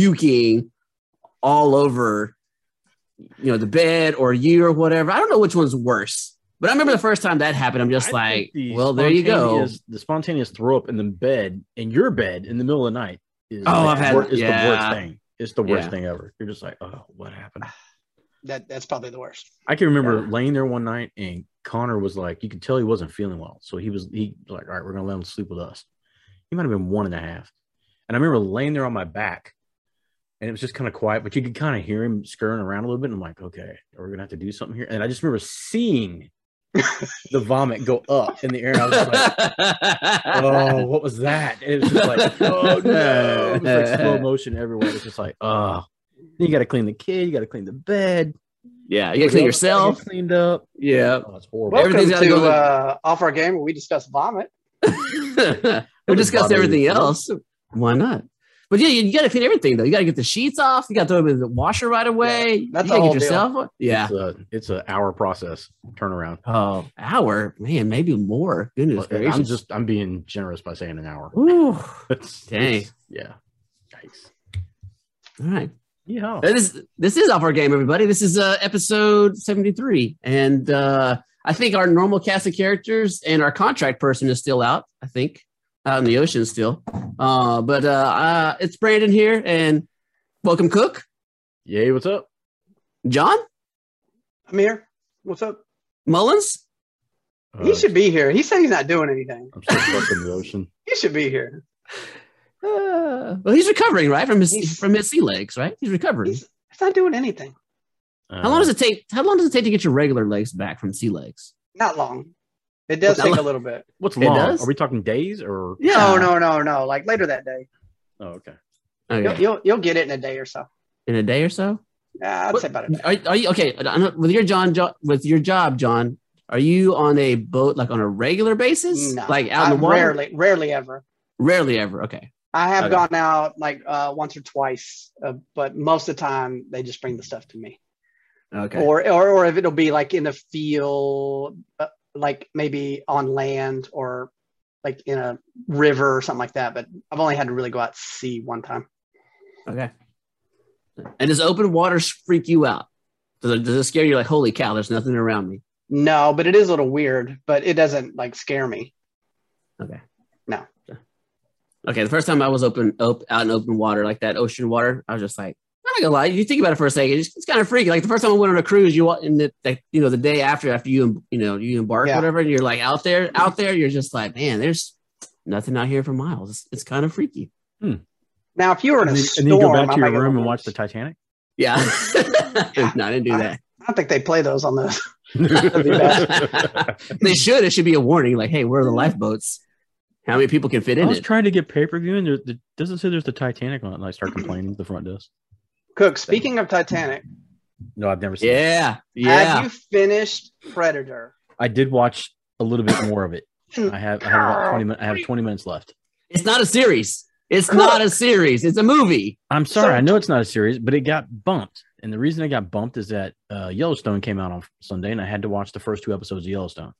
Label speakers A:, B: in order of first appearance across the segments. A: puking all over, you know, the bed or you or whatever. I don't know which one's worse. But I remember the first time that happened, I'm just
B: I
A: like,
B: think the
A: well, there you go.
B: spontaneous- The spontaneous throw up in the bed, in your bed, in the middle of the night is,
A: Oh,
B: the
A: I've had-
B: wor- is the
A: yeah.
B: worst thing. It's the worst
A: Yeah.
B: thing ever. You're just like, oh, what happened?
C: That that's probably the worst.
B: I can remember
A: Yeah.
B: laying there one night and Connor was like, you could tell he wasn't feeling well. So he was he was like, all right, we're gonna let him sleep with us. He might have been one and a half. And I remember laying there on my back and it was just kind of quiet, but you could kind of hear him scurrying around a little bit. And I'm like, okay, we're gonna have to do something here. And I just remember seeing the vomit go up in the air. And I was just like, oh, what was that? And it was just like, oh no, it was like slow motion everywhere. It was just like, oh, you got to clean the kid, you got to clean the bed,
A: yeah, you gotta clean
B: Gotta
A: yourself.
B: get cleaned up.
A: Yeah.
B: Oh, it's horrible.
A: Well,
C: Welcome
A: Everything's gotta
C: to
A: go in-
C: uh, off our game where we discuss vomit.
A: we discussed
B: bother you,
A: everything
B: you know?
A: else. Why not? But yeah, you, you gotta clean everything though. You gotta get the sheets off. You gotta throw them in the washer right away. you gotta
C: that's a
A: get
C: whole
A: yourself. one- Yeah.
B: It's a it's an hour process turnaround.
A: Oh, hour, man, maybe more. Goodness
B: But
A: gracious.
B: I'm just I'm being generous by saying an hour.
A: Ooh. All
B: It's-
A: Dang.
B: it's- yeah. Yikes.
A: right.
B: Yeah.
A: Uh, This this is off our game, everybody. This is uh, episode seventy three, and uh, I think our normal cast of characters and our contract person is still out. I think out in the ocean still. Uh, but uh, uh, it's Brandon here, and welcome, Cook,
B: Yay, what's up?
A: John
C: I'm here. What's up?
A: Mullins.
B: Uh,
C: he should be here. He said he's not doing anything.
B: I'm still stuck in the ocean.
C: He should be here.
A: Uh, well, he's recovering, right, from his
C: He's-
A: from his sea legs, right? He's recovering.
C: He's, he's not doing anything.
A: how long does it take? How long does it take to get your regular legs back from sea legs?
C: Not long. It does
A: Not
C: take a
A: long.
C: little bit.
B: Uh, What's
A: it
B: long?
A: does?
B: Are we talking days or?
A: Yeah.
C: Oh, No, no, no, no. Like later that day,
B: Oh, okay.
A: Okay.
C: you'll, you'll you'll get it in a day or so.
A: In a day or so.
C: Yeah, I'd
A: What-
C: say about a day.
A: Are, are you okay I don't- with your John, jo- with your job, John? Are you on a boat like on a regular basis,
C: No,
A: like out in
C: I
A: the water?
C: Rarely, rarely ever.
A: Rarely ever. Okay,
C: I have
A: Okay.
C: gone out like uh, once or twice, uh, but most of the time they just bring the stuff to me.
A: okay.
C: Or, or or if it'll be like in a field, uh, like maybe on land or like in a river or something like that. But I've only had to really go out to sea one time.
A: okay. And does open water freak you out? Does it, does it scare you? Like holy cow, there's nothing around me.
C: No, but it is a little weird, but it doesn't like scare me.
A: Okay, the first time I was open op, out in open water like that, ocean water, I was just like, I'm not gonna lie. You think about it for a second, it's, it's kind of freaky. Like the first time I went on a cruise, you wa- in the like, you know the day after after you you know you embark
C: Yeah.
A: or whatever, and you're like out there out there, you're just like, man, there's nothing out here for miles. It's, it's kind of freaky.
C: Now, if you were in
B: And
C: a
B: then,
C: storm, oh,
B: and then you go back
C: I
B: to your
C: might get a
B: room
C: little
B: and watch the
C: nervous.
B: Titanic.
A: Yeah, no, I didn't do that.
C: I don't think they play those on those.
A: they should. It should be a warning. Like, hey, where are the lifeboats? How many people can fit
B: I
A: in
B: was
A: it?
B: trying to get pay per view, and there, there doesn't say there's the Titanic on it. And I start complaining to the front desk.
C: Cook, speaking of Titanic,
B: No, I've never seen. it.
A: Yeah,
C: have
A: yeah.
C: you finished Predator?
B: I did watch a little bit more of it. I have I have about twenty. min- I have twenty minutes left.
A: It's not a series. It's not a series. It's a movie.
B: I'm sorry,
C: So-
B: I know it's not a series, but it got bumped. And the reason it got bumped is that uh, Yellowstone came out on Sunday, and I had to watch the first two episodes of Yellowstone.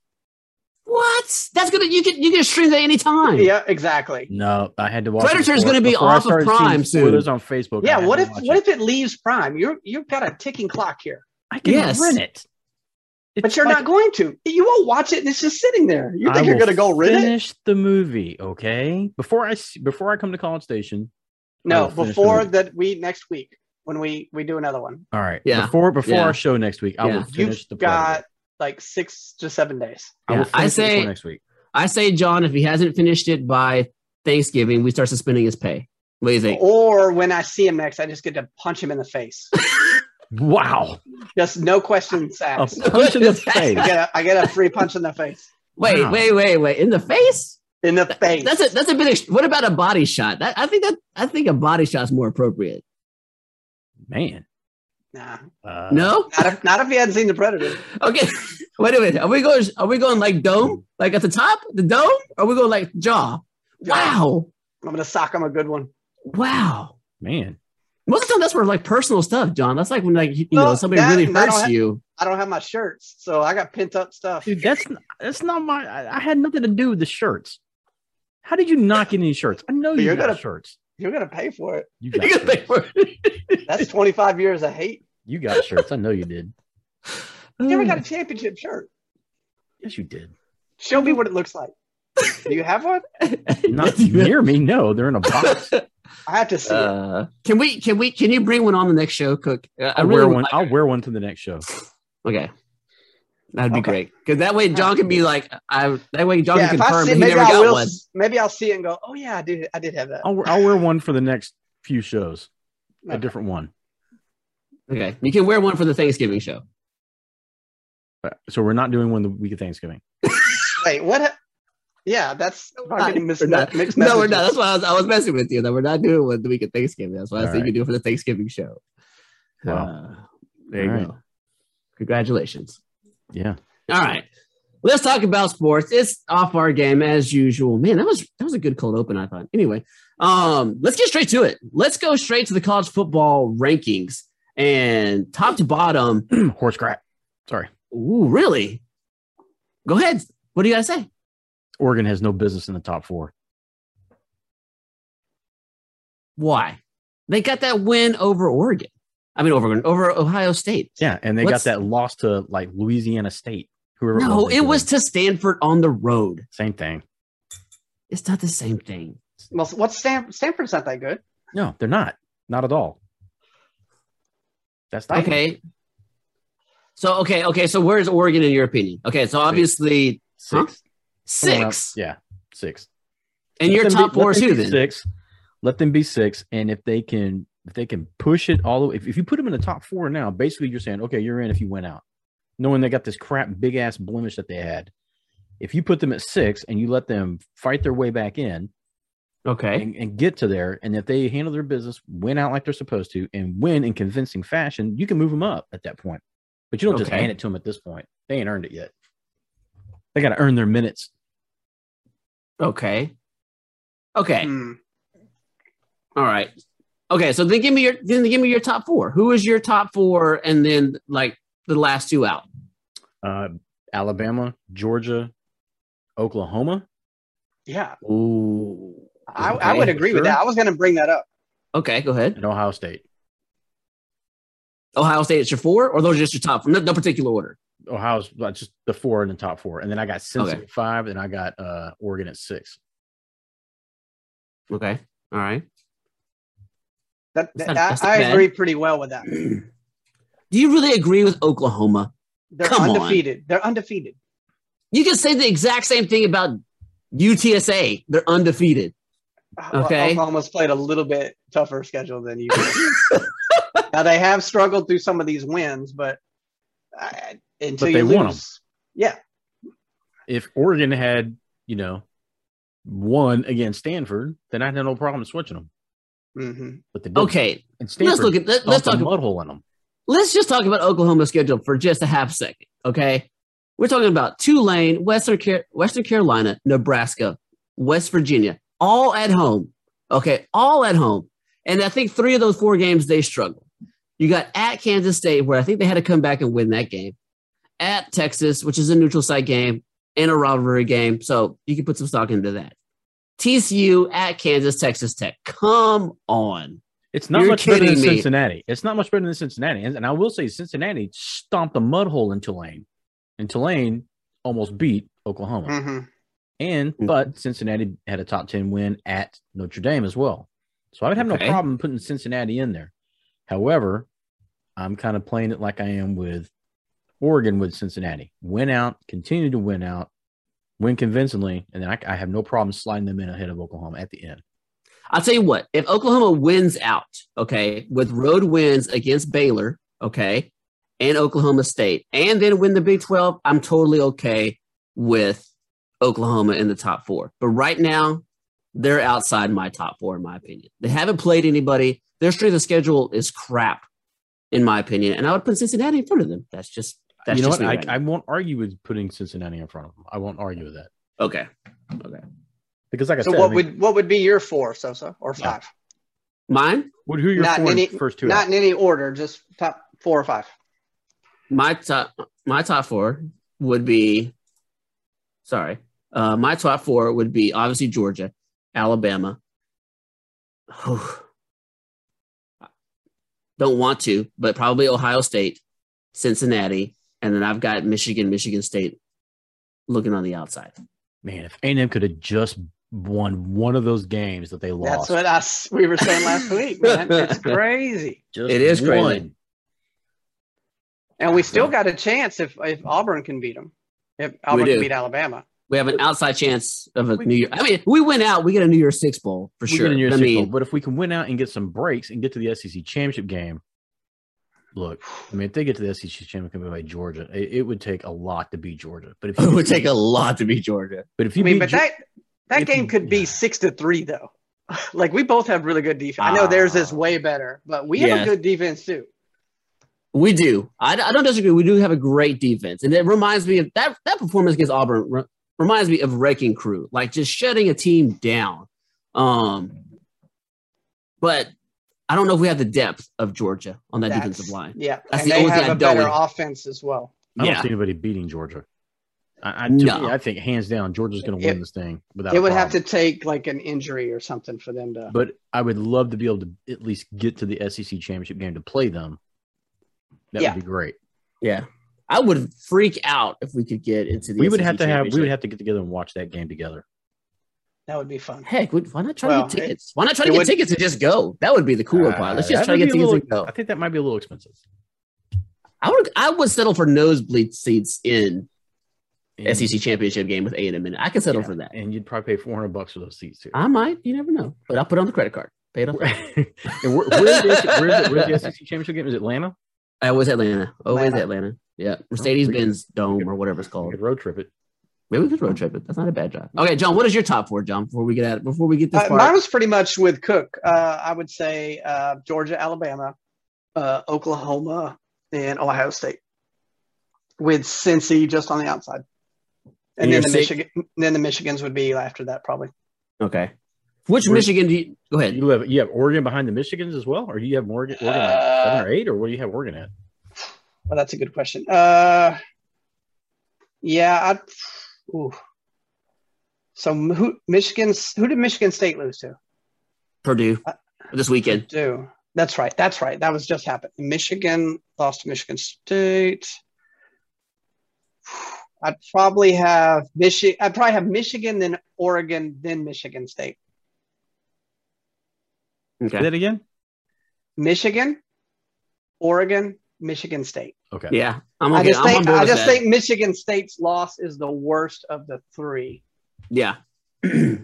A: What? That's gonna you can you can stream that anytime.
C: Yeah, exactly.
B: No, I had to watch. it
A: Predator's
B: before-
A: gonna be
B: before I
A: off of
B: started seeing
A: Prime soon.
B: Spoilers on Facebook. I
C: Yeah,
B: had
C: what
B: to
C: if
B: watch
C: what
B: it.
C: if it leaves Prime? You you've got a ticking clock here,
B: I can
A: Yes.
B: rent it? It's
C: but you're
B: like-
C: not going to. You won't watch it, and it's just sitting there. You
B: I
C: think you're
B: will
C: going to go rent it?
B: Finish the movie, okay? Before I s- before I come to College Station.
C: No,
B: will finish the
C: before
B: movie.
C: that we next week when we we do another one.
B: All right.
A: Yeah.
B: Before before
A: Yeah.
B: our show next week, I
A: Yeah.
B: will
C: You've
B: finish the.
C: got
B: Predator.
C: like six to seven days.
B: I, will
A: Yeah, I
B: finish it before
A: say-
B: next week.
A: I say, John, if he hasn't finished it by Thanksgiving, we start suspending his pay. What do you think?
C: Or when I see him next, I just get to punch him in the face.
B: Wow.
C: just no questions
B: A
C: asked.
B: punch in the
C: I
B: face.
C: get a, I get a free punch in the face.
A: Wait,
B: Wow.
A: wait, wait, wait! In the face?
C: In the face.
A: That's a that's a bit. Ex- what about a body shot? That, I think that I think a body shot's more appropriate.
B: Man.
C: nah.
B: Uh,
A: No?
C: Not if not if you hadn't seen the Predator.
A: Okay. Wait a minute. Are we going? Are we going like dome? Like at the top, the dome? Or are we going like jaw? Wow,
C: I'm gonna sock him a good one.
A: wow.
B: Man.
A: Most of the time, that's where like personal stuff, John. That's like when like you know
C: Well,
A: somebody
C: that-
A: really
C: and I don't
A: hurts
C: have-
A: you.
C: I don't have my shirts, so I got pent up stuff.
B: Dude, that's n- that's not my. I, I had nothing to do with the shirts. How did you not get any shirts? I know you
C: You're
B: got
C: gonna-
B: shirts.
C: You're gonna pay for it.
B: You got
A: You can
B: shirts.
A: think for it.
C: That's 25 years of hate.
B: You got shirts. I know you did.
C: You never
B: Mm.
C: got a championship shirt.
B: Yes, you did.
C: Show me what it looks like. Do you have one?
B: Not near me. No, they're in a box.
C: I have to see it.
A: Uh, can we? Can we? Can you bring one on the next show, Cook? Uh, I
B: I'll
A: really
B: wear
A: would
B: one.
A: like-
B: I'll wear one to the next show.
A: Okay, that'd be
C: Okay.
A: great because that way John can be like, I. That way John
C: Yeah,
A: can
C: if I
A: confirm
C: see,
A: he
C: maybe
A: never
C: I
A: got
C: will.
A: one. Oh,
C: Maybe I'll see it and go, "Oh yeah, I did. I did have that."
B: I'll wear, I'll wear one for the next few shows. A
C: Okay.
B: different one.
A: Okay, you can wear one for the Thanksgiving show.
B: But- Uh, So we're not doing one the week of Thanksgiving.
C: Wait, what? ha- Yeah, that's I'm probably getting mis-
A: We're not.
C: mixed
A: No, we're
C: messages.
A: not. That's why I was, I was messing with you. That we're not doing one the week of Thanksgiving. That's why I
B: All
A: said you
B: right.
A: do it for the Thanksgiving show. Uh, there you
B: All right.
A: go. Congratulations.
B: Yeah.
A: All right. Let's talk about sports. It's off our game as usual. Man, that was that was a good cold open, I thought. Anyway, um, let's get straight to it. Let's go straight to the college football rankings and top to bottom.
B: Hmm, Horse crap. Sorry.
A: Ooh, really? Go ahead. What do you gotta say?
B: Oregon has no business in the top four.
A: Why? They got that win over Oregon. I mean over over Ohio State.
B: Yeah. And they
A: What's-
B: got that loss to like Louisiana State. Whoever
A: No,
B: they
A: it was
B: played.
A: to Stanford on the road.
B: same thing.
A: It's not the same thing.
C: Well, what's Stan- Stanford's not that good.
B: No, they're not. Not at all. That's the
A: Okay. So okay, okay. So where is Oregon in your opinion? Okay, so obviously
B: six. Somewhere
A: six.
B: around- Yeah, six.
A: And
B: Let
A: your
B: them
A: top
B: be-
A: four
B: let them
A: too,
B: be
A: then.
B: Six. Let them be six, and if they can, if they can push it all the way, if, if you put them in the top four now, basically you're saying, okay, you're in. If you went out, knowing they got this crap big ass blemish that they had, if you put them at six and you let them fight their way back in
A: Okay.
B: and, and get to there, and if they handle their business, win out like they're supposed to, and win in convincing fashion, you can move them up at that point. But you don't just
A: Okay.
B: hand it to them at this point. They ain't earned it yet. They got to earn their minutes.
A: Okay. Okay.
C: Hmm.
A: All right. Okay. So then give me your then give me your top four. Who is your top four, and then like the last two out?
B: uh, Alabama, Georgia, Oklahoma.
C: Yeah,
A: Ooh.
C: I, I
A: Okay,
C: would agree
B: sure.
C: with that. I was going to bring that up.
A: Okay. Go ahead.
B: and Ohio State.
A: Ohio State is your four, or those are just your top four? No, no particular order.
B: Ohio's like, just the four in the top four, and then I got Cincinnati
A: Okay.
B: at five, and I got uh, Oregon at six.
A: Okay. All right.
C: That,
A: That's not-
C: that-
A: that's not
C: I, I
A: bad.
C: agree pretty well with that.
A: Do you really agree with Oklahoma?
C: They're
A: Come on.
C: undefeated. They're undefeated.
A: You can say the exact same thing about UTSA. They're undefeated.
C: Well,
A: Okay.
C: Oklahoma's played a little bit tougher schedule than you. did. now they have struggled through some of these wins, but uh, until
B: But
C: you
B: they
C: lose,
B: won 'em.
C: yeah,
B: If Oregon had, you know, won against Stanford, then I'd have no problem switching them.
C: hmm
B: But they didn't.
A: Okay.
B: and Stanford
A: let's look at let, let's talk
B: mud hole in them.
A: let's just talk about Oklahoma's schedule for just a half second, okay? We're talking about Tulane, Western Car- Western Carolina, Nebraska, West Virginia, all at home, okay? All at home, and I think three of those four games they struggled. You got at Kansas State, where I think they had to come back and win that game, at Texas, which is a neutral site game and a rivalry game, so you can put some stock into that. TCU at Kansas, Texas Tech. Come on.
B: It's not
A: You're
B: much better than
A: kidding me.
B: Cincinnati. It's not much better than Cincinnati. And, and I will say Cincinnati stomped a mud hole in Tulane. And Tulane almost beat Oklahoma.
C: hmm
B: And
C: Mm-hmm.
A: Mhm.
B: but Cincinnati had a top 10 win at Notre Dame as well. So I would have
A: Okay.
B: no problem putting Cincinnati in there. However, I'm kind of playing it like I am with Oregon with Cincinnati. Win out, continue to win out, win convincingly, and then I, I have no problem sliding them in ahead of Oklahoma at the end.
A: I'll tell you what, if Oklahoma wins out, okay, with road wins against Baylor, okay, and Oklahoma State, and then win the Big 12, I'm totally okay with Oklahoma in the top four. But right now, they're outside my top four, in my opinion. They haven't played anybody. Their strength of schedule is crap, in my opinion. And I would put Cincinnati in front of them. That's just, that's
B: you know
A: just
B: what?
A: me
B: I,
A: right
B: I won't argue with putting Cincinnati in front of them. I won't argue with that
A: now. Okay. Okay.
B: because, like I
C: So
B: said, I
C: what
B: mean,
C: would what would be your four, Sosa, or five?
A: Mine,
B: what- who are your
C: not
B: four
C: any-
B: first two?
C: Not
B: out?
C: in any order, just top four or five.
A: my top my top four would be sorry uh my top four would be obviously georgia alabama don't want to, but probably Ohio State, Cincinnati, and then I've got Michigan, Michigan State looking on the outside.
B: Man, if A&M could have just won one of those games that they
C: That's
B: lost,
C: what us we were saying last week, man. It's crazy.
B: just
A: It is crazy.
C: And we still got a chance if, if Auburn can beat them. If Auburn
A: do.
C: can beat Alabama.
A: We have an outside chance of a
B: We-
A: New Year. I mean, we win out, we get a New Year's Six Bowl for
B: We
A: sure.
B: get in your
A: I
B: Super
A: mean,
B: Bowl, but if we can win out and get some breaks and get to the SEC championship game, look, I mean, if they get to the SEC championship game by Georgia, it, it would take a lot to beat Georgia. But if you
A: it would take a lot to beat Georgia.
B: but if
C: I
B: you
C: mean,
B: beat
C: but
B: Ge-
C: that that
B: if
C: game
B: you-
C: could be
B: yeah.
C: six to three though. Like we both have really good defense. I know theirs is
B: Ah.
C: way better, but we
A: Yeah.
C: have a good defense too.
A: We do. I, I don't disagree. We do have a great defense, and it reminds me of that that performance against Auburn. Re- reminds me of wrecking crew, like just shutting a team down. Um, but I don't know if we have the depth of Georgia on that
C: That's-
A: defensive line.
C: Yeah,
A: That's
C: and
A: the
C: they
A: only
C: have
A: thing I
C: a
A: don't
C: better
A: like.
C: offense as well.
B: I don't
A: yeah.
B: see anybody beating Georgia. I, I, to
A: No.
B: me, I think hands down, Georgia's going to win
C: It-
B: this thing without.
C: It
B: a
C: would have to
B: problem.
C: take like an injury or something for them to.
B: But I would love to be able to at least get to the SEC championship game to play them. That
C: Yeah.
B: would be great.
A: Yeah, I would freak out if we could get into the.
B: we would
A: SEC
B: have to have we would
A: championship.
B: have to get together and watch that game together.
C: That would be fun.
A: Heck, would- why not try
C: Well,
A: to get tickets? Why not try to
C: it
A: get
C: would-
A: tickets and just go? That would be the cooler part. Let's just
B: Uh, that
A: try to
B: might
A: get
B: be a
A: tickets and
B: little-
A: go.
B: I think that might be a little expensive.
A: I would. I would settle for nosebleed seats in
B: And-
A: SEC championship game with A and M. I could settle
B: Yeah.
A: for that.
B: and you'd probably pay four hundred bucks for those seats too.
A: I might. You never know. But I'll put it on the credit card. Pay it off.
B: And where- where's the- where's the- where's the SEC championship game? Is it Atlanta?
A: I was Atlanta. Always
C: Atlanta. Oh,
A: Atlanta. Yeah. Mercedes Benz Dome or whatever it's
B: We
A: called.
B: could road trip it.
A: Maybe we could road trip it. That's not a bad job. Okay, John, what is your top four, John, before we get out before we get this
C: Uh,
A: far?
C: mine was pretty much with Cook. Uh, I would say uh, Georgia, Alabama, uh, Oklahoma, and Ohio State, with Cincy just on the outside,
A: And
C: and,
A: you're
C: then the
A: sick-
C: Michigan, then the Michigans would be after that probably.
A: okay. Which
B: We're-
A: Michigan do you go ahead?
B: You have you have Oregon behind the Michigans as well, or do you have Oregon, Oregon like
C: Uh,
B: seven or eight, or what do you have Oregon at?
C: Well, that's a good question. Uh, yeah, I. Ooh. So who Michigan's who did Michigan State lose to?
A: Purdue
C: Uh,
A: this weekend.
C: Purdue. That's right. That's right. That was just happened. Michigan lost to Michigan State. I'd probably have Michigan. I'd probably have Michigan, then Oregon, then Michigan State.
B: Say
A: Okay.
B: that again?
C: Michigan, Oregon, Michigan State.
B: Okay.
A: Yeah. I'm
C: I
A: okay.
C: just
A: I'm on
C: think
A: board
C: I
A: with
C: just
A: that.
C: think Michigan State's loss is the worst of the three.
A: Yeah. Let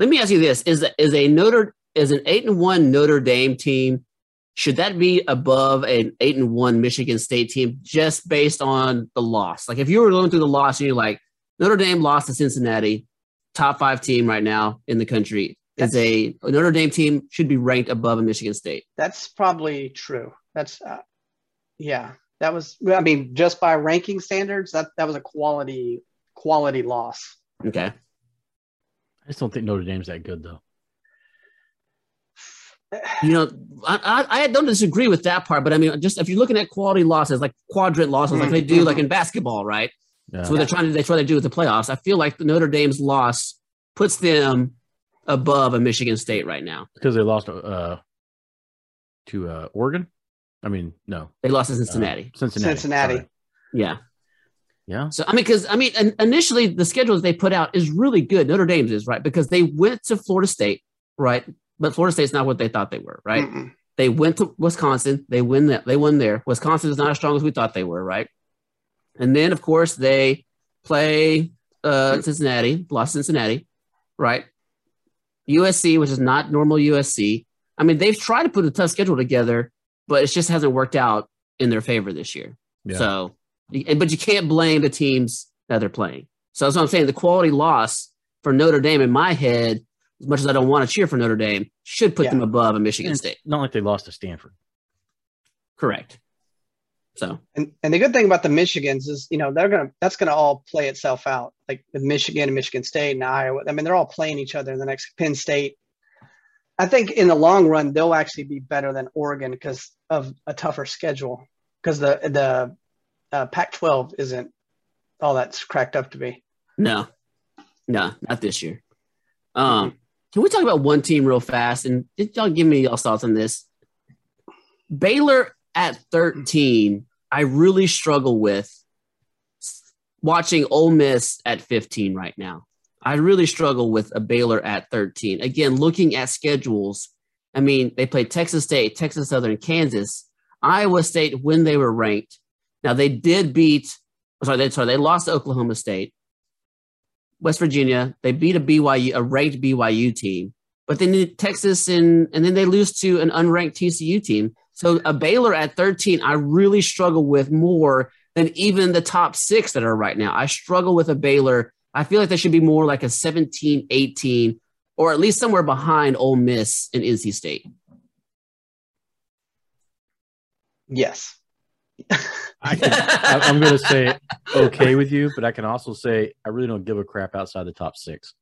A: me ask you this: is is a Notre is an eight and one Notre Dame team should that be above an eight and one Michigan State team just based on the loss? Like if you were going through the loss and you're like Notre Dame lost to Cincinnati, top five team right now in the country is a a Notre Dame team should be ranked above a Michigan State.
C: That's probably true. That's uh, yeah. That was I mean just by ranking standards that that was a quality quality loss.
A: Okay,
B: I just don't think Notre Dame's that good though.
A: you know I, I I don't disagree with that part, but I mean just if you're looking at quality losses like quadrant losses like they do like in basketball, right?
B: Yeah.
A: So what they're trying to that's what they do with the playoffs. I feel like the Notre Dame's loss puts them above a Michigan State right now.
B: because they lost uh to uh Oregon. I mean, no.
A: They lost to
B: uh,
A: Cincinnati.
B: Cincinnati.
C: Cincinnati.
B: sorry.
A: yeah.
B: Yeah.
A: So I mean, because I mean, in- initially the schedule that they put out is really good. Notre Dame's is right because they went to Florida State, right? But Florida State's not what they thought they were, right?
C: Mm-mm.
A: They went to Wisconsin. They win that. They won there. Wisconsin is not as strong as we thought they were, right? And then of course they play uh, Cincinnati, lost Cincinnati, right? USC, which is not normal USC. I mean, they've tried to put a tough schedule together, but it just hasn't worked out in their favor this year.
B: Yeah.
A: So, and- but you can't blame the teams that they're playing. So that's what I'm saying. The quality loss for Notre Dame in my head, as much as I don't want to cheer for Notre Dame, should put
C: Yeah.
A: them above a Michigan
B: It's
A: State.
B: Not like they lost to Stanford.
A: Correct. So
C: And and the good thing about the Michigans is you know they're gonna that's gonna all play itself out like with Michigan and Michigan State and Iowa. I mean they're all playing each other in the next Penn State. I think in the long run they'll actually be better than Oregon because of a tougher schedule because the the uh, Pac-12 isn't all that's cracked up to be.
A: no, no, not this year. Um, Can we talk about one team real fast? And did y'all give me y'all thoughts on this? Baylor at 13, I really struggle with watching Ole Miss at 15 right now. I really struggle with a Baylor at 13. Again, looking at schedules, I mean, they played Texas State, Texas Southern, Kansas, Iowa State when they were ranked. Now they did beat, sorry, they, sorry, they lost to Oklahoma State, West Virginia. They beat a BYU, a ranked BYU team, but then Texas and and then they lose to an unranked TCU team. So a Baylor at 13, I really struggle with more than even the top six that are right now. I struggle with a Baylor. I feel like they should be more like a 17, 18, or at least somewhere behind Ole Miss and NC State.
C: Yes.
B: I can, I- I'm going to say okay with you, but I can also say I really don't give a crap outside the top six.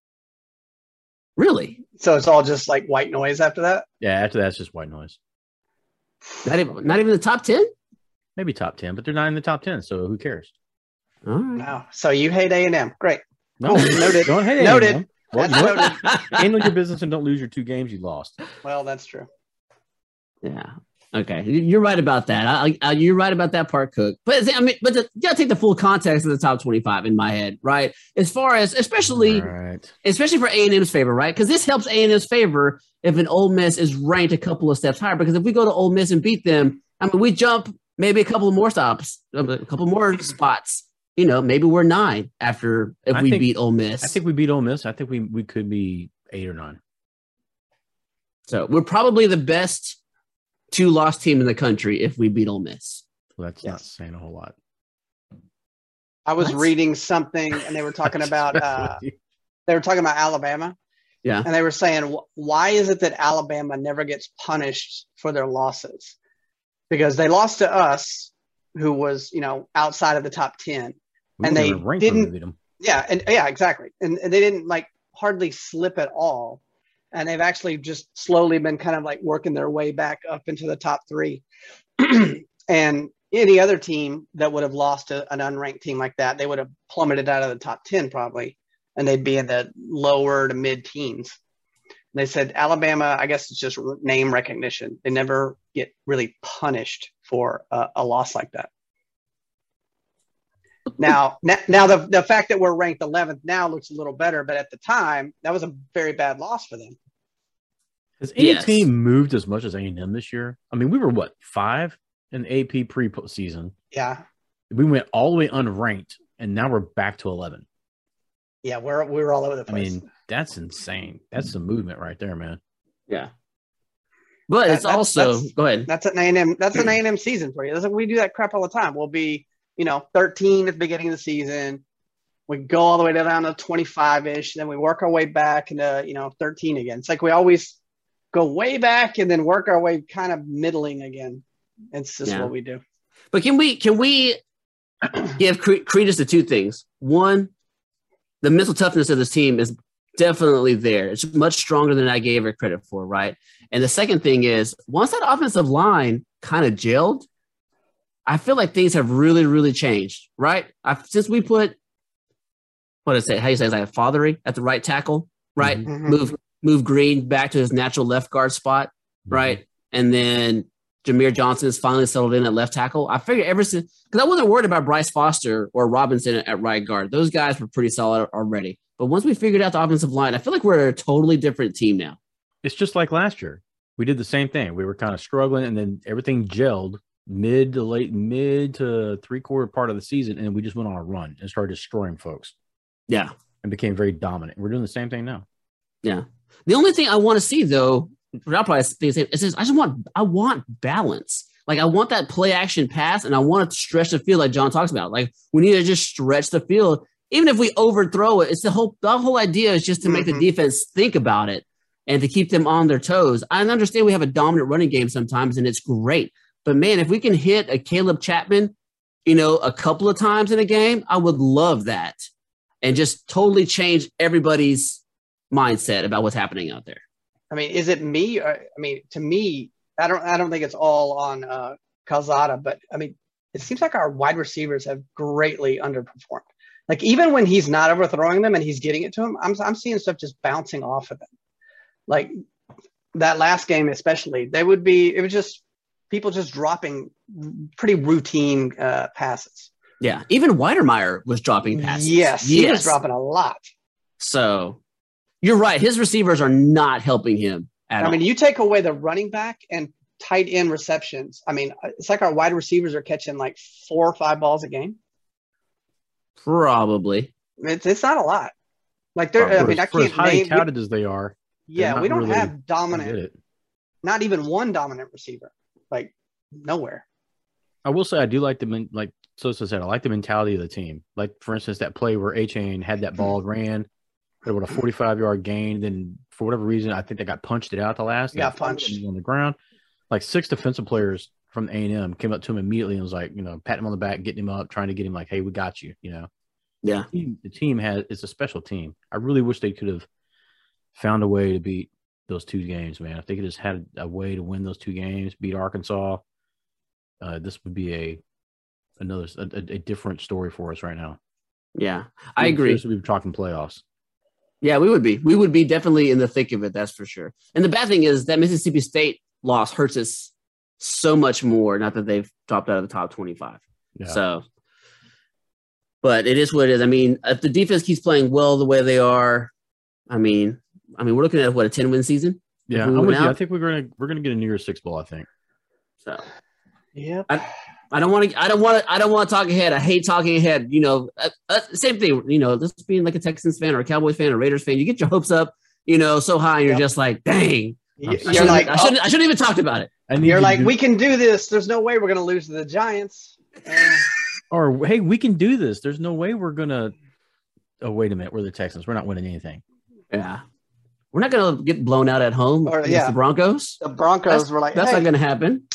A: Really?
C: So it's all just like white noise after that.
B: Yeah, after that's just white noise.
A: Not even, not even the top 10?
B: Maybe top ten, but they're not in the top ten, so who cares?
A: All right.
C: Wow. So you hate A and M. Great.
B: No,
C: Cool. Oh, Noted.
B: Don't hate
C: Noted.
B: anyone. Well, you
C: That's
B: know what?
C: noted.
B: Handle your business and don't lose your two games you lost.
C: Well, that's true.
A: Yeah. Okay. You- You're right about that. I, I, you're right about that part, Cook. But I mean, but the, you gotta take the full context of the top 25 in my head, right? As far as, especially,
B: All right.
A: especially for A and M's favor, right? Because this helps A and M's favor if an Ole Miss is ranked a couple of steps higher. Because if we go to Ole Miss and beat them, I mean, we jump maybe a couple of more stops, a couple more spots. You know, maybe we're nine after if
B: I
A: we
B: think-
A: beat Ole Miss.
B: I think we beat Ole Miss. I think we we could be eight or nine.
A: so. We're probably the best two loss team in the country if we beat Ole Miss.
B: Well, that's not
C: Yes.
B: saying a whole lot.
C: I was
A: What?
C: reading something and they were talking about uh, they were talking about Alabama.
A: Yeah.
C: And they were saying "Wh- why is it that Alabama never gets punished for their losses? Because they lost to us who was, you know, outside of the top 10.
B: We weren't
C: and they
B: even ranked when we
C: didn't-
B: beat 'em.
C: Yeah, and yeah, exactly. And, and they didn't like hardly slip at all. And they've actually just slowly been kind of like working their way back up into the top three. and any other team that would have lost to an unranked team like that, they would have plummeted out of the top 10 probably, and they'd be in the lower to mid teens. They said Alabama, I guess it's just name recognition. They never get really punished for a, a loss like that. Now, na- now the, the fact that we're ranked 11th now looks a little better, but at the time, that was a very bad loss for them.
B: Has any
A: Yes.
B: team moved as much as A and M this year? I mean, we were what five in AP preseason.
C: Yeah.
B: We went all the way unranked, and now we're back to eleven.
C: Yeah. We're, we were all over the
B: I
C: place.
B: mean, that's insane. That's the movement right there, man.
A: Yeah. But
C: That-
A: it's
C: that's-
A: also
C: that's-
A: go ahead.
C: That's an A&M. That's an A&M season for you. That's like, we do that crap all the time. We'll be, you know, 13 at the beginning of the season. We go all the way down to 25 ish. Then we work our way back into, you know, 13 again. It's like we always go way back and then work our way kind of middling again. It's just
A: Yeah.
C: what we do.
A: But can we can we give cre- credence to two things? One, the mental toughness of this team is definitely there. It's much stronger than I gave it credit for, right? And the second thing is, once that offensive line kind of gelled, I feel like things have really, really changed, right? I've, since we put what is it? How you say? Is that fathering at the right tackle, right?
C: Mhm.
A: Move move Green back to his natural left guard spot right? And then Jameer Johnson has finally settled in at left tackle. I figure ever since because I wasn't worried about Bryce Foster or Robinson at right guard. Those guys were pretty solid already. But once we figured out the offensive line, I feel like we're a totally different team now.
B: It's just like last year. We did the same thing. We were kind of struggling, and then everything gelled mid to late, mid to three quarter part of the season, and we just went on a run and started destroying folks
A: Yeah.
B: and became very dominant. We're doing the same thing now.
A: The only thing I want to see though, I'll probably think the same, is just, I just want I want balance. Like I want that play action pass and I want to stretch the field like John talks about. Like we need to just stretch the field. Even if we overthrow it, it's the whole the whole idea is just to make
C: Mhm.
A: the defense think about it and to keep them on their toes. I understand we have a dominant running game sometimes and it's great. But man, if we can hit a Caleb Chapman, you know, a couple of times in a game, I would love that. And just totally change everybody's mindset about what's happening out there.
C: I mean, is it me? Or, I mean, to me, I don't. I don't think it's all on uh, Calzada, but I mean, it seems like our wide receivers have greatly underperformed. Like even when he's not overthrowing them and he's getting it to him, I'm I'm seeing stuff just bouncing off of them. like that last game especially they would be it was just people just dropping pretty routine uh, passes
A: Yeah. Even Weidermeyer was dropping passes.
C: yes he
A: Yes.
C: was dropping a lot
A: So you're right. His receivers are not helping him at
C: I
A: all.
C: mean, you take away the running back and tight end receptions. I mean, it's like our wide receivers are catching like four or five balls a game.
A: Probably.
C: It's, it's not a lot. Like there, I
B: Uh, For
C: mean,
B: as-
C: I
B: for as
C: can't
B: highly
C: name.
B: touted as they are,
C: yeah,
B: not
C: we don't
B: really-
C: have
B: I get
C: dominant,
B: it.
C: not even one dominant receiver. Like nowhere.
B: I will say I do like the men, like Sosa said. I like the mentality of the team. Like for instance, that play where A Chain had that ball
C: Mm-hmm.
B: ran, had about a forty-five yard gain. Then for whatever reason, I think they got punched it out the last.
C: Got
B: They
C: punched.
B: him on the ground. Like six defensive players from A and M came up to him immediately and was like, you know, patting him on the back, getting him up, trying to get him like, hey, we got you. You know,
A: Yeah.
B: The team, the team has it's a special team. I really wish they could have found a way to beat those two games, man. If they could just had a way to win those two games, beat Arkansas, uh, this would be a another a, a- a different story for us right now.
A: Yeah. I
B: We'd
A: agree.
B: seriously be talking playoffs.
A: Yeah, we would be. We would be definitely in the thick of it. That's for sure. And the bad thing is that Mississippi State loss hurts us so much more. Not that they've dropped out of the top 25.
B: Yeah.
A: So, but it is what it is. I mean, if the defense keeps playing well the way they are, I mean, I mean, we're looking at what a 10 win season.
B: yeah,
A: we
B: I'm
A: win
B: with you.
A: out-
B: I think we're gonna we're gonna get a New Year's Six ball. I think.
A: So
C: Yeah.
A: I- I don't want to. I don't want to. I don't want to talk ahead. I hate talking ahead. You know, uh, uh, same thing. You know, just being like a Texans fan or a Cowboys fan or Raiders fan, you get your hopes up, you know, so high, and you're
C: Yep.
A: just like, dang.
C: You-
A: I
C: You're
A: shouldn't-
C: like,
A: I
C: oh,
A: shouldn't. I shouldn't even talked about it.
B: I need
C: you're
B: you to
C: like,
B: do-
C: we can do this. There's no way we're going to lose to the Giants. Eh,
B: or hey, we can do this. There's no way we're gonna. Oh wait a minute, we're the Texans. We're not winning anything.
A: Yeah, we're not gonna get blown out at home
C: Or,
A: against
C: yeah.
A: the Broncos.
C: the Broncos were like,
A: That's
C: hey,
A: not gonna happen.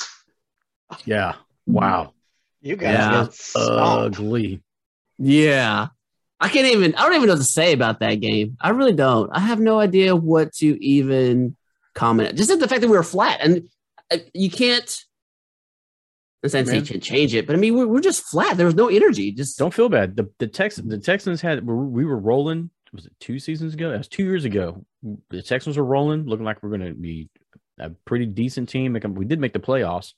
B: Yeah. Wow.
C: you guys
A: Yeah.
B: Uh,
C: got stomped.
B: Ugly.
A: Yeah. I can't even, I don't even know what to say about that game. I really don't. I have no idea what to even comment. Just the fact that we were flat and uh, you can't, I'm saying you
B: Man.
A: can change it, but I mean, we're, we're just flat. There was no energy. Just
B: Don't feel bad. The the Tex the Texans had we were- we were rolling. Was it two seasons ago? That was two years ago. The Texans were rolling, looking like we're going to be a pretty decent team. Make 'em- We did make the playoffs,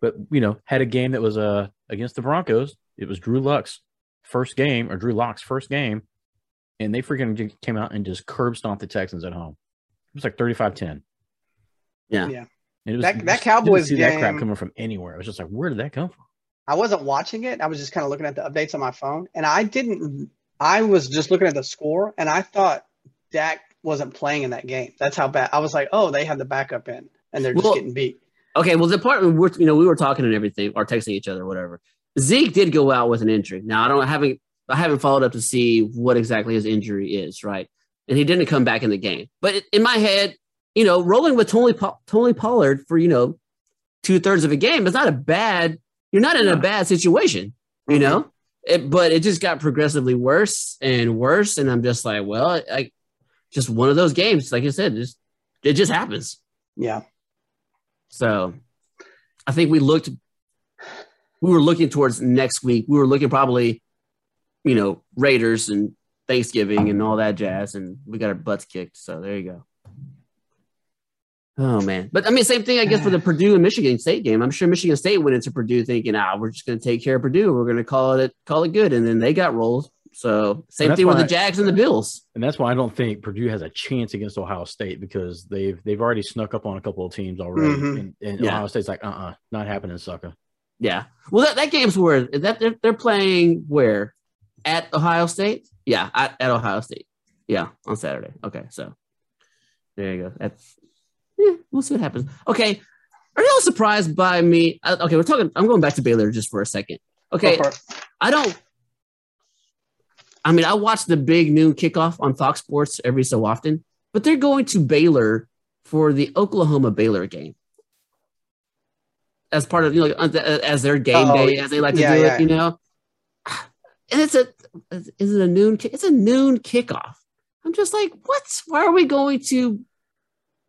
B: but you know, had a game that was uh against the Broncos. It was Drew Luck's first game or Drew Locke's first game, and they freaking ju- came out and just curb stomped the Texans at home. It was like 35-10.
A: Yeah.
C: Yeah.
B: And it was,
C: That-
B: you just
C: that
B: didn't
C: Cowboys
B: see that crap
C: game-
B: coming from anywhere. It was just like, where did that come from?
C: I wasn't watching it. I was just kind of looking at the updates on my phone, and I didn't. I was just looking at the score, and I thought Dak wasn't playing in that game. That's how bad. I was like, oh, they had the backup in, and they're just
A: Well-
C: getting beat.
A: okay. Well, the part we're, you know, we were talking and everything or texting each other, whatever. Zeke did go out with an injury. Now I don't, I haven't, I haven't followed up to see what exactly his injury is. Right. And he didn't come back in the game, but it- in my head, you know, rolling with Tony, Po- Tony Pollard for, you know, two thirds of a game is not a bad, you're not in a bad situation, you know, it, but it just got progressively worse and worse. And I'm just like, well, like just one of those games, like I said, just, it just happens.
C: Yeah,
A: So I think we looked, we were looking towards next week. We were looking probably, you know, Raiders and Thanksgiving and all that jazz, and we got our butts kicked. So there you go. Oh man, but I mean, same thing I guess for the Purdue and Michigan State game. I'm sure Michigan State went into Purdue thinking, ah, we're just going to take care of Purdue. We're going to call it call it good, and then they got rolled. So same
B: that's
A: thing with the
B: why-
A: Jags and the Bills.
B: And that's why I don't think Purdue has a chance against Ohio State because they've they've already snuck up on a couple of teams already,
A: Mm-hmm.
C: Mhm.
B: and, and
A: Yeah.
B: Ohio State's like, uh, uh not happening, sucker.
A: Yeah. Well, that, that game's where that they're, they're playing where at Ohio State. Yeah, at, at Ohio State. Yeah, on Saturday. Okay, so there you go. That's yeah, we'll see what happens. Okay, are y'all surprised by me? uh, okay, we're talking. I'm going back to Baylor just for a second. Okay,
C: Go for it.
A: I don't. I mean, I watch the big noon kickoff on Fox Sports every so often, but they're going to Baylor for the Oklahoma Baylor game as part of you know as their game
C: Oh,
A: day as they like to
C: yeah,
A: do
C: yeah.
A: it, you know. And it's a is it a noon? Kick? It's a noon kickoff. I'm just like, what? Why are we going to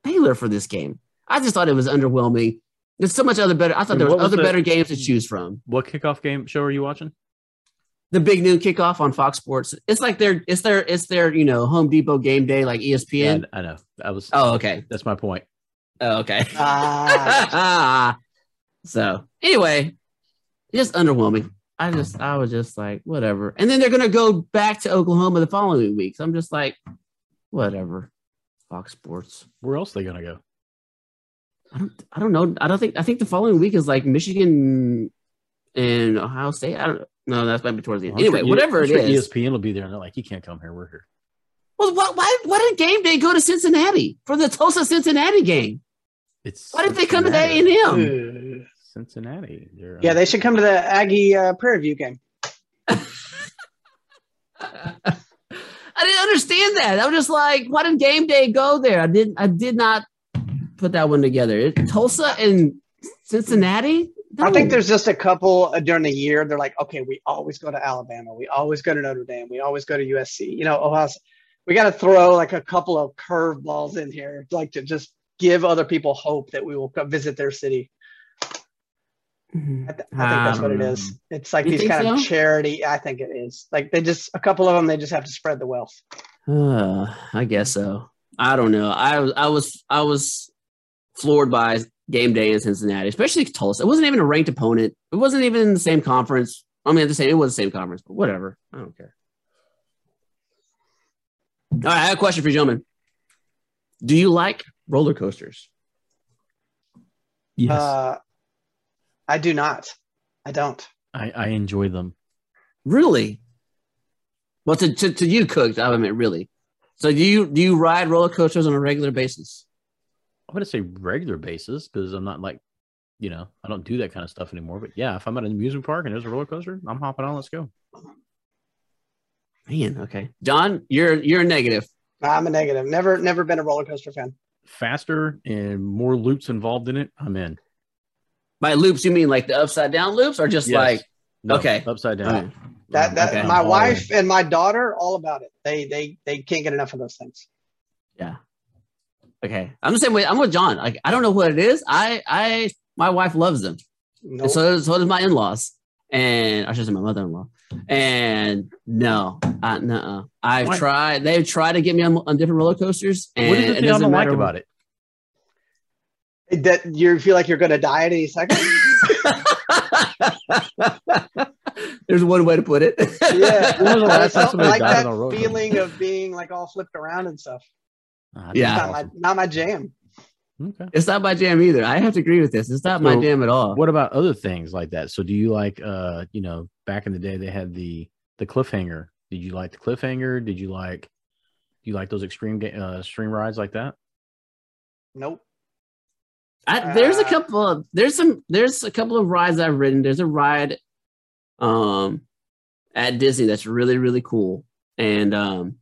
A: Baylor for this game? I just thought it was underwhelming. There's so much other better. I thought
B: And
A: there was
B: what was
A: other
B: the-
A: better games to choose from.
B: What kickoff game show are you watching?
A: the big noon kickoff on Fox Sports. It's like their it's their it's their you know Home Depot game day like E ESPN.
B: I, I know. I was.
A: Oh okay,
B: That's my point.
A: oh, okay.
C: Ah,
A: so anyway, just underwhelming. I just I was just like whatever, and then they're gonna go back to Oklahoma the following week. So I'm just like whatever. Fox Sports.
B: Where else they gonna go?
A: I don't I don't know. I don't think I think the following week is like Michigan and Ohio State. I don't no, that's maybe towards the end.
B: Well, I'm
A: Anyway,
B: sure E-
A: whatever
B: I'm
A: it
B: sure
A: is.
B: ESPN will be there, and they're like, "You can't come here. We're here."
A: Well, why, why why did game day go to Cincinnati for the Tulsa Cincinnati game?
B: It's
A: Why did they come to that
B: Cincinnati.
A: A and M?
C: ooh.
B: Cincinnati. They're,
C: yeah,
B: uh,
C: they should come to the Aggie uh, Prairie View game.
A: I didn't understand that. I was just like, why did game day go there? I didn't I did not put that one together. It, Tulsa and Cincinnati?
C: I
A: No.
C: think there's just a couple uh, during the year. They're like, okay, we always go to Alabama. We always go to Notre Dame. We always go to USC. You know, Ohio. State. We got to throw like a couple of curveballs in here, like to just give other people hope that we will come visit their city.
A: Mhm.
C: I, th- I think that's
A: I
C: what it
A: don't
C: is. It's like
A: Um, You
C: these
A: think
C: kind of
A: so?
C: charity. I think it is. Like they just a couple of them. They just have to spread the wealth.
A: Uh, I guess so. I don't know. I was I was I was floored by game day in Cincinnati, especially Tulsa. It wasn't even a ranked opponent. It wasn't even in the same conference. I mean, the same. It was the same conference, but whatever. I don't care. All right, I have a question for you, gentlemen. Do you like roller coasters?
B: yes,
C: Uh, I do not. I don't.
B: I, I enjoy them.
A: Really? Well, to to, to you, cooked. I meant really. So do you do you ride roller coasters on a regular basis?
B: I wouldn't say regular basis because I'm not like, you know, I don't do that kind of stuff anymore. But yeah, if I'm at an amusement park and there's a roller coaster, I'm hopping on. Let's go.
A: Man, okay, John, you're you're a negative.
C: I'm a negative. Never, never been a roller coaster fan.
B: Faster and more loops involved in it. I'm in.
A: By loops, you mean like the upside down loops, or just
B: Yes.
A: like
B: No,
A: okay.
B: upside
A: Alright.
B: down.
C: That that
A: Okay.
C: my
B: I'm all
C: wife
B: in.
C: and my daughter all about it. They they they can't get enough of those things.
A: okay? I'm the same way. I'm with John. Like I don't know what it is. I I my wife loves them,
C: No,
A: and so does, so does my in laws, and I should say my mother in law. And no, I, no, I've
B: Why?
A: tried. They've tried to get me on, on different roller coasters, and
B: What is the
A: it
B: thing I
A: doesn't
B: don't like
A: matter what-
B: about it?
C: that you feel like you're going to die at any second.
A: There's one way to put it.
C: yeah,
B: When was the last
C: I
B: time
C: don't
B: somebody
C: like
B: died
C: that
B: on a roller coaster?
C: feeling of being like all flipped around and stuff.
B: Ah,
A: Yeah.
C: Not
B: that's
C: my
B: awesome.
C: not my jam.
B: Okay.
A: It's not my jam either. I have to agree with this. It's not my
B: So,
A: jam at all.
B: What about other things like that? So do you like uh, you know, back in the day they had the the cliffhanger. Did you like the cliffhanger? Did you like do you like those extreme ga- uh stream rides like that?
C: Nope.
A: I, there's a
C: Uh,
A: couple of there's some there's a couple of rides I've ridden. There's a ride um at Disney that's really really cool and um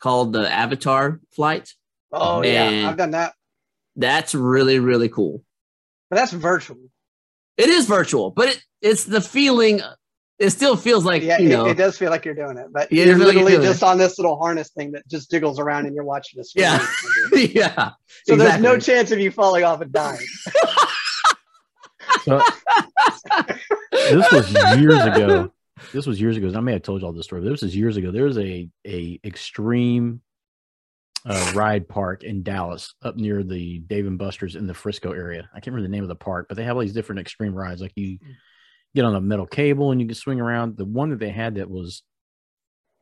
A: called the Avatar flight.
C: Oh
A: Man.
C: yeah, I've done that,
A: That's really really cool.
C: but that's virtual.
A: It is virtual, but it it's the feeling it still feels like,
C: yeah,
A: you
C: it,
A: know,
C: it does feel like you're doing it, but
A: Yeah, it
C: you're
A: feels like you're
C: literally
A: doing
C: just on this little harness thing that just jiggles around and you're watching this.
A: Yeah. yeah.
C: So there's no
A: exactly.
C: chance of you falling off and dying.
B: So this was years ago. This was years ago. I may have told you all this story, but this was years ago. There was a a extreme uh, ride park in Dallas, up near the Dave and Buster's in the Frisco area. I can't remember the name of the park, but they have all these different extreme rides. Like you get on a metal cable and you can swing around. The one that they had that was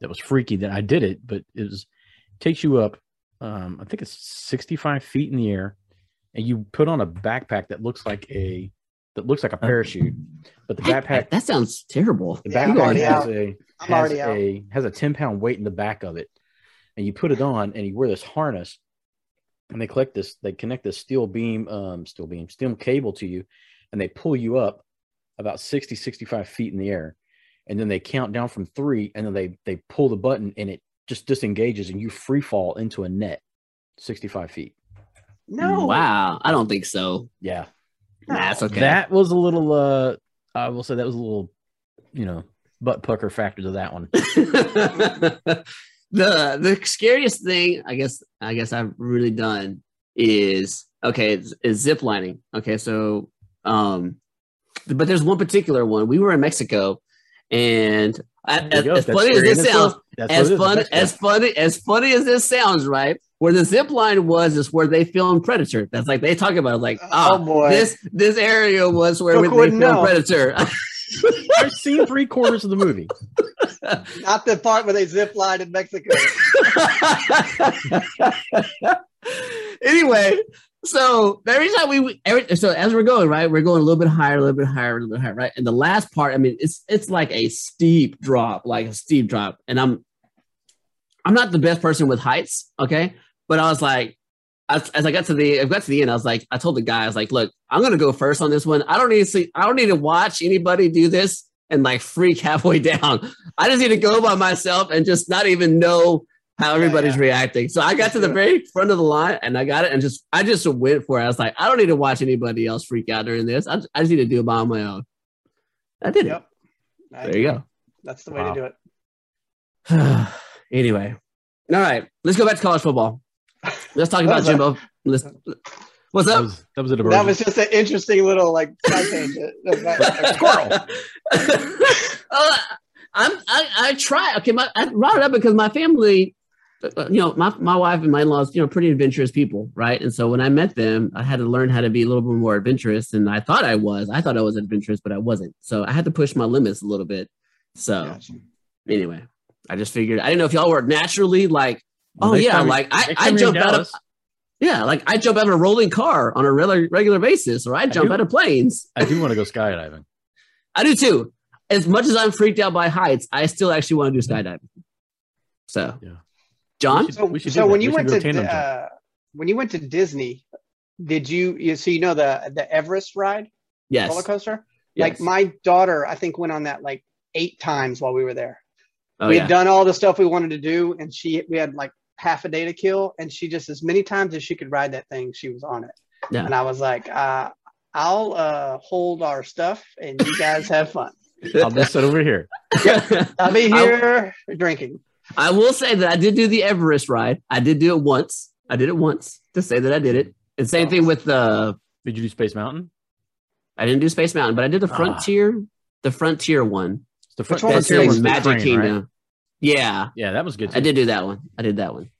B: that was freaky. That I did it, but it was takes you up. Um, I think it's sixty five feet in the air, and you put on a backpack that looks like a that looks like a parachute, but the
A: Heck,
B: backpack
A: that sounds terrible.
B: the
C: Yeah, I'm
B: backpack
C: already
B: has
C: out.
B: a
C: I'm
B: has
C: already out.
B: a has a ten pound weight in the back of it, and you put it on, and you wear this harness, and they collect this, they connect this steel beam, um, steel beam, steel cable to you, and they pull you up about 60, 65 feet in the air, and then they count down from three, and then they they pull the button, and it just disengages, and you free fall into a net, sixty five feet.
C: No.
A: Wow. I don't think so.
B: Yeah,
A: Nah, that's okay.
B: that was a little. uh I will say that was a little, you know, butt pucker factor to that one.
A: the the scariest thing I guess I guess I've really done is okay is, is zip lining. Okay, so um, but there's one particular one. We were in Mexico, And I,
B: There you
A: as, as
B: go. That's
A: funny as
B: your
A: this
B: answer.
A: sounds,
B: That's
A: as
B: what it is.
A: fun
B: That's what-
A: as funny as funny as this sounds, right? Where the zip line was is where they filmed Predator. That's like they talk about it, like
C: Oh,
A: oh,
C: boy.
A: this this area was where
C: Brooke
A: they filmed
C: wouldn't know.
A: Predator.
B: I've seen three quarters of the movie.
C: Not the part where they zip line in Mexico.
A: anyway, so every time we every, so as we're going right, we're going a little bit higher, a little bit higher, a little bit higher, right? And the last part, I mean, it's it's like a steep drop, like a steep drop. And I'm I'm not the best person with heights, okay? But I was like, as, as I got to the I got to the end, I was like, I told the guy, I was like, look, I'm gonna go first on this one. I don't need to see, I don't need to watch anybody do this and like freak halfway down. I just need to go by myself and just not even know how
C: Yeah,
A: everybody's
C: yeah.
A: reacting. So I got to the very front of the line and I got it and just I just went for it. I was like, I don't need to watch anybody else freak out during this. I just, I just need to do it by my own. I did
C: Yep.
A: it. There you go.
C: That's the way
B: Wow.
C: to do it.
A: anyway, all right, let's go back to college football. Let's talk about
C: was a-
A: Jimbo. Let's, what's
B: That
A: up?
B: was, that was a diversion.
C: That was just an interesting little like side tangent.
B: Squirrel.
A: Uh, I'm, I, I try. Okay, my, I brought it up because my family, uh, you know, my, my wife and my in-laws, you know, pretty adventurous people, right? And so when I met them, I had to learn how to be a little bit more adventurous than I thought I was. I thought I was adventurous, but I wasn't. So I had to push my limits a little bit. So
C: Gotcha.
A: anyway, I just figured I didn't know if y'all were naturally like, oh
B: Next
A: yeah,
B: time-
A: like I,
B: next time
A: I
B: you're in
A: jumped out of
B: Dallas,
A: yeah, like I jump out of a rolling car on a regular regular basis, or I jump
B: do.
A: out of planes.
B: I do want to go skydiving.
A: I do too. As much as I'm freaked out by heights, I still actually want to do skydiving. So,
B: Yeah.
A: John,
B: should-
C: So,
B: we should
C: so
B: do that.
C: when
B: We
C: you
B: should
C: went
B: go
C: to
B: tandem jump.
C: uh, when you went to Disney, did you, you so you know the the Everest ride
A: yes,
C: roller coaster?
A: yes.
C: Like my daughter, I think went on that like eight times while we were there.
A: oh,
C: we
A: yeah.
C: had done all the stuff we wanted to do, and she we had like half a day to kill, and she just as many times as she could ride that thing, she was on it.
A: Yeah.
C: And I was like, uh, I'll uh, hold our stuff, and you guys have fun.
B: I'll just sit over here.
C: I'll be
A: I-
C: here drinking.
A: I will say that I did do the Everest ride. I did do it once. I did it once to say that I did it. And same thing with the
B: Did you do Space Mountain?
A: I didn't do Space Mountain, but I did the
B: Ah.
A: Frontier, the Frontier one.
B: It's the front
C: one
A: That's
C: Frontier
A: in
C: was the
A: Magic
B: train, right?
A: Kingdom. Yeah.
B: Yeah, that was good.
A: I did do that one. I did that one.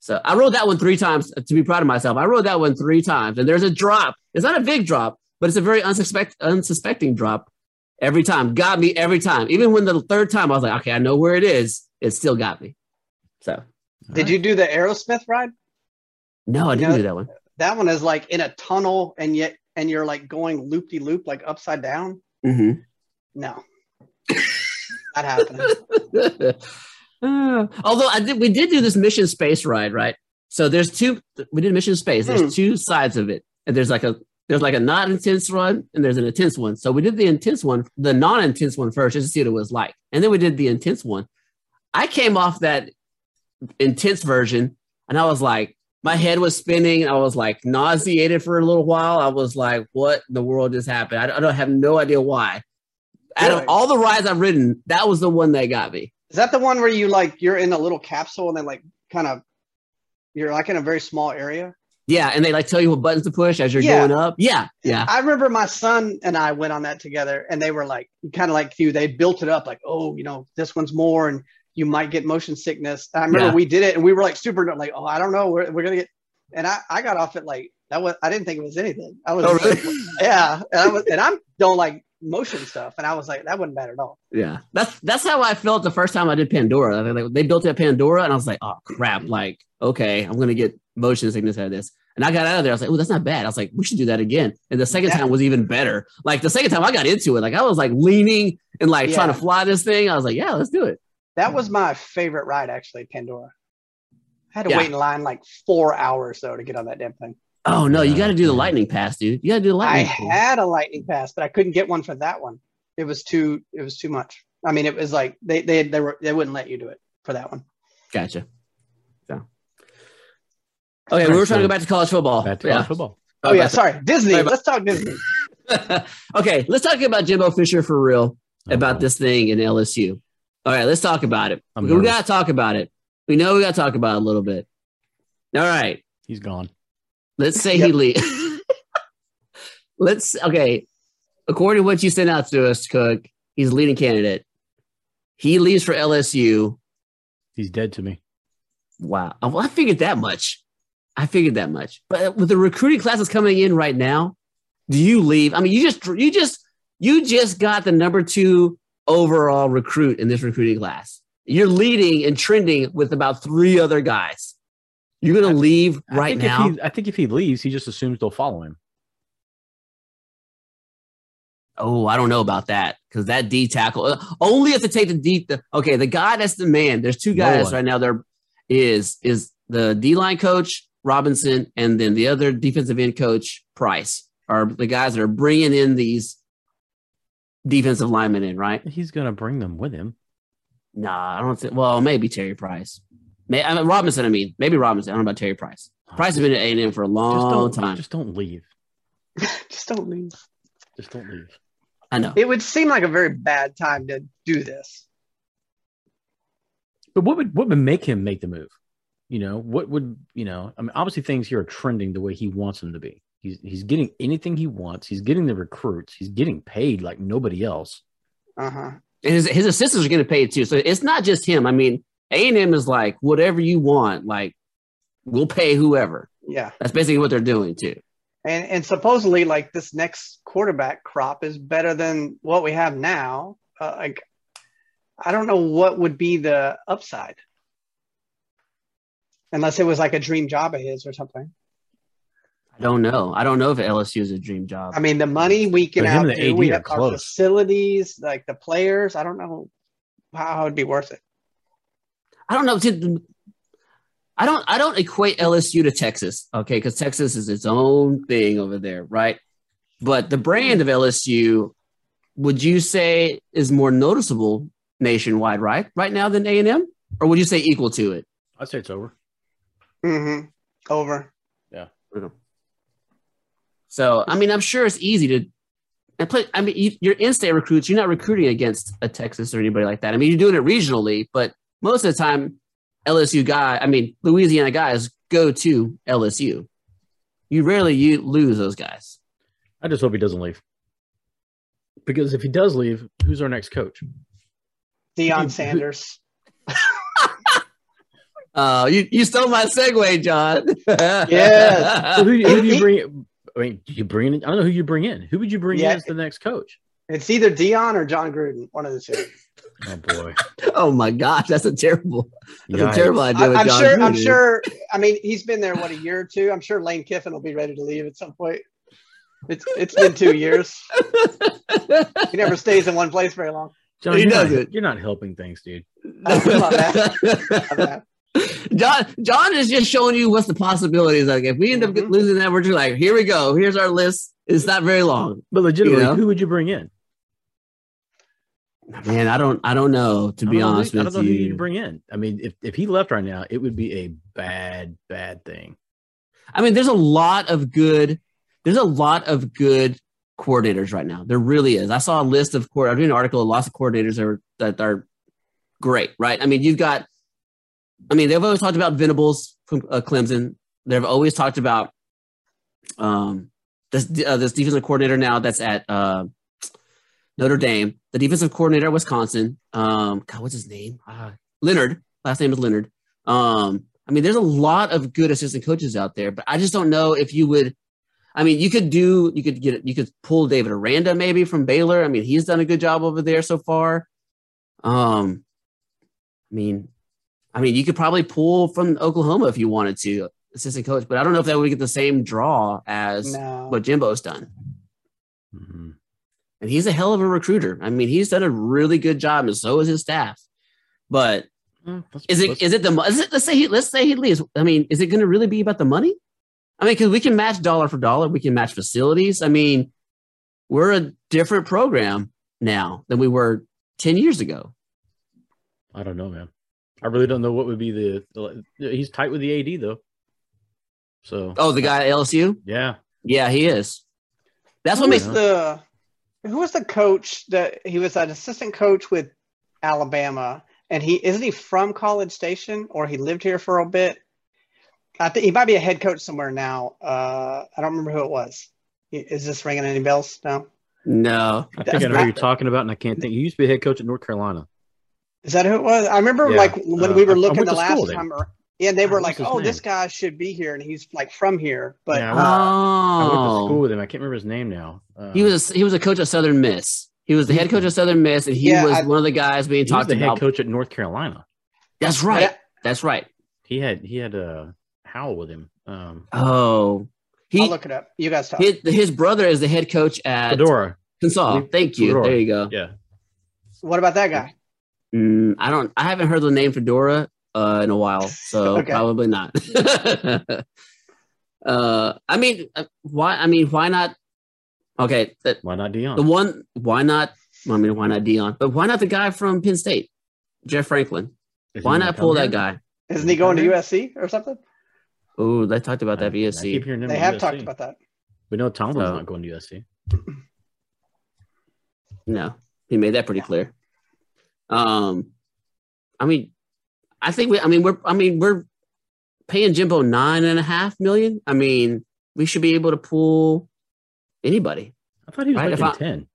A: So I rode that one three times uh, to be proud of myself. I rode that one three times, and there's a drop. It's not a big drop, but it's a very unsuspect, unsuspecting drop every time. Got me every time. Even when the third time I was like, okay, I know where it is. It still got me. So
C: Did you do the Aerosmith ride?
A: no, I didn't
C: Yeah.
A: do that one.
C: That one is like in a tunnel, and yet and you're like going loop de loop, like upside down.
A: Mhm.
C: No, not happening.
A: Uh, although I did, we did do this mission space ride, right? So there's two. We did mission space. There's
C: Hmm.
A: two sides of it, and there's like a there's like a not intense one, and there's an intense one. So we did the intense one, the non intense one first, just to see what it was like, and then we did the intense one. I came off that intense version, and I was like, my head was spinning. I was like nauseated for a little while. I was like, what in the world just happened? I don't, I don't have no idea why. Out of
C: Really?
A: all the rides I've ridden, that was the one that got me.
C: Is that the one where you like you're in a little capsule and then like kind of you're like in a very small area?
A: Yeah, and they like tell you what buttons to push as you're
C: Yeah.
A: going up. Yeah, yeah,
C: I remember my son and I went on that together, and they were like kind of like you. They built it up like, oh, you know, this one's more, and you might get motion sickness. I remember
A: Yeah.
C: we did it, and we were like super like, oh, I don't know, we're, we're gonna get. And I, I got off at like that was I didn't think it was anything. I was
A: Oh,
C: just
A: really?
C: like, yeah, and I was and I'm don't like motion stuff, and I was like that wasn't bad at all.
A: yeah. That's that's how I felt the first time I did Pandora. They, like, they built that Pandora, and I was like, oh crap! Like, okay, I'm gonna get motion sickness out of this. And I got out of there. I was like, oh, that's not bad. I was like, we should do that again. And the second
C: Yeah.
A: time was even better. Like the second time I got into it, like I was like leaning and like
C: Yeah.
A: trying to fly this thing. I was like, yeah, let's do it.
C: That was my favorite ride actually, Pandora. I had to
A: Yeah.
C: wait in line like four hours though to get on that damn thing.
A: Oh no, you
B: Yeah,
A: got to do the
B: yeah.
A: lightning pass, dude. You got to do the
C: I
A: lightning. pass.
C: had a lightning pass, but I couldn't get one for that one. It was too it was too much. I mean, it was like they they they were they wouldn't let you do it for that one.
A: Gotcha. So. Okay, we were trying to go back to college football.
B: Back to
A: Yeah.
B: college football.
C: Oh yeah, sorry. Disney.
A: Sorry about-
C: Let's talk Disney.
A: okay, let's talk about Jimbo Fisher for real about
B: Oh,
A: this thing in LSU. All right, let's talk about it.
B: I'm
A: we
B: nervous.
A: got to talk about it. We know we got to talk about it a little bit. All right,
B: He's gone.
A: let's say he
C: Yep.
A: leaves. let's okay. According to what you sent out to us, Cook, he's a leading candidate He leaves for LSU.
B: He's dead to me.
A: Wow. Oh, Well, I figured that much. I figured that much. But with the recruiting classes coming in right now, do you leave? I mean, you just you just you just got the number two overall recruit in this recruiting class. You're leading and trending with about three other guys. You're gonna
B: I-
A: leave
B: I
A: right
B: think if
A: now.
B: he- I think if he leaves, he just assumes they'll follow him.
A: Oh, I don't know about that because that D tackle uh, only if they take the D. The, okay, the guy that's the man. There's two
B: No
A: guys
B: one.
A: right now. There is is the D line coach Robinson, and then the other defensive end coach Price are the guys that are bringing in these defensive linemen in. Right?
B: He's gonna bring them with him.
A: Nah, I don't think. Well, maybe Terry Price. May, I mean, Robinson. I mean, maybe Robinson. I don't know about Terry Price. Price has been at A and M for a
B: Oh, just
A: long
B: don't,
A: time.
B: Just don't leave.
C: Just don't leave.
B: Just don't leave.
A: I know.
C: It would seem like a very bad time to do this.
B: But what would what would make him make the move? You know, what would you know? I mean, obviously things here are trending the way he wants them to be. He's he's getting anything he wants. He's getting the recruits. He's getting paid like nobody else.
C: Uh huh.
A: and his, his assistants are getting paid too. So it's not just him. I mean, A and M is like whatever you want, like we'll pay whoever.
C: Yeah.
A: That's basically what they're doing too.
C: And and supposedly like this next quarterback crop is better than what we have now. Uh, like I don't know what would be the upside. Unless it was like a dream job of his or something.
A: I don't know. I don't know if LSU is a dream job.
C: I mean, the money we can
B: But him and the
C: outdo,
B: AD
C: we
B: are
C: have our
B: close.
C: facilities, like the players. I don't know how it would be worth it.
A: I don't know. Did- I don't. I don't equate LSU to Texas. Okay, because Texas is its own thing over there, right? But the brand of LSU, would you say, is more noticeable nationwide, right? Right now than A and M, or would you say equal to it?
B: I'd say it's over.
C: Mm-hmm. Over.
A: So I mean, I'm sure it's easy to. And play, I mean, you, your in-state recruits, you're not recruiting against a Texas or anybody like that. I mean, you're doing it regionally, but most of the time, LSU guy, I mean, Louisiana guys go to LSU. You rarely you lose those guys.
B: I just hope he doesn't leave. Because if he does leave, who's our next coach?
C: Deion
B: Who-
C: Sanders.
A: Uh, you you stole my segue, John.
C: Yes.
B: So who, who do
C: He-
B: you bring? I mean, do you bring in? I don't know who you bring in. Who would you bring
C: Yeah.
B: in as the next coach?
C: It's either Dion or John Gruden, one of the two.
B: Oh boy,
A: oh my gosh, that's a terrible, that's a terrible idea.
C: I,
A: with
C: I'm
A: John
C: sure. I'm
A: Gruden.
C: sure. I mean, he's been there what a year or two. I'm sure Lane Kiffin will be ready to leave at some point. It's it's been two years. He never stays in one place very long.
B: John,
A: He
B: you're not-
A: doesn't.
B: you're not helping things, dude.
C: How about
A: John John is just showing you what's the possibilities. Like if we end up
C: Mhm.
B: Mm-hmm.
A: losing that, we're just like, here we go. Here's our list. It's not very long.
B: But legitimately,
A: You know?
B: who would you bring in?
A: Man, I don't I don't know to
B: I
A: be
B: don't know
A: honest
B: who, I
A: with
B: don't know who
A: you.
B: you'd bring in. I mean, if, if he left right now, it would be a bad, bad thing.
A: I mean, there's a lot of good there's a lot of good coordinators right now. There really is. I saw a list of court. I'm doing an article of lots of coordinators that are, that are great, right? I mean, you've got I mean, they've always talked about Venables from uh, Clemson. They've always talked about um, this uh, this defensive coordinator now that's at uh, Notre Dame, the defensive coordinator at Wisconsin. Um, God, what's his name? Uh, Leonard. Last name is Leonard. Um, I mean, there's a lot of good assistant coaches out there, but I just don't know if you would. I mean, you could do, you could get, you could pull David Aranda maybe from Baylor. I mean, he's done a good job over there so far. Um, I mean, I mean, you could probably pull from Oklahoma if you wanted to, assistant coach, but I don't know if that would get the same draw
C: that?
A: as
C: No.
A: what Jimbo's done. Mm-hmm.
B: Mhm.
A: And he's a hell of a recruiter. I mean, he's done a really good job, and so is his staff. But
B: Mm, let's-
A: is it
B: let's-
A: is it the mo- is it, let's say he let's say he leaves. I mean, is it going to really be about the money? I mean, because we can match dollar for dollar, we can match facilities. I mean, we're a different program now than we were ten years ago.
B: I don't know, man. I really don't know what would be the. the- he's tight with the AD though. So
A: Oh, the guy at LSU,
B: yeah,
A: yeah, he is. That's what
C: Who
A: makes
C: was the who was the coach that he was an assistant coach with Alabama, and he isn't he from College Station or he lived here for a bit. I think he might be a head coach somewhere now. Uh, I don't remember who it was. Is this ringing any bells? No.
A: no.
B: I think I know
C: That's-
B: who you're talking about, and I can't think. He used to be a head coach at North Carolina.
C: Is that who it was? I remember
B: Yeah.
C: like when
B: Uh,
C: we were
B: I- I
C: looking
B: went
C: the
B: to school
C: last
B: there.
C: time, or, yeah, they were
B: What's
C: like,
B: his
C: "Oh,
B: name?
C: this guy should be here," and he's like from here, but
B: Yeah, I went-
C: uh,
B: I went to school
A: Oh,
B: with him. I can't remember his name now. Uh,
A: he was he was a coach at Southern Miss. He was the head coach at Southern Miss, and he
C: Yeah,
A: was
C: I-
A: one of the guys being
B: he was
A: talked
B: the head
A: about.
B: coach at North Carolina.
A: That's right.
C: I-
A: That's right.
B: He had he had uh, Howell with him. Um,
A: Oh,
C: I'll
A: he
C: look it up. You guys talk.
A: his, his brother is the head coach at
B: Fedora.
A: Kensaw. Thank you.
B: Fedora.
A: There you go.
B: Yeah,
C: what about that guy?
A: Mm, I don't. I haven't heard the name Fedora uh, in a while, so
C: Okay.
A: probably not. uh, I mean, uh, why? I mean, why not? Okay, that
B: why not
A: the
B: Dion?
A: one. Why not? I mean, why not Dion? But why not the guy from Penn State, Jeff Franklin?
B: Is he
A: Why
B: gonna
A: not
B: come
A: pull
B: here?
A: that guy?
C: Isn't he going to USC or something?
A: Oh, they talked about
B: I- I
A: that
B: keep
A: VSC.
B: hearing them
C: They
B: on
C: have
B: USC.
C: talked about that.
B: We know Tomlin's
A: So-
B: not going to USC.
A: No, he made that pretty clear. Um, I mean, I think we. I mean, we're. I mean, we're paying Jimbo nine and a half million. I mean, we should be able to pull anybody.
B: I thought he was
A: Right,
B: making
A: if I-
B: ten.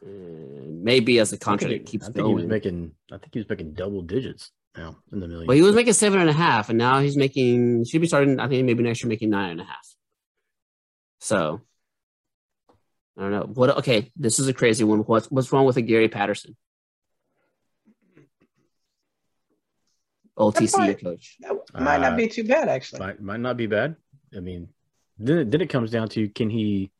A: Uh, Maybe as the contract
B: I think he-
A: keeps
B: I think he was
A: going.
B: making. I think he was making double digits now in the millions.
A: well, he was making seven and a half, and now he's making. Should be starting. I think maybe next year making nine and a half. So, I don't know. What? Okay, this is a crazy one. What's what's wrong with a Gary Patterson? Old
C: That's
A: TCU
C: fine.
A: coach.
C: That might
B: Uh,
C: not be too bad actually.
B: might might not be bad. I mean, then it- then it comes down to can he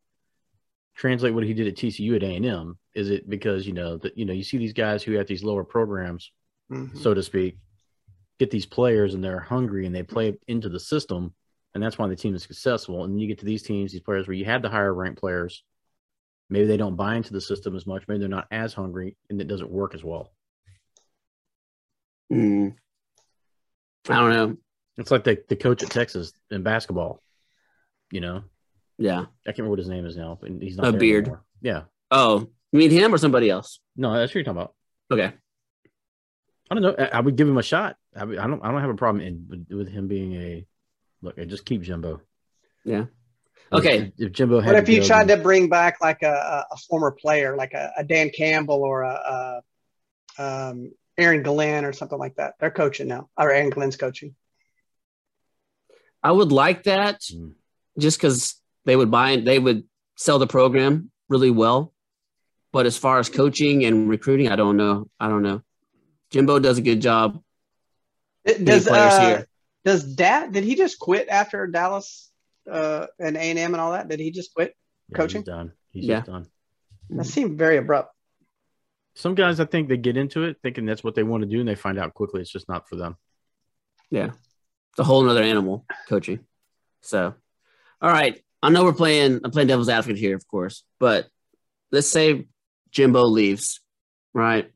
B: translate what he did at TCU at A and M? Is it because you know that you know you see these guys who have these lower programs,
A: Mm-hmm.
C: Mhm.
B: so to speak, get these players and they're hungry and they play into the system, and that's why the team is successful. And you get to these teams, these players where you have the higher ranked players, maybe they don't buy into the system as much, maybe they're not as hungry, and it doesn't work as well.
A: Hmm. I don't know.
B: It's like the the coach at Texas in basketball, you know.
A: Yeah.
B: I can't remember what his name is now, and he's not
A: Uh,
B: there
A: Beard.
B: anymore. Yeah,
A: Oh, you mean him or somebody else?
B: no, that's what you're talking about.
A: Okay.
B: I don't know. I, I would give him a shot. I, would- I don't. I don't have a problem in, with, with him being a look. I just keep Jimbo.
A: Yeah.
B: If-
A: Okay.
B: If, Jimbo had,
C: What if you
B: go,
C: tried to
B: then-
C: bring back like a, a- a former player, like a, a Dan Campbell or a, a um, Aaron Glenn or something like that? They're coaching now, or Aaron Glenn's coaching.
A: I would like that
B: Mm.
A: just because they would buy they would sell the program really well. But as far as coaching and recruiting, I don't know. I don't know. Jimbo does a good job
C: It-
A: getting
C: Does
A: players
C: uh,
A: here.
C: does that? Did he just quit after Dallas uh, and A and M and all that? Did he just quit?
B: Yeah,
C: coaching?
B: He's done. He's
A: Yeah.
B: just done.
C: That seemed very abrupt.
B: Some guys, I think they get into it thinking that's what they want to do, and they find out quickly it's just not for them.
A: It's a whole nother animal coaching. So, all right. I know we're playing. I'm playing devil's advocate here, of course. But let's say Jimbo leaves, right?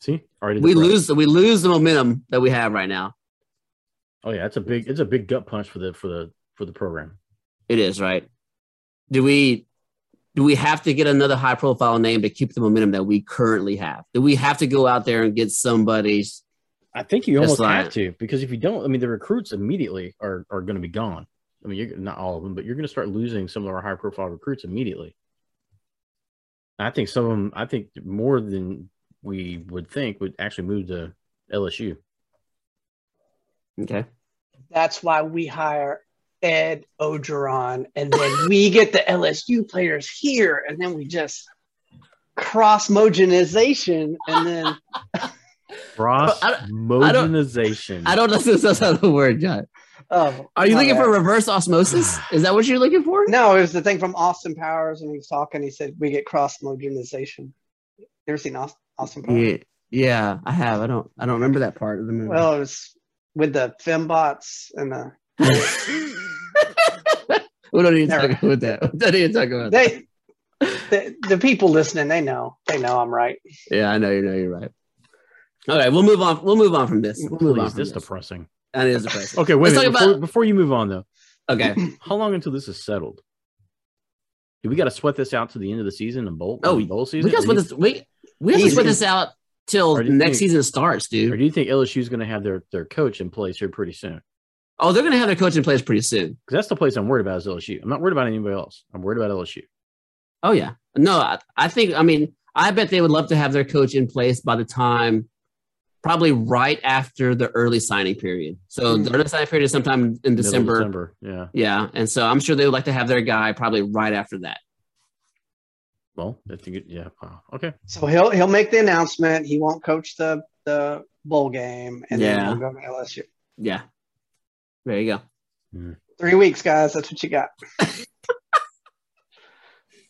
B: See, already
A: We
B: depressed.
A: lose the we lose the momentum that we have right now.
B: Oh yeah, it's a big. It's a big gut punch for the for the for the program.
A: It is right. Do we do we have to get another high profile name to keep the momentum that we currently have? Do we have to go out there and get somebody's?
B: I think you
A: That's
B: almost
A: right.
B: have to because if you don't, I mean, the recruits immediately are are going to be gone. I mean, you're not all of them, but you're going to start losing some of our high profile recruits immediately. I think some of them. I think more than we would think would actually move to LSU.
A: Okay,
C: That's why we hire Ed Ogeron, and then we get the LSU players here, and then we just cross mogenization, and then
B: Cross
A: I
B: modernization.
A: I don't know if that's not a word, John.
C: oh,
A: Are you
C: my
A: looking
C: bad.
A: for reverse osmosis? Is that what you're looking for?
C: No, it was the thing from Austin Powers, and he was talking. He said we get cross mogenization. You ever seen Aus- Austin Powers?
A: Yeah, yeah, I have. I don't. I don't remember that part of the movie.
C: Well, it was with the fembots and the
A: we don't even
C: Never.
A: talk about that. We don't even talk about that.
C: they. The, the people listening, they know, they know I'm right.
A: Yeah, I know. You know. You're right. All right, we'll move on. We'll move on from this. We'll move on
B: Please,
A: from this.
B: this is depressing.
A: That is depressing.
B: Okay, wait. A
A: Let's
B: minute.
A: talk
B: Before, before you move on, though,
A: Okay.
B: how long until this is settled? Do we got to sweat this out to the end of the season and bowl?
A: Oh,
B: bowl season.
A: We got to
B: Or
A: put
B: you-
A: this. We we have to
C: Easy.
A: put this out till
B: Or do you
A: next
B: think-
A: season starts,
B: Or
A: dude.
B: do you think LSU is going to have their, their coach in place here pretty soon?
A: Oh, they're gonna have their coach in place pretty soon.
B: Because that's the place I'm worried about is LSU. I'm not worried about anybody else. I'm worried about LSU.
A: Oh yeah. No, I, I think I mean I bet they would love to have their coach in place by the time, probably right after the early signing period. So the early signing period is sometime in
B: Hmm. Middle of
A: December.
B: December. Yeah.
A: Yeah, and so I'm sure they would like to have their guy probably right after that.
B: Well, I think it, yeah. Wow. Okay.
C: So he'll he'll make the announcement. He won't coach the the bowl game, and
A: Yeah.
C: then he'll go to LSU.
A: Yeah. There you go.
C: Three weeks, guys. That's what you got.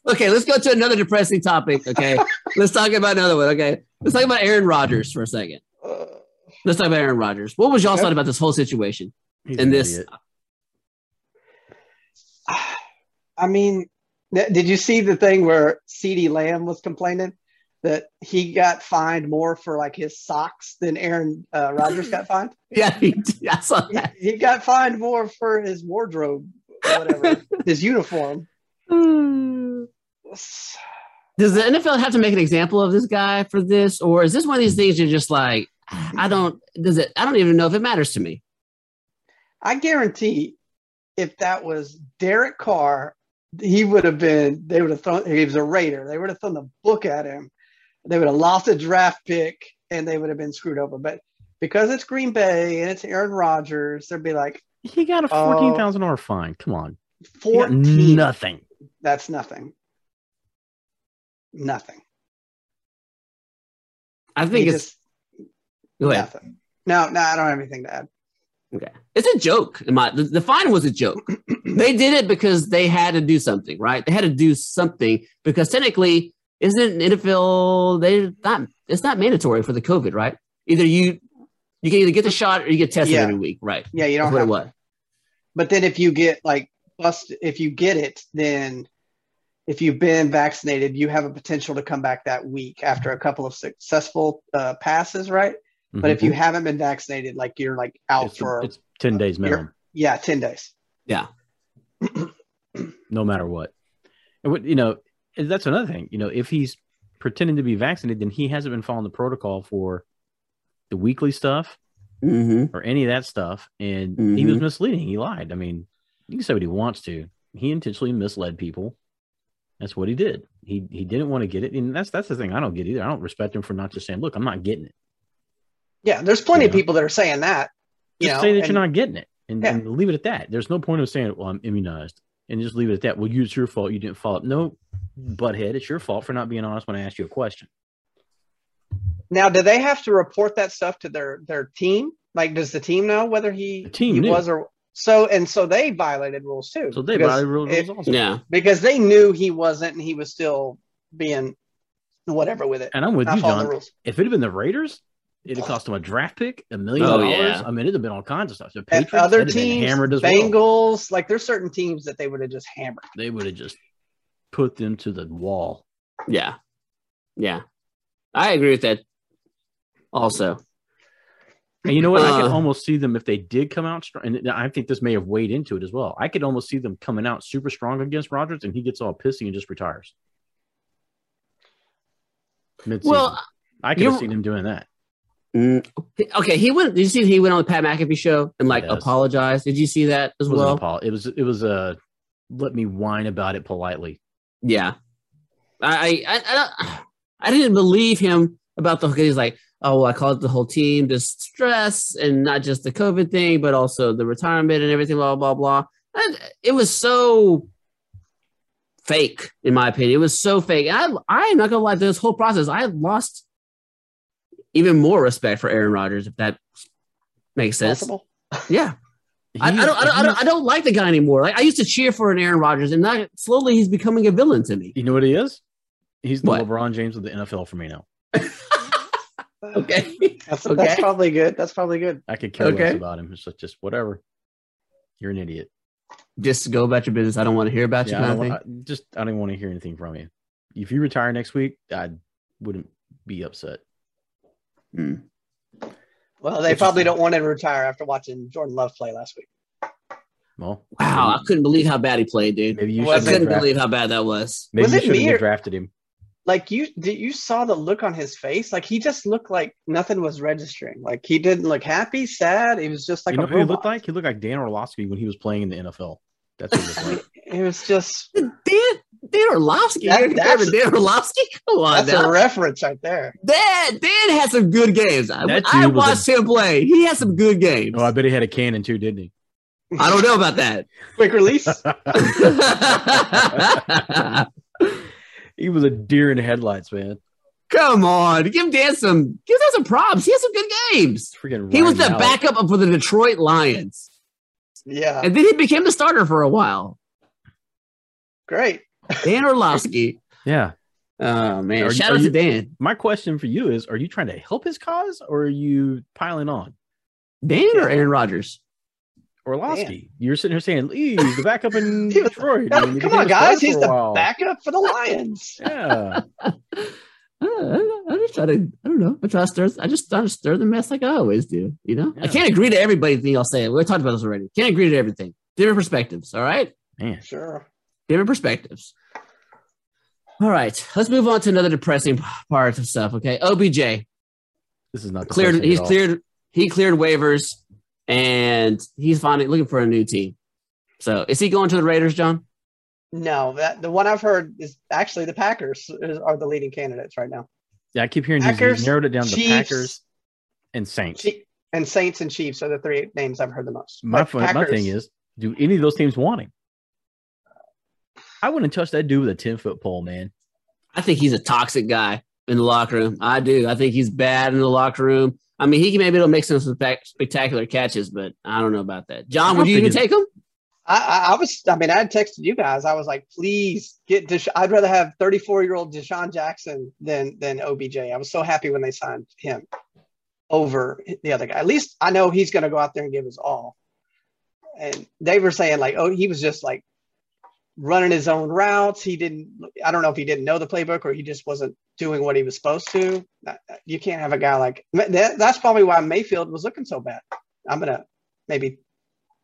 A: Okay, let's go to another depressing topic. Okay, let's talk about another one. Okay, let's talk about Aaron Rodgers for a second.
C: Uh,
A: Let's talk about Aaron Rodgers. What was y'all
C: Okay.
A: thought about this whole situation?
B: He's
A: And
B: an
A: this-
B: idiot.
C: I mean, th- did you see the thing where C.D. Lamb was complaining that he got fined more for like his socks than Aaron uh, Rodgers got fined?
A: Yeah, he, I saw
C: He,
A: that.
C: he got fined more for his wardrobe, whatever, his uniform.
A: Hmm. Does the NFL have to make an example of this guy for this, or is this one of these things you're just like, I don't. Does it? I don't even know if it matters to me.
C: I guarantee if that was Derek Carr, he would have been, they would have thrown, he was a Raider. They would have thrown the book at him. They would have lost a draft pick and they would have been screwed over. But because it's Green Bay and it's Aaron Rodgers, they'd be like,
B: He got a
C: Oh.
B: fourteen thousand dollar fine. Come on. He got
C: 14.
B: Nothing.
C: That's nothing. Nothing.
A: I think
C: He
A: it's
C: just-
A: go ahead.
C: nothing. No, no, I don't have anything to add.
A: Okay. It's a joke. In my, the, the fine was a joke. they did it because they had to do something, right? They had to do something because technically, isn't NFL they not it's not mandatory for the COVID, right? Either you you can either get the shot or you get tested
C: Yeah.
A: every week, right?
C: Yeah, you
A: That's
C: don't
A: what
C: have
A: it was.
C: But then if you get like busted, if you get it, then if you've been vaccinated, you have a potential to come back that week after a couple of successful uh, passes, right? But if you haven't been vaccinated, like you're like out
B: Mm-hmm. it's,
C: for
B: it's ten days minimum,
C: yeah, ten days.
B: no matter what. And what you know, and that's another thing. You know, if he's pretending to be vaccinated, then he hasn't been following the protocol for the weekly stuff
A: Mm-hmm.
B: or any of that stuff, and he was
C: Mm-hmm.
A: Mhm.
B: misleading. He lied. I mean, you can say what he wants to. He intentionally misled people. That's what he did. He he didn't want to get it, and that's that's the thing I don't get either. I don't respect him for not just saying, "Look, I'm not getting it."
C: Yeah, there's plenty of
B: Yeah.
C: people that are saying that. You
B: Just
C: know,
B: say that
C: and-
B: you're not getting it, and,
C: Yeah.
B: and leave it at that. There's no point of saying, "Well, I'm immunized," and just leave it at that. Well, you, it's your fault. You didn't follow up. No, butthead, it's your fault for not being honest when I asked you a question.
C: Now, do they have to report that stuff to their their team? Like, does the team know whether he
B: The team
C: he
B: knew.
C: was or so? And so they violated rules too.
B: So they
C: because
B: violated rules
C: it-
B: also.
A: Yeah.
C: because they knew he wasn't, and he was still being whatever with it.
B: And I'm with
C: Not
B: you,
C: following the
B: John.
C: rules.
B: If it had been the Raiders, it'd
C: Oh.
B: have cost them a draft pick, a million
A: Oh,
B: dollars.
A: yeah.
B: I mean, it'd have been all kinds of stuff. The
C: And
B: Patriots,
C: other
B: they'd have been
C: teams,
B: hammered as well.
C: Bengals, like there's certain teams that they would have just hammered.
B: They would have just put them to the wall.
A: Yeah. Yeah. I agree with that also.
B: And you know what? I could
A: Uh.
B: almost see them if they did come out strong. And I think this may have weighed into it as well. I could almost see them coming out super strong against Rodgers, and he gets all pissy and just retires. Mid-season.
A: Well,
B: I could have
A: you're-
B: seen him doing that.
A: mm, okay, he went did you see he went on the Pat McAfee show and like
B: Yes.
A: apologized? Did you see that as
B: It wasn't
A: well?
B: a pol- It was it was a let me whine about it politely.
A: Yeah, I I I, I, don't- I didn't believe him about the. He's like, oh, well, I called the whole team to stress and not just the COVID thing, but also the retirement and everything. Blah blah blah. And it was so fake, in my opinion. It was so fake. And I I am not gonna lie. This whole process, I lost even more respect for Aaron Rodgers, if that makes sense.
C: Possible.
A: Yeah. I, I
B: He-
A: don't, I don't, I don't,
B: he-
A: I don't like the guy anymore. Like I used to cheer for an Aaron Rodgers, and now slowly he's becoming a villain to me.
B: You know what he is? He's the
A: What?
B: LeBron James of the NFL for me now.
A: Okay.
C: That's,
A: Okay.
C: that's probably good. That's probably good.
B: I could care less
A: Okay.
B: about him. It's like just whatever. You're an idiot.
A: Just go about your business. I don't want to hear about you.
B: Yeah, I
A: Kind
B: don't
A: of thing.
B: want, I just I don't want to hear anything from you. If you retire next week, I wouldn't be upset.
C: Well, they probably don't want to retire after watching Jordan Love play last week.
B: Well,
A: wow, I couldn't believe how bad he played, dude.
B: maybe you
C: Well,
A: I
B: should
C: that's
A: couldn't
B: have drafted,
A: believe how bad that was.
B: maybe
C: Was
B: you
C: it
B: shouldn't
C: me
B: have
C: or-
B: drafted him.
C: Like you, did you saw the look on his face? Like he just looked like nothing was registering. Like he didn't look happy, sad. He was just like
B: you know
C: a
B: who he
C: robot.
B: looked like? He looked like Dan Orlovsky when he was playing in the NFL. That's what he looked like.
C: It was just
A: Dan, Dan Orlovsky.
C: That-
A: You're comparing
C: that's-
A: Dan Orlovsky? Come on
C: That's
A: now.
C: a reference right there.
A: Dan, Dan has some good games. I,
B: That
A: I
B: dude was a-
A: watched him play. He has some good games.
B: Oh, I bet he had a cannon too, didn't he?
A: I don't know about that.
C: Quick release.
B: he was a deer in headlights, man.
A: Come on, give Dan some give Dan some props. He has some good games.
B: Freaking
A: He was the
B: Ryan Mallett.
A: backup for the Detroit Lions,
C: Yeah,
A: and then he became the starter for a while.
C: great.
A: Dan Orlovsky.
B: Yeah.
A: Oh man,
B: Are-
A: shout
B: are
A: out to
B: you-
A: Dan.
B: My question for you is: Are you trying to help his cause, or are you piling on?
A: Dan or Aaron Rodgers?
B: Orlowski, you're sitting here saying, "Lee, he's the backup in
C: He was-
B: Detroit." I mean, he
C: Come
B: became
C: on,
B: a starter
C: guys.
B: for
C: He's
B: a
C: the
B: while."
C: backup for the Lions.
B: Yeah.
A: I don't know. I'm just trying to. I don't know. I try to stir. I just try to stir the mess like I always do. You know, I
B: Yeah.
A: can't agree to everybody thing I'll say. We talked about this already. Can't agree to everything. Different perspectives. All right.
C: Sure.
A: different perspectives. All right, let's move on to another depressing part of stuff. Okay, OBJ
B: This is not the
A: cleared.
B: question
A: He's
B: at all.
A: cleared. He cleared waivers, and he's finally looking for a new team. So, is he going to the Raiders, John?
C: No, that the one I've heard is actually the Packers is, are the leading candidates right now.
B: Yeah, I keep hearing he's-
C: Packers,
B: he's narrowed it down to
C: Chiefs,
B: Packers and Saints.
C: Chi- and Saints and Chiefs are the three names I've heard the most.
B: My
C: But
B: fun, my
C: Packers-
B: thing is, do any of those teams want him? I wouldn't touch that dude with a ten foot pole, man.
A: I think he's a toxic guy in the locker room. I do. I think he's bad in the locker room. I mean, he can maybe it'll make some spec- spectacular catches, but I don't know about that. John, would you even take him?
C: I, I, I was. I mean, I had texted you guys. I was like, please get. Desha- I'd rather have 34 year old Deshaun Jackson than than OBJ. I was so happy when they signed him over the other guy. At least I know he's going to go out there and give his all. And they were saying like, oh, he was just like running his own routes. He didn't. I don't know if he didn't know the playbook or he just wasn't doing what he was supposed to. Uh, You can't have a guy like that. That's probably why Mayfield was looking so bad. I'm gonna maybe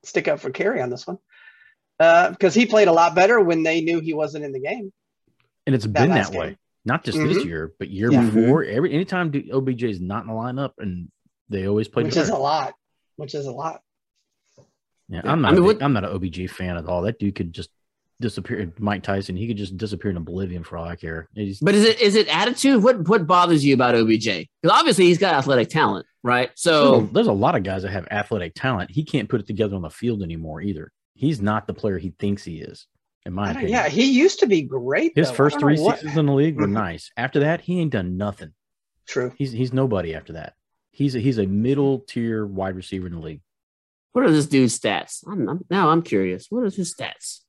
C: stick up for Kerry on this one because Uh, he played a lot better when they knew he wasn't in the game.
B: And it's
C: That
B: been
C: last
B: that way, not just this
C: Mhm.
B: year, but year
C: Yeah. Mm-hmm.
B: before. Every anytime D- OBJ is not in the lineup, and they always play.
C: which
B: the
C: is a
B: third.
C: lot. Which is a lot.
B: yeah,
A: yeah.
B: I'm
A: I mean,
B: not. a big-
A: what-
B: I'm not an OBJ fan at all. That dude could just disappear. Mike Tyson, he could just disappear in oblivion for all I care. He's-
A: But is it is it attitude? What what bothers you about OBJ? Because obviously he's got athletic talent, right?
C: oh.
A: So.
B: there's a lot of guys that have athletic talent. He can't put it together on the field anymore either. He's not the player he thinks he is, in my
C: I don't-
B: opinion.
C: yeah, he used to be great.
B: His
C: though. I
B: first
C: don't know
B: three
C: what-
B: seasons in the league were
C: Mhm.
B: nice. After that, he ain't done nothing.
C: True.
B: He's he's nobody after that. He's a, he's a middle tier wide receiver in the league.
A: What are this dude's stats? I'm, I'm now I'm curious. What are his stats?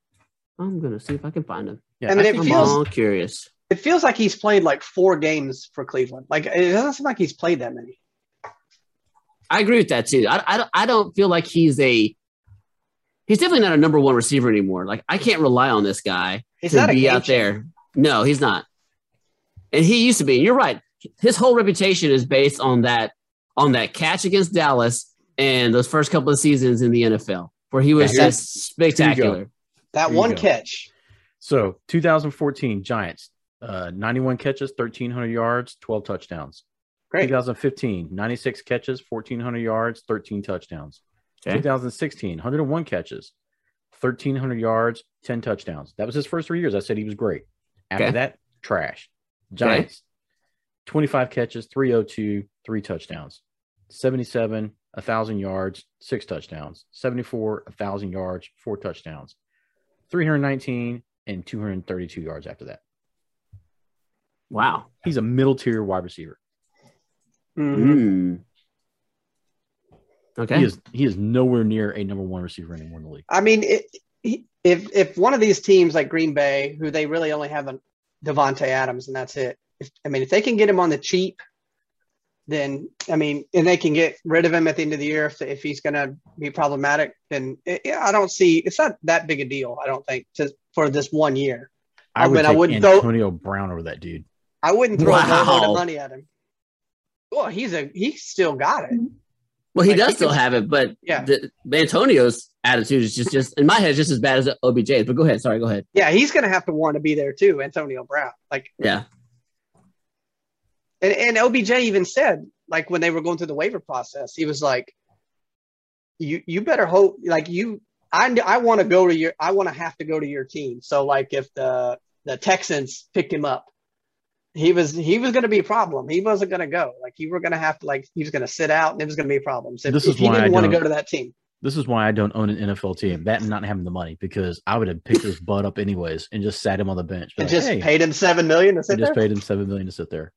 A: I'm gonna see if I can find him.
B: Yeah,
C: I mean, it
A: I'm
B: think-
C: feels-
A: all curious.
C: It feels like he's played like four games for Cleveland. Like it doesn't seem like he's played that many.
A: I agree with that too. I, I don't- I don't feel like he's a he's definitely not a number one receiver anymore. Like I can't rely on this guy
C: He's
A: to
C: not a
A: be
C: game
A: out there. No, he's not. And he used to be. And you're right. His whole reputation is based on that on that catch against Dallas and those first couple of seasons in the NFL where he was
C: Yeah, here's-
A: just spectacular.
C: That
B: There you
C: one
B: go.
C: catch.
B: so 2014 Giants, uh, 91 catches, 1300 yards, 12 touchdowns.
C: Great.
B: 2015, 96 catches, 1400 yards, 13 touchdowns.
A: Okay.
B: 2016, 101 catches, 1300 yards, 10 touchdowns. That was his first three years. I said he was great. After
A: Okay.
B: that, trash. Giants, 25 catches, 302, three touchdowns. 77, 1,000 yards, six touchdowns. 74, 1,000 yards, four touchdowns. 319 and 232 yards after that.
A: Wow.
B: He's a middle tier wide receiver.
A: Mm-hmm.
C: Mhm.
A: Mm. Okay.
B: He is he is nowhere near a number one receiver anymore in the league.
C: I mean, it, he- if if one of these teams like Green Bay, who they really only have a Devonte Adams, and that's it. If, I mean, if they can get him on the cheap, then I mean, and they can get rid of him at the end of the year if if he's going to be problematic. Then it, it- I don't see it's not that big a deal. I don't think to, for this one year. I mean, Oh, I
B: take
C: wouldn't throw-
B: Antonio Brown over that dude.
C: I wouldn't throw a load
A: Wow.
C: of money at him. Well, he's a he's still got it.
A: Well, he
C: Like,
A: does
C: he
A: still
C: can-
A: have it, but
C: Yeah.
A: the, Antonio's attitude is just, just in my head, just as bad as OBJ's. But go ahead. Sorry, go ahead.
C: Yeah, he's going to have to want to be there too, Antonio Brown. Like
A: Yeah.
C: And, and OBJ even said, like when they were going through the waiver process, he was like, "You you better hope like you I I want to go to your I want to have to go to your team. So like if the the Texans picked him up. He was he was going to be a problem. He wasn't going to go. Like you were going to have to like he was going to sit out, and it was going to be a problem. So if,
B: This is
C: if he
B: why I
C: didn't want to
B: don't-
C: go to that team,
B: This is why I don't own an NFL team. That and not having the money because I would have picked his butt up anyways and just sat him on the bench. Be
C: and
B: like,
C: just
B: "Hey,"
C: paid him seven million to sit
B: and just
C: there.
B: paid Uh. him seven million to sit there.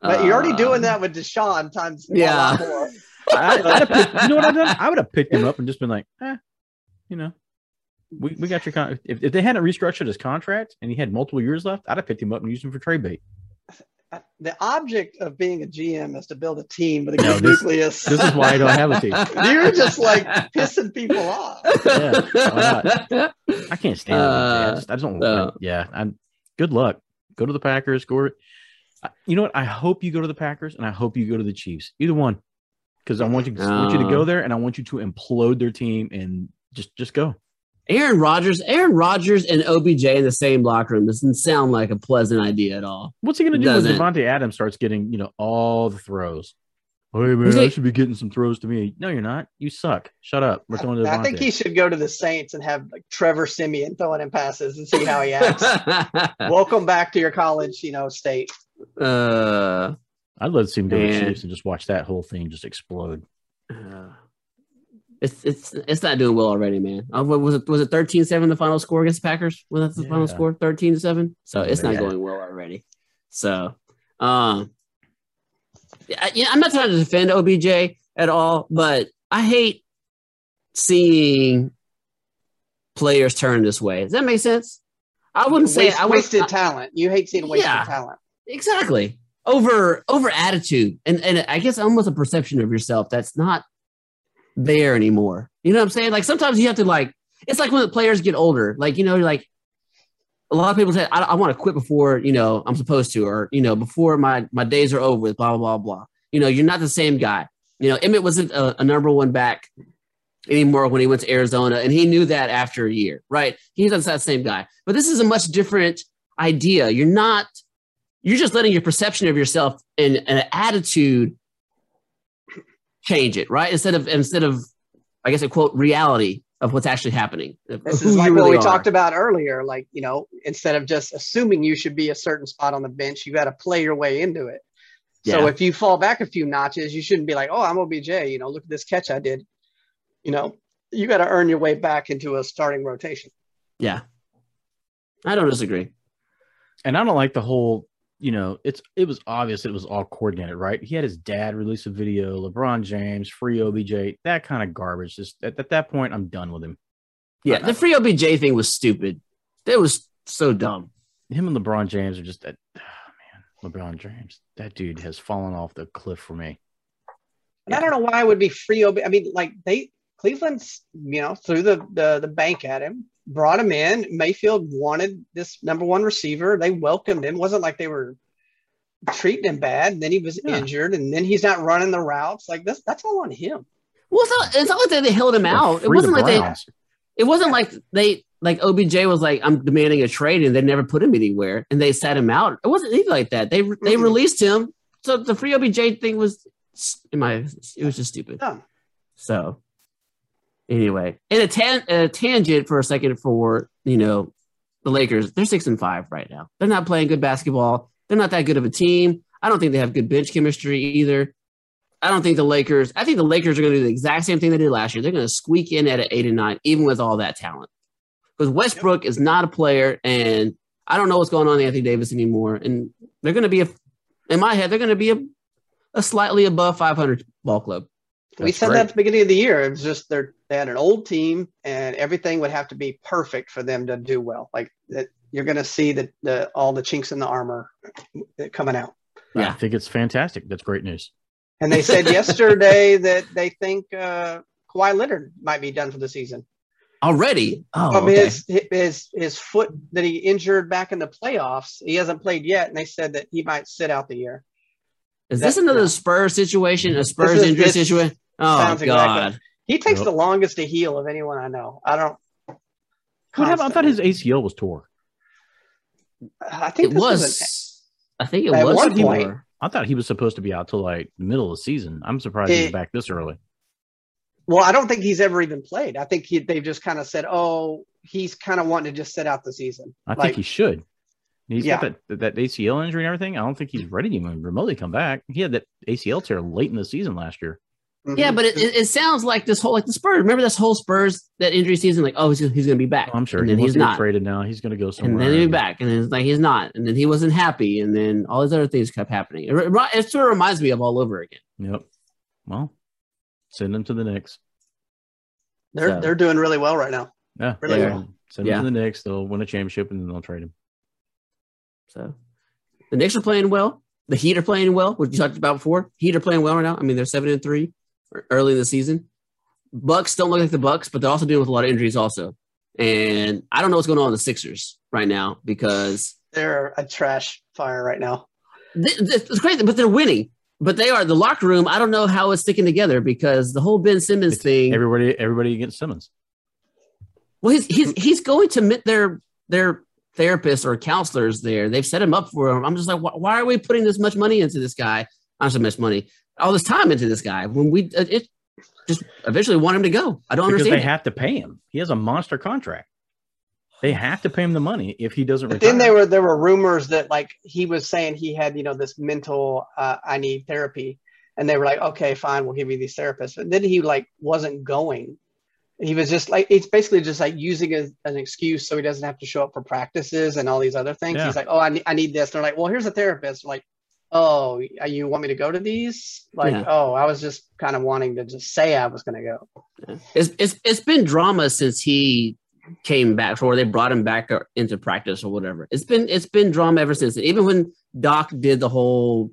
C: but you're already doing
A: Um,
C: that with Deshaun times. a lot
A: Yeah.
C: more.
B: I, I'd have picked, you know what I've done? I would have picked him up and just been like, eh, you know, we, we got your con. If, if they hadn't restructured his contract and he had multiple years left, I'd have picked him up and used him for trade bait.
C: The object of being a GM is to build a team with a good
B: No, this-
C: nucleus.
B: This is why I don't have a team.
C: You're just like pissing people off.
B: Yeah, I can't stand it. Like that. I just, I just don't.
A: Uh,
B: yeah, I'm. Good luck. Go to the Packers. Go. I- You know what? I hope you go to the Packers and I hope you go to the Chiefs. Either one, because I want you I want you to
A: Uh.
B: go there and I want you to implode their team and just just go.
A: Aaron Rodgers, Aaron Rodgers and OBJ in the same locker room doesn't sound like a pleasant idea at all.
B: What's he going to do
A: Doesn't.
B: when Devontae Adams starts getting you know all the throws? Hey man,
A: He's
B: I
A: like-
B: should be getting some throws to me. No, you're not. You suck. Shut up. We're throwing to
C: I think
B: Devontae.
C: he should go to the Saints and have like Trevor Simeon throwing in passes and see how he acts. Welcome back to your college, you know, state.
A: uh,
B: I'd love to see him go to the
A: Man.
B: Chiefs and just watch that whole thing just explode.
A: Uh, it's it's it's not doing well already, man. Uh, what was it was it 13-7 the final score against the Packers? Was that the final
B: Yeah.
A: score? 13-7? So it's not
B: Yeah.
A: going well already. So um yeah, I, yeah, I'm not trying to defend OBJ at all, but I hate seeing players turn this way. Does that make sense? I wouldn't say
C: Waste-
A: I would,
C: wasted talent. You hate seeing wasted
A: Yeah.
C: talent.
A: Exactly. Over over attitude and and I guess almost a perception of yourself that's not there anymore. You know what I'm saying? Like sometimes you have to like it's like when the players get older. Like you know, you're like a lot of people say, I, I want to quit before you know I'm supposed to, or you know before my my days are over with. Blah blah blah blah. You know, you're not the same guy. You know, Emmett wasn't a, a number one back anymore when he went to Arizona, and he knew that after a year, right? He's not that same guy. But this is a much different idea. You're not you're just letting your perception of yourself and an attitude change it, right? Instead of instead of I guess a quote reality of what's actually happening. of
C: This
A: who
C: is
A: you
C: like what
A: really
C: we
A: are.
C: talked about earlier. Like, you know, instead of just assuming you should be a certain spot on the bench, you got to play your way into it. So
A: Yeah.
C: if you fall back a few notches, you shouldn't be like, oh, I'm OBJ. You know, look at this catch I did. You know, you got to earn your way back into a starting rotation.
A: Yeah. I don't disagree.
B: And I don't like the whole, you know, it's it was obvious it was all coordinated, right? He had his dad release a video, LeBron James, free OBJ, that kind of garbage. Just at, at that point, I'm done with him.
A: Yeah, the free OBJ thing was stupid. That was so dumb.
B: Him and LeBron James are just that oh, man, LeBron James. That dude has fallen off the cliff for me.
C: And I don't know why it would be free. Ob- I mean, like they Cleveland's, you know, threw the, the the bank at him, brought him in. Mayfield wanted this number one receiver. They welcomed him. It wasn't like they were treating him bad. And then he was
B: Yeah.
C: injured, and then he's not running the routes. Like this, that's all on him.
A: Well, it's not, it's not like they, they held him
B: Or
A: out. It
B: free the
A: wasn't like they
B: Browns.
A: it wasn't like they like OBJ was like I'm demanding a trade and they never put him anywhere and they sat him out. It wasn't anything like that. They they
C: Mm-mm.
A: released him. So the free OBJ thing was in my it was just stupid.
C: Dumb.
A: So anyway, in a, tan- a tangent for a second for you know the Lakers, they're six and five right now. They're not playing good basketball. They're not that good of a team. I don't think they have good bench chemistry either. I don't think the Lakers. I think the Lakers are going to do the exact same thing they did last year. They're going to squeak in at an eight and nine, even with all that talent. Because Westbrook is not a player, and I don't know what's going on with Anthony Davis anymore. And they're going to be a, in my head, they're going to be a, a slightly above five hundred ball club.
C: we
B: That's
C: said
B: right.
C: that at the beginning of the year. It was just they they had an old team, and everything would have to be perfect for them to do well. Like that, you're going to see the, the all the chinks in the armor uh, coming out.
A: Yeah.
B: I think it's fantastic. That's great news.
C: And they said yesterday that they think uh, Kawhi Leonard might be done for the season.
A: Already? Oh,
C: From
A: okay.
C: his his his foot that he injured back in the playoffs, he hasn't played yet, and they said that he might sit out the year.
A: is this
C: that-
A: another Spurs situation? A Spurs
C: is-
A: injury
C: this
A: situation? Oh
C: sounds exactly-
A: God!
C: He takes
B: Yep.
C: the longest to heal of anyone I know. I don't.
B: What happened? I thought his ACL was tore.
C: I think
A: It
C: this was. an-
A: was. I think it
C: at
A: was
C: one
A: four.
C: point-
B: I thought he was supposed to be out till like the middle of the season. I'm surprised he's
C: It-
B: back this early.
C: well, I don't think he's ever even played. I think he, they've just kind of said, "Oh, he's kind of wanting to just sit out the season.
D: I
C: Like-
D: think he should. He's
C: Yeah.
D: got that that ACL injury and everything. I don't think he's ready to even remotely come back. He had that ACL tear late in the season last year.
A: Yeah,
C: Mhm.
A: but it, it, it sounds like this whole like the Spurs. Remember this whole Spurs that injury season? Like, oh, he's, he's going to be back.
D: I'm sure
A: And
D: he
A: then
D: wants
A: he's
D: to get
A: not.
D: traded now. He's going to go somewhere.
A: And then he'll be
D: and-
A: back, and then it's like he's not, and then he wasn't happy, and then all these other things kept happening. It, re- it sort of reminds me of all over again.
D: Yep. Well, send him to the Knicks.
C: they're
A: so-
C: they're doing really well right now.
D: Yeah.
C: Really
D: yeah.
C: well.
D: Send
A: Yeah.
D: him to the Knicks. They'll win a championship and then they'll trade him.
A: So the Knicks are playing well. The Heat are playing well, which you talked about before. Heat are playing well right now. I mean, they're seven and three er- early in the season. Bucks don't look like the Bucks, but they're also dealing with a lot of injuries also. And I don't know what's going on with the Sixers right now because
C: They're a trash fire right now.
A: th- th- it's crazy, but they're winning. But they are the locker room. I don't know how it's sticking together because the whole Ben Simmons
D: It's
A: thing.
D: Everybody, everybody against Simmons.
A: Well, he's he's he's going to meet their their therapists or counselors there. They've set him up for him. I'm just like, why, why are we putting this much money into this guy? Not so much money, all this time into this guy when we uh, it just eventually want him to go. I don't
B: because
A: understand.
B: they
A: it.
B: have to pay him. He has a monster contract. They have to pay him the money if he doesn't
C: But
B: retire.
C: then there were there were rumors that like he was saying he had you know this mental uh, I need therapy, and they were like, okay, fine, we'll give you these therapists. But then he like wasn't going. He was just like it's basically just like using as an excuse so he doesn't have to show up for practices and all these other things.
D: Yeah.
C: He's like, oh, I need I need this. they're like, well, here's a therapist. like, oh, you want me to go to these? Like,
A: Yeah.
C: oh, I was just kind of wanting to just say I was going to go.
A: It's, it's it's been drama since he came back or they brought him back or- into practice or whatever. It's been it's been drama ever since. Even when Doc did the whole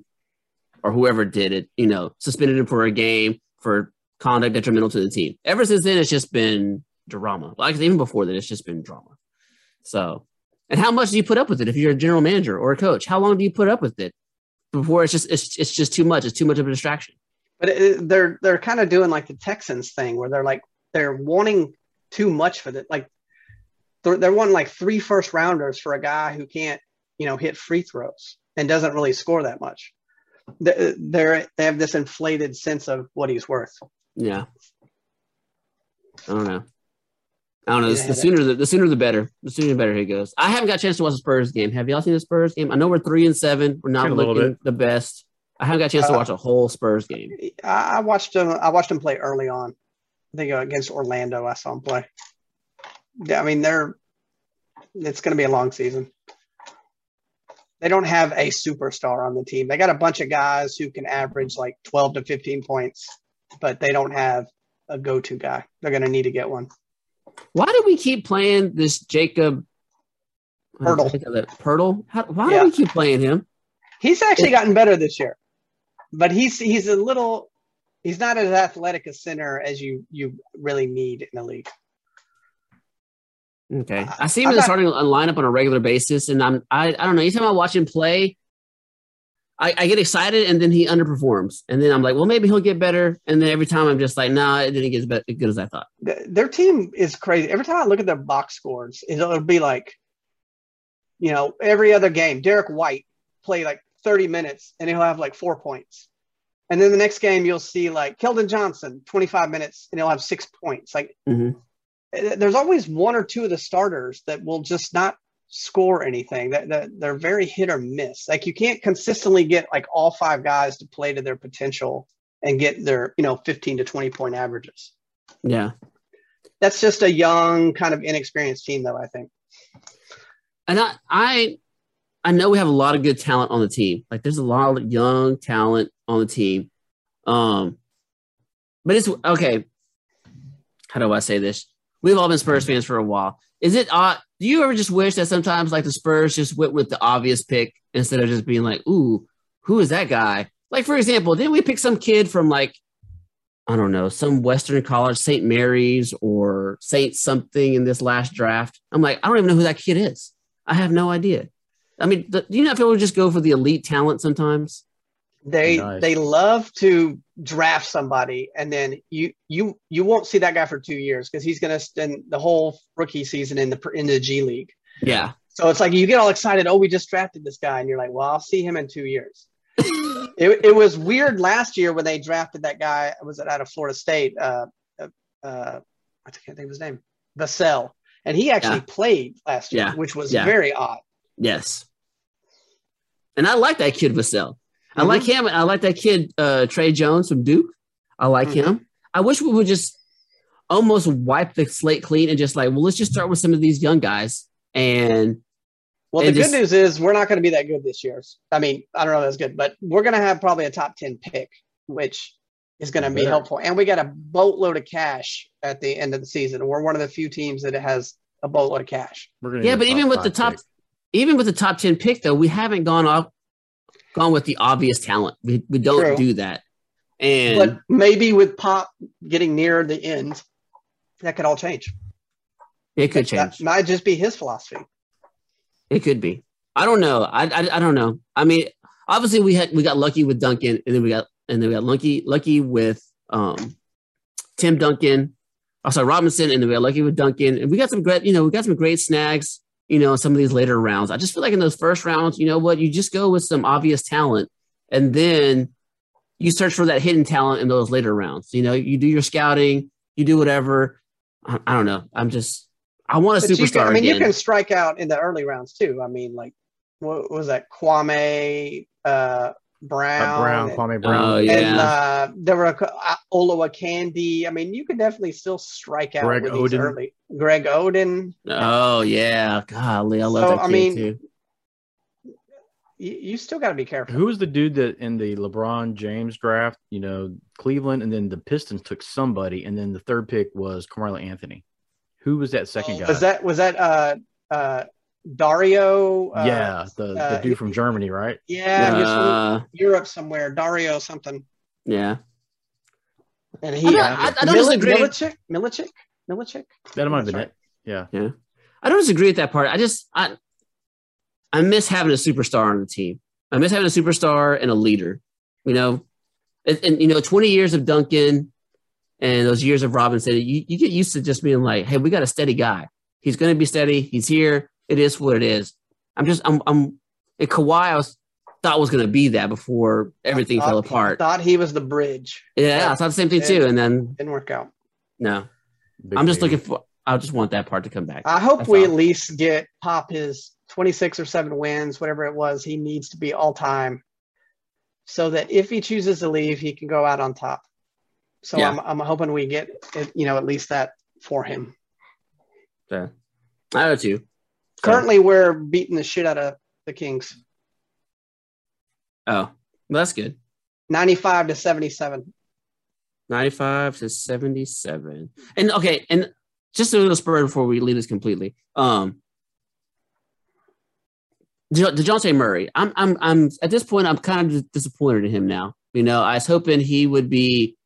A: or whoever did it, you know, suspended him for a game for conduct detrimental to the team. Ever since then, it's just been drama. Like even before that, it's just been drama. So, and how much do you put up with it if you're a general manager or a coach? How long do you put up with it before it's just it's it's just too much? It's too much of a distraction.
C: But it- it, they're they're kind of doing like the Texans thing where they're like they're wanting too much for the like they're, they're wanting like three first rounders for a guy who can't you know hit free throws and doesn't really score that much. They- They're they have this inflated sense of what he's worth.
A: Yeah. I don't know. I don't know.
C: Yeah,
A: the
C: that-
A: sooner the, the sooner the better. The sooner the better it goes. I haven't got a chance to watch the Spurs game. Have y'all seen the Spurs game? I know we're three and seven. We're not
B: Seen a little
A: looking the best. I haven't got a chance to
C: Uh,
A: watch a whole Spurs game.
C: I, I watched him. I watched him play early on. I think uh, against Orlando, I saw him play. Yeah, I mean they're. It's going to be a long season. They don't have a superstar on the team. They got a bunch of guys who can average like 12 to 15 points, but they don't have a go-to guy. They're going to need to get one.
A: Why do we keep playing this Jacob
C: Purtle.
A: Purtle? How, why
C: Yeah.
A: do we keep playing him?
C: He's actually gotten better this year, but he's he's a little. He's not as athletic a center as you you really need in the league.
A: Okay,
C: I-
A: I see him
C: I
A: in the
C: thought-
A: starting li- lineup on a regular basis, and I'm I, I don't know. Anytime I watch him play, I, I get excited, and then he underperforms, and then I'm like, well, maybe he'll get better, and then every time I'm just like, nah, it didn't get as be- as good as I thought.
C: th- their team is crazy. Every time I look at their box scores, it'll it'll be like, you know, every other game, Derek White play like 30 minutes and he'll have like four points. And then the next game, you'll see like Keldon Johnson, 25 minutes, and he'll have six points. Like,
A: Mhm.
C: eh, there's always one or two of the starters that will just not score anything. That that- they're very hit or miss. Like, you can't consistently get like all five guys to play to their potential and get their, you know, 15 to 20 point averages
A: Yeah,
C: that's just a young kind of inexperienced team though i think
A: and I I I know we have a lot of good talent on the team. Like, there's a lot of young talent on the team, um, but it's okay. How do I say this? We've all been Spurs fans for a while. Is it odd? Do you ever just wish that sometimes like the Spurs just went with the obvious pick instead of just being like, ooh, who is that guy? Like, for example, didn't we pick some kid from like, I don't know, some Western college, St. Mary's or St. something in this last draft? I'm like, I don't even know who that kid is. I have no idea. I mean, the, do you not feel we just go for the elite talent sometimes?
C: they
B: Nice.
C: they love to draft somebody and then you you you won't see that guy for two years because he's going to spend the whole rookie season in the pr- in the g league
A: Yeah.
C: so it's like you get all excited oh we just drafted this guy and you're like well i'll see him in two years it, it was weird last year when they drafted that guy was it out of florida state uh, uh, uh i can't think of his name vassell and he actually
A: Yeah.
C: played last year,
A: Yeah.
C: which was
A: Yeah.
C: very odd.
A: Yes. And I like that kid Vassell. I like him. I like that kid uh, Trey Jones from Duke. I like
C: Mhm.
A: him. I wish we would just almost wipe the slate clean and just like, well, let's just start with some of these young guys. And
C: Well,
A: And
C: the
A: just-
C: good news is we're not going to be that good this year. I mean, I don't know if that's good, but we're going to have probably a top 10 pick, which is going to be
B: Better.
C: helpful. And we got a boatload of cash at the end of the season. We're one of the few teams that has a boatload of cash.
D: We're gonna
A: yeah,
D: get
A: but
D: a
A: even with
D: five
A: the top,
D: pick.
A: even with the top ten pick though, we haven't gone off, gone with the obvious talent. We we don't
C: True.
A: do that. And
C: But maybe with Pop getting near the end, that could all change.
A: it could
C: That
A: change.
C: might just be his philosophy.
A: It could be. I don't know. I, I, I don't know. I mean, obviously we had we got lucky with Duncan, and then we got and then we got lucky lucky with um, Tim Duncan, also Robinson, and then we got lucky with Duncan, and we got some great you know we got some great snags you know in some of these later rounds. I just feel like in those first rounds, you know what, you just go with some obvious talent, and then you search for that hidden talent in those later rounds. You know, you do your scouting, you do whatever. I, I don't know. I'm just I want a
C: But you
A: superstar.
C: can, I mean,
A: again.
C: you can strike out in the early rounds too. I mean, like, what was that? Kwame uh,
B: Uh, Brown,
C: and-
B: Kwame Brown,
A: Oh, yeah.
C: And uh, there were a, cou- uh, Olawa Candy. I mean, you could definitely still strike out
B: Greg
C: with these
B: Oden.
C: early. Greg Oden.
A: Oh yeah, golly, I love
C: So,
A: that
C: I
A: kid
C: mean-
A: too.
C: You, you still got to be careful.
D: Who was the dude that in the LeBron James draft, you know, Cleveland and then the Pistons took somebody and then the third pick was Carmelo Anthony. Who was that second
A: Oh.
D: guy?
C: Was that was that uh, uh, Dario? Uh,
D: yeah, the,
C: uh,
D: the dude from Germany, right?
C: yeah, he was from
A: Uh,
C: Europe somewhere. Dario something.
A: yeah,
C: And
A: I
C: he.
A: don't-
C: uh,
A: I- I don't
C: Mili-
A: disagree.
C: Milicic, Milicic, Milicic.
D: That might have
C: That's
D: been
C: right.
D: it. Yeah.
A: I don't disagree with that part. I just I I miss having a superstar on the team. I miss having a superstar and a leader. You know, and, and, you know, twenty years of Duncan and those years of Robinson, you, you get used to just being like, hey, we got a steady guy. He's going to be steady. He's here. It is what it is. I'm just I'm I'm. And Kawhi, I was, thought was going to be that before everything
C: Thought-
A: fell apart.
C: Thought he was the bridge.
A: Yeah, I thought the same thing too, and then
C: Didn't work out.
A: no.
D: Big
A: I'm just
D: baby.
A: looking for. I just want that part to come back.
C: I hope
A: That's
C: we
A: all.
C: at least get Pop his 26 or 7 wins, whatever it was, he needs to be all time so that if he chooses to leave, he can go out on top. So
A: Yeah.
C: I'm, I'm hoping we get, it, you know, at least that for him.
A: I do too.
C: Currently, we're beating the shit out of the Kings
A: Oh, well, that's good.
C: 95 to 77.
A: 95 to 77. And okay, and just a little spur before we leave this completely. Um, De- DeJounte Murray, I'm, I'm, I'm at this point, I'm kind of dis- disappointed in him now. You know, I was hoping he would be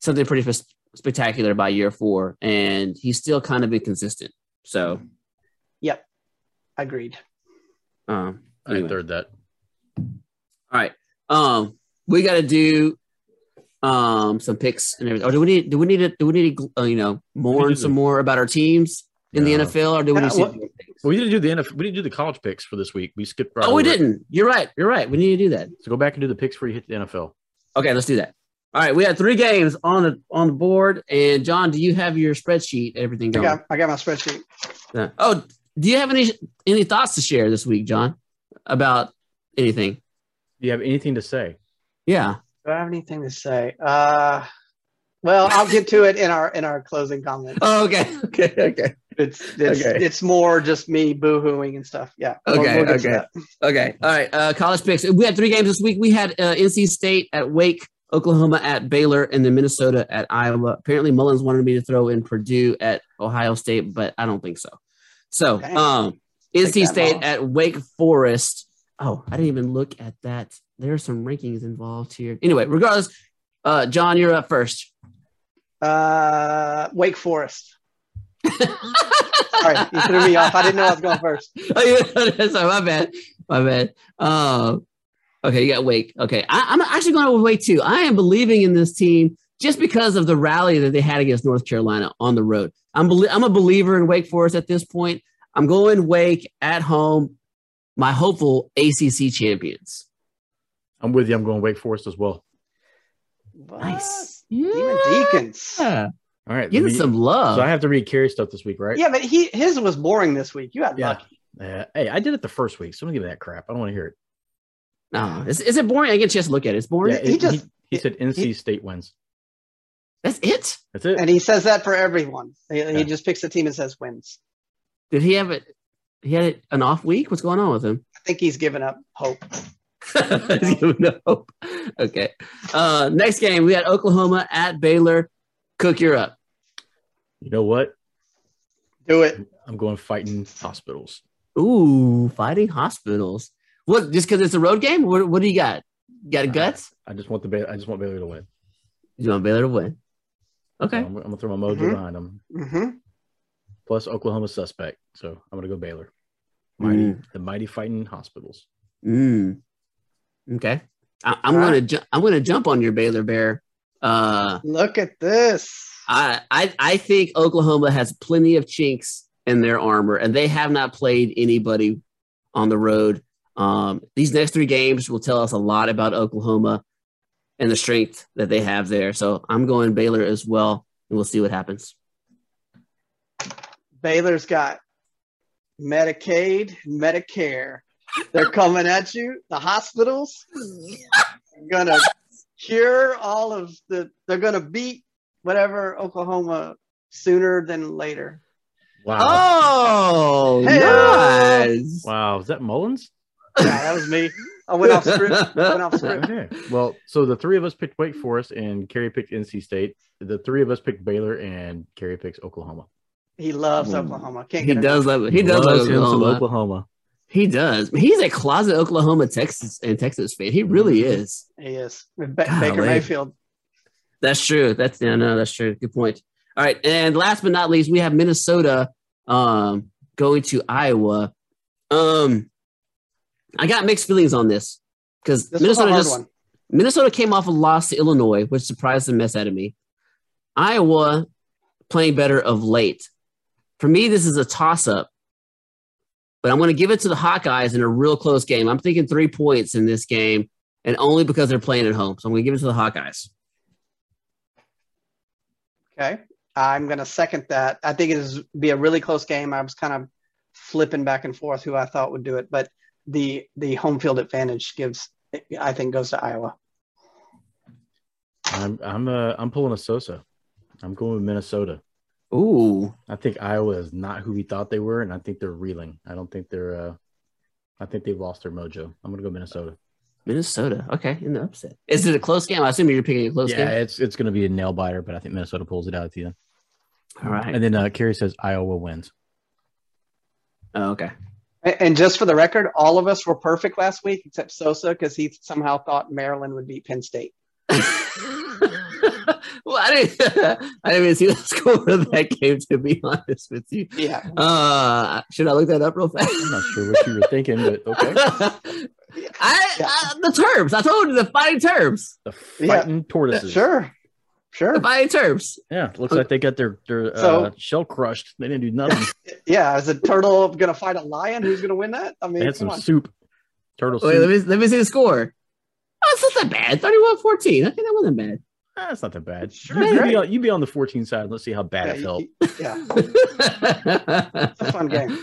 A: something pretty f- spectacular by year four, and he's still kind of inconsistent. So,
C: Agreed.
A: um,
B: I
A: anyway.
B: third that.
A: All right. Um, we got to do um some picks and everything. Or do we need? Do we need to? Do we need to? Uh, you know, mourn
B: just-
A: some more about our teams in
B: No.
A: the NFL, or do we
C: Yeah,
A: need to?
C: what-
B: We didn't do the NFL. We didn't do the college picks for this week. We skipped. Right
A: oh, we
B: over it.
A: didn't. You're right. You're right. We need to do that.
B: So go back and do the picks before you hit the NFL.
A: Okay, let's do that. All right, we had three games on the on the board, and John, do you have your spreadsheet? Everything
C: I
A: going?
C: got, I got my spreadsheet.
A: Yeah. Oh, do you have any any thoughts to share this week, John, about anything?
B: Do you have anything to say?
A: Yeah.
C: Do I have anything to say? Uh, well, I'll get to it in our in our closing comments.
A: Oh, okay. Okay. Okay.
C: It's it's,
A: Okay.
C: it's more just me boohooing and stuff. Yeah.
A: Okay,
C: get to
A: okay.
C: that.
A: Okay. All right. Uh, college picks. We had three games this week. We had uh, NC State at Wake, Oklahoma at Baylor, and then Minnesota at Iowa. Apparently, Mullins wanted me to throw in Purdue at Ohio State, but I don't think so. So,
C: Dang.
A: um,
C: Take
A: NC
C: that,
A: State
C: Mullins.
A: at Wake Forest. Oh, I didn't even look at that. There are some rankings involved here. Anyway, regardless, uh, John, you're up first.
C: Uh, Wake Forest. Sorry, you threw me off. I didn't know I was going first.
A: oh, yeah, sorry, my bad, my bad. Um, okay, you got Wake. Okay, I, I'm actually going with Wake too. I am believing in this team just because of the rally that they had against North Carolina on the road. I'm bel I'm a believer in Wake Forest at this point. I'm going Wake at home. My hopeful ACC champions.
B: I'm with you. I'm going Wake Forest as well.
A: Nice.
C: Demon Deacons.
A: Yeah.
B: All right.
A: Give
B: let
A: it
B: me-
A: some love.
B: so I have to read Carrie stuff this week, right?
C: Yeah, but he his was boring this week. You got
B: Yeah.
C: lucky.
B: Uh, hey, I did it the first week. Someone give me that crap. I don't want to hear it.
A: Nah, is, is it boring? I get a chance to look at it. It's boring.
B: Yeah,
C: he
B: it-
C: just-
B: he, said NC
C: he-
B: State wins.
A: That's it.
B: That's it.
C: And he says that for everyone. He,
B: Yeah.
C: he just picks a team and says wins.
A: Did he have it? He had it an off week. What's going on with him?
C: I think he's given up hope.
A: no. Okay. Uh, next game we had Oklahoma at Baylor. Cook, you're up.
B: you know what?
C: Do it.
B: I'm going fighting hospitals.
A: Ooh, fighting hospitals. What? Just because it's a road game? What, what do you got? You got guts?
B: I just want the Bay- I just want Baylor to win.
A: You want Baylor to win?
B: So
A: Okay.
B: I'm, I'm gonna throw my mojo
C: Mhm.
B: behind them.
C: hmm
B: Plus Oklahoma suspect. So I'm gonna go Baylor. Mighty, the mighty fighting hospitals.
A: Mm. Okay. I, I'm
C: All
A: gonna
C: right.
A: ju- I'm gonna jump on your Baylor Bear. Uh,
C: Look at this.
A: I, I I think Oklahoma has plenty of chinks in their armor, and they have not played anybody on the road. Um, these next three games will tell us a lot about Oklahoma and the strength that they have there. So I'm going Baylor as well, and we'll see what happens.
C: Baylor's got Medicaid, Medicare. They're coming at you. The hospitals are gonna cure all of the. They're gonna beat whatever Oklahoma sooner than later.
B: Wow.
A: Oh,
C: Hey.
A: nice.
B: Wow. Is that Mullins?
C: Yeah, that was me. I went off script. I went off script.
B: okay. Well, so the three of us picked Wake Forest and Kerry picked NC State. The three of us picked Baylor and Kerry picks Oklahoma.
C: He loves Oklahoma. Can't
A: Mm. He
C: get enough.
A: does love it. He does love
B: Loves him some
A: Oklahoma.
B: Oklahoma.
A: He does. He's a closet Oklahoma, Texas, and Texas fan. He really is.
C: He is. With Ba-
A: Golly.
C: Baker Mayfield.
A: That's true. That's yeah, no, that's true. Good point. All right, and last but not least, we have Minnesota um, going to Iowa. Um, I got mixed feelings on this because
C: This was a
A: Minnesota
C: hard
A: just
C: one.
A: Minnesota came off a loss to Illinois, which surprised the mess out of me. Iowa playing better of late. For me, this is a toss up, but I'm going to give it to the Hawkeyes in a real close game. I'm thinking three points in this game, and only because they're playing at home. So I'm going to give it to the Hawkeyes.
C: Okay. I'm going to second that. I think it is be a really close game. I was kind of flipping back and forth who I thought would do it, but the the home field advantage gives I think goes to Iowa.
B: I'm I'm uh, I'm pulling a Sosa. I'm going with Minnesota.
A: Ooh.
B: I think Iowa is not who we thought they were, and I think they're reeling. I don't think they're. Uh, I think they've lost their mojo. I'm gonna go Minnesota.
A: Minnesota. Okay, in the upset. Is it a close game? I assume you're picking a close
B: yeah,
A: game.
B: it's it's gonna be a nail biter, but I think Minnesota pulls it out at the end.
A: All right.
B: And then uh, Kerry says Iowa wins.
A: Oh, okay.
C: A- And just for the record, all of us were perfect last week except Sosa because he somehow thought Maryland would beat Penn State.
A: well, I didn't. I didn't even see the score of that game. To be honest with you,
C: Yeah.
A: uh, should I look that up real fast?
B: I'm not sure what you were thinking, but okay.
A: I, I uh, the terms. I told you the fighting terms.
B: The
C: Yeah.
B: fighting tortoises.
C: Sure. Sure.
A: The fighting terms.
B: Yeah, looks like they got their their uh,
C: So-
B: shell crushed. They didn't do nothing.
C: Yeah. Is a turtle going to fight a lion? Who's going to win that? I
B: they
C: mean,
B: had
C: come
B: some
C: on.
B: soup. Turtle soup.
A: Wait, let me let me see the score. Oh, it's not that bad. 31-14. I think that wasn't bad.
B: Ah, that's not that bad.
C: Sure,
B: you,
C: great.
B: be on, you be on the 14 side. Let's see how bad
C: Yeah,
B: it felt.
C: you- yeah. It's a fun game.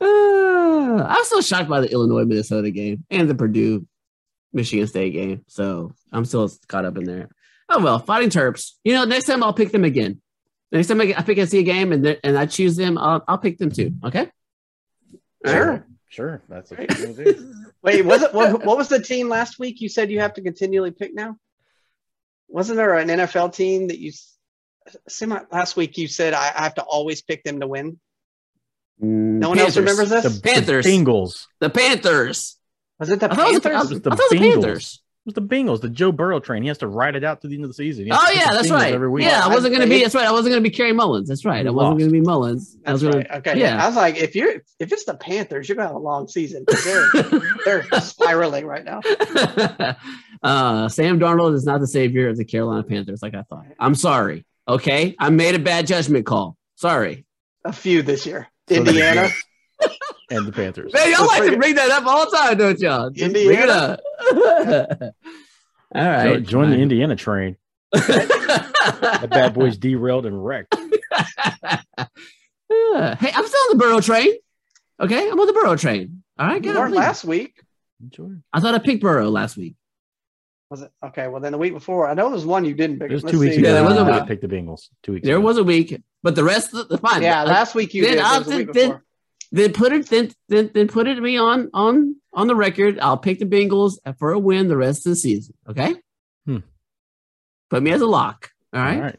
A: Uh, I'm still shocked by the Illinois Minnesota game and the Purdue Michigan State game. So I'm still caught up in there. Oh well, fighting Terps. You know, next time I'll pick them again. Next time I, I pick and see a game and they're- and I choose them, I'll, I'll pick them too. Okay.
C: Sure.
B: Sure. That's what
C: Great.
B: you want to do.
C: Wait, was it what, what was the team last week? You said you have to continually pick now. Wasn't there an NFL team that you? s- Semi last week you said I, I have to always pick them to win.
B: Mm,
C: No one else remembers
A: that.
C: this.
B: The
A: Panthers.
B: The Bengals.
A: The Panthers.
C: was it the
A: I thought it was the, I
C: Panthers?
A: was-
B: The
A: I thought it was the
B: Bengals.
A: Panthers.
B: It was the Bengals, the Joe Burrow train. He has to ride it out to the end of the season. He has
A: Oh
B: to pick
A: yeah,
B: the
A: that's
B: Bengals
A: right.
B: Every week.
A: Yeah, I
C: I-
A: wasn't
C: I
A: gonna be.
C: hate-
A: That's right. I wasn't gonna be Kerry Mullins. That's right. I
B: You
A: wasn't
B: lost.
A: gonna be Mullins. I was
C: That's
A: gonna.
C: right. Okay.
A: yeah.
C: I was like, if you're if it's the Panthers, you're gonna have a long season. They're, they're spiraling right now.
A: uh, Sam Darnold is not the savior of the Carolina Panthers, like I thought. I'm sorry. Okay, I made a bad judgment call. Sorry.
C: A few this year.
B: So they-
C: Indiana.
B: And the Panthers.
A: Man, y'all
C: Let's
A: like to
C: bring it-
A: bring that up all the time, don't y'all? Just bring it
C: Indiana?
A: up. all
B: All
A: right.
B: right, join the Indiana train.
A: hey,
B: That bad boy's derailed and wrecked.
A: Uh, I'm still on the Burrow train. Okay, I'm on the Burrow train. All right,
C: You
A: guys.
C: weren't last week.
D: Enjoy.
A: I thought I picked Burrow last week.
C: Was it okay? Well, then the week before, I know there was one you didn't pick.
D: It was
C: Let's
D: two weeks
C: see.
D: ago.
A: Yeah, there was a
D: I
A: week.
D: picked the Bengals. Two weeks.
A: There
D: ago.
A: was a week, but the rest of the fine.
C: Yeah,
A: I-
C: last week you
A: Then
C: did. There
A: I'll-
C: was the week
A: then-
C: before.
A: then put it then then then put it me on on on the record. I'll pick the Bengals for a win the rest of the season. Okay.
D: Hmm.
A: Put me as a lock. All right.
D: All right.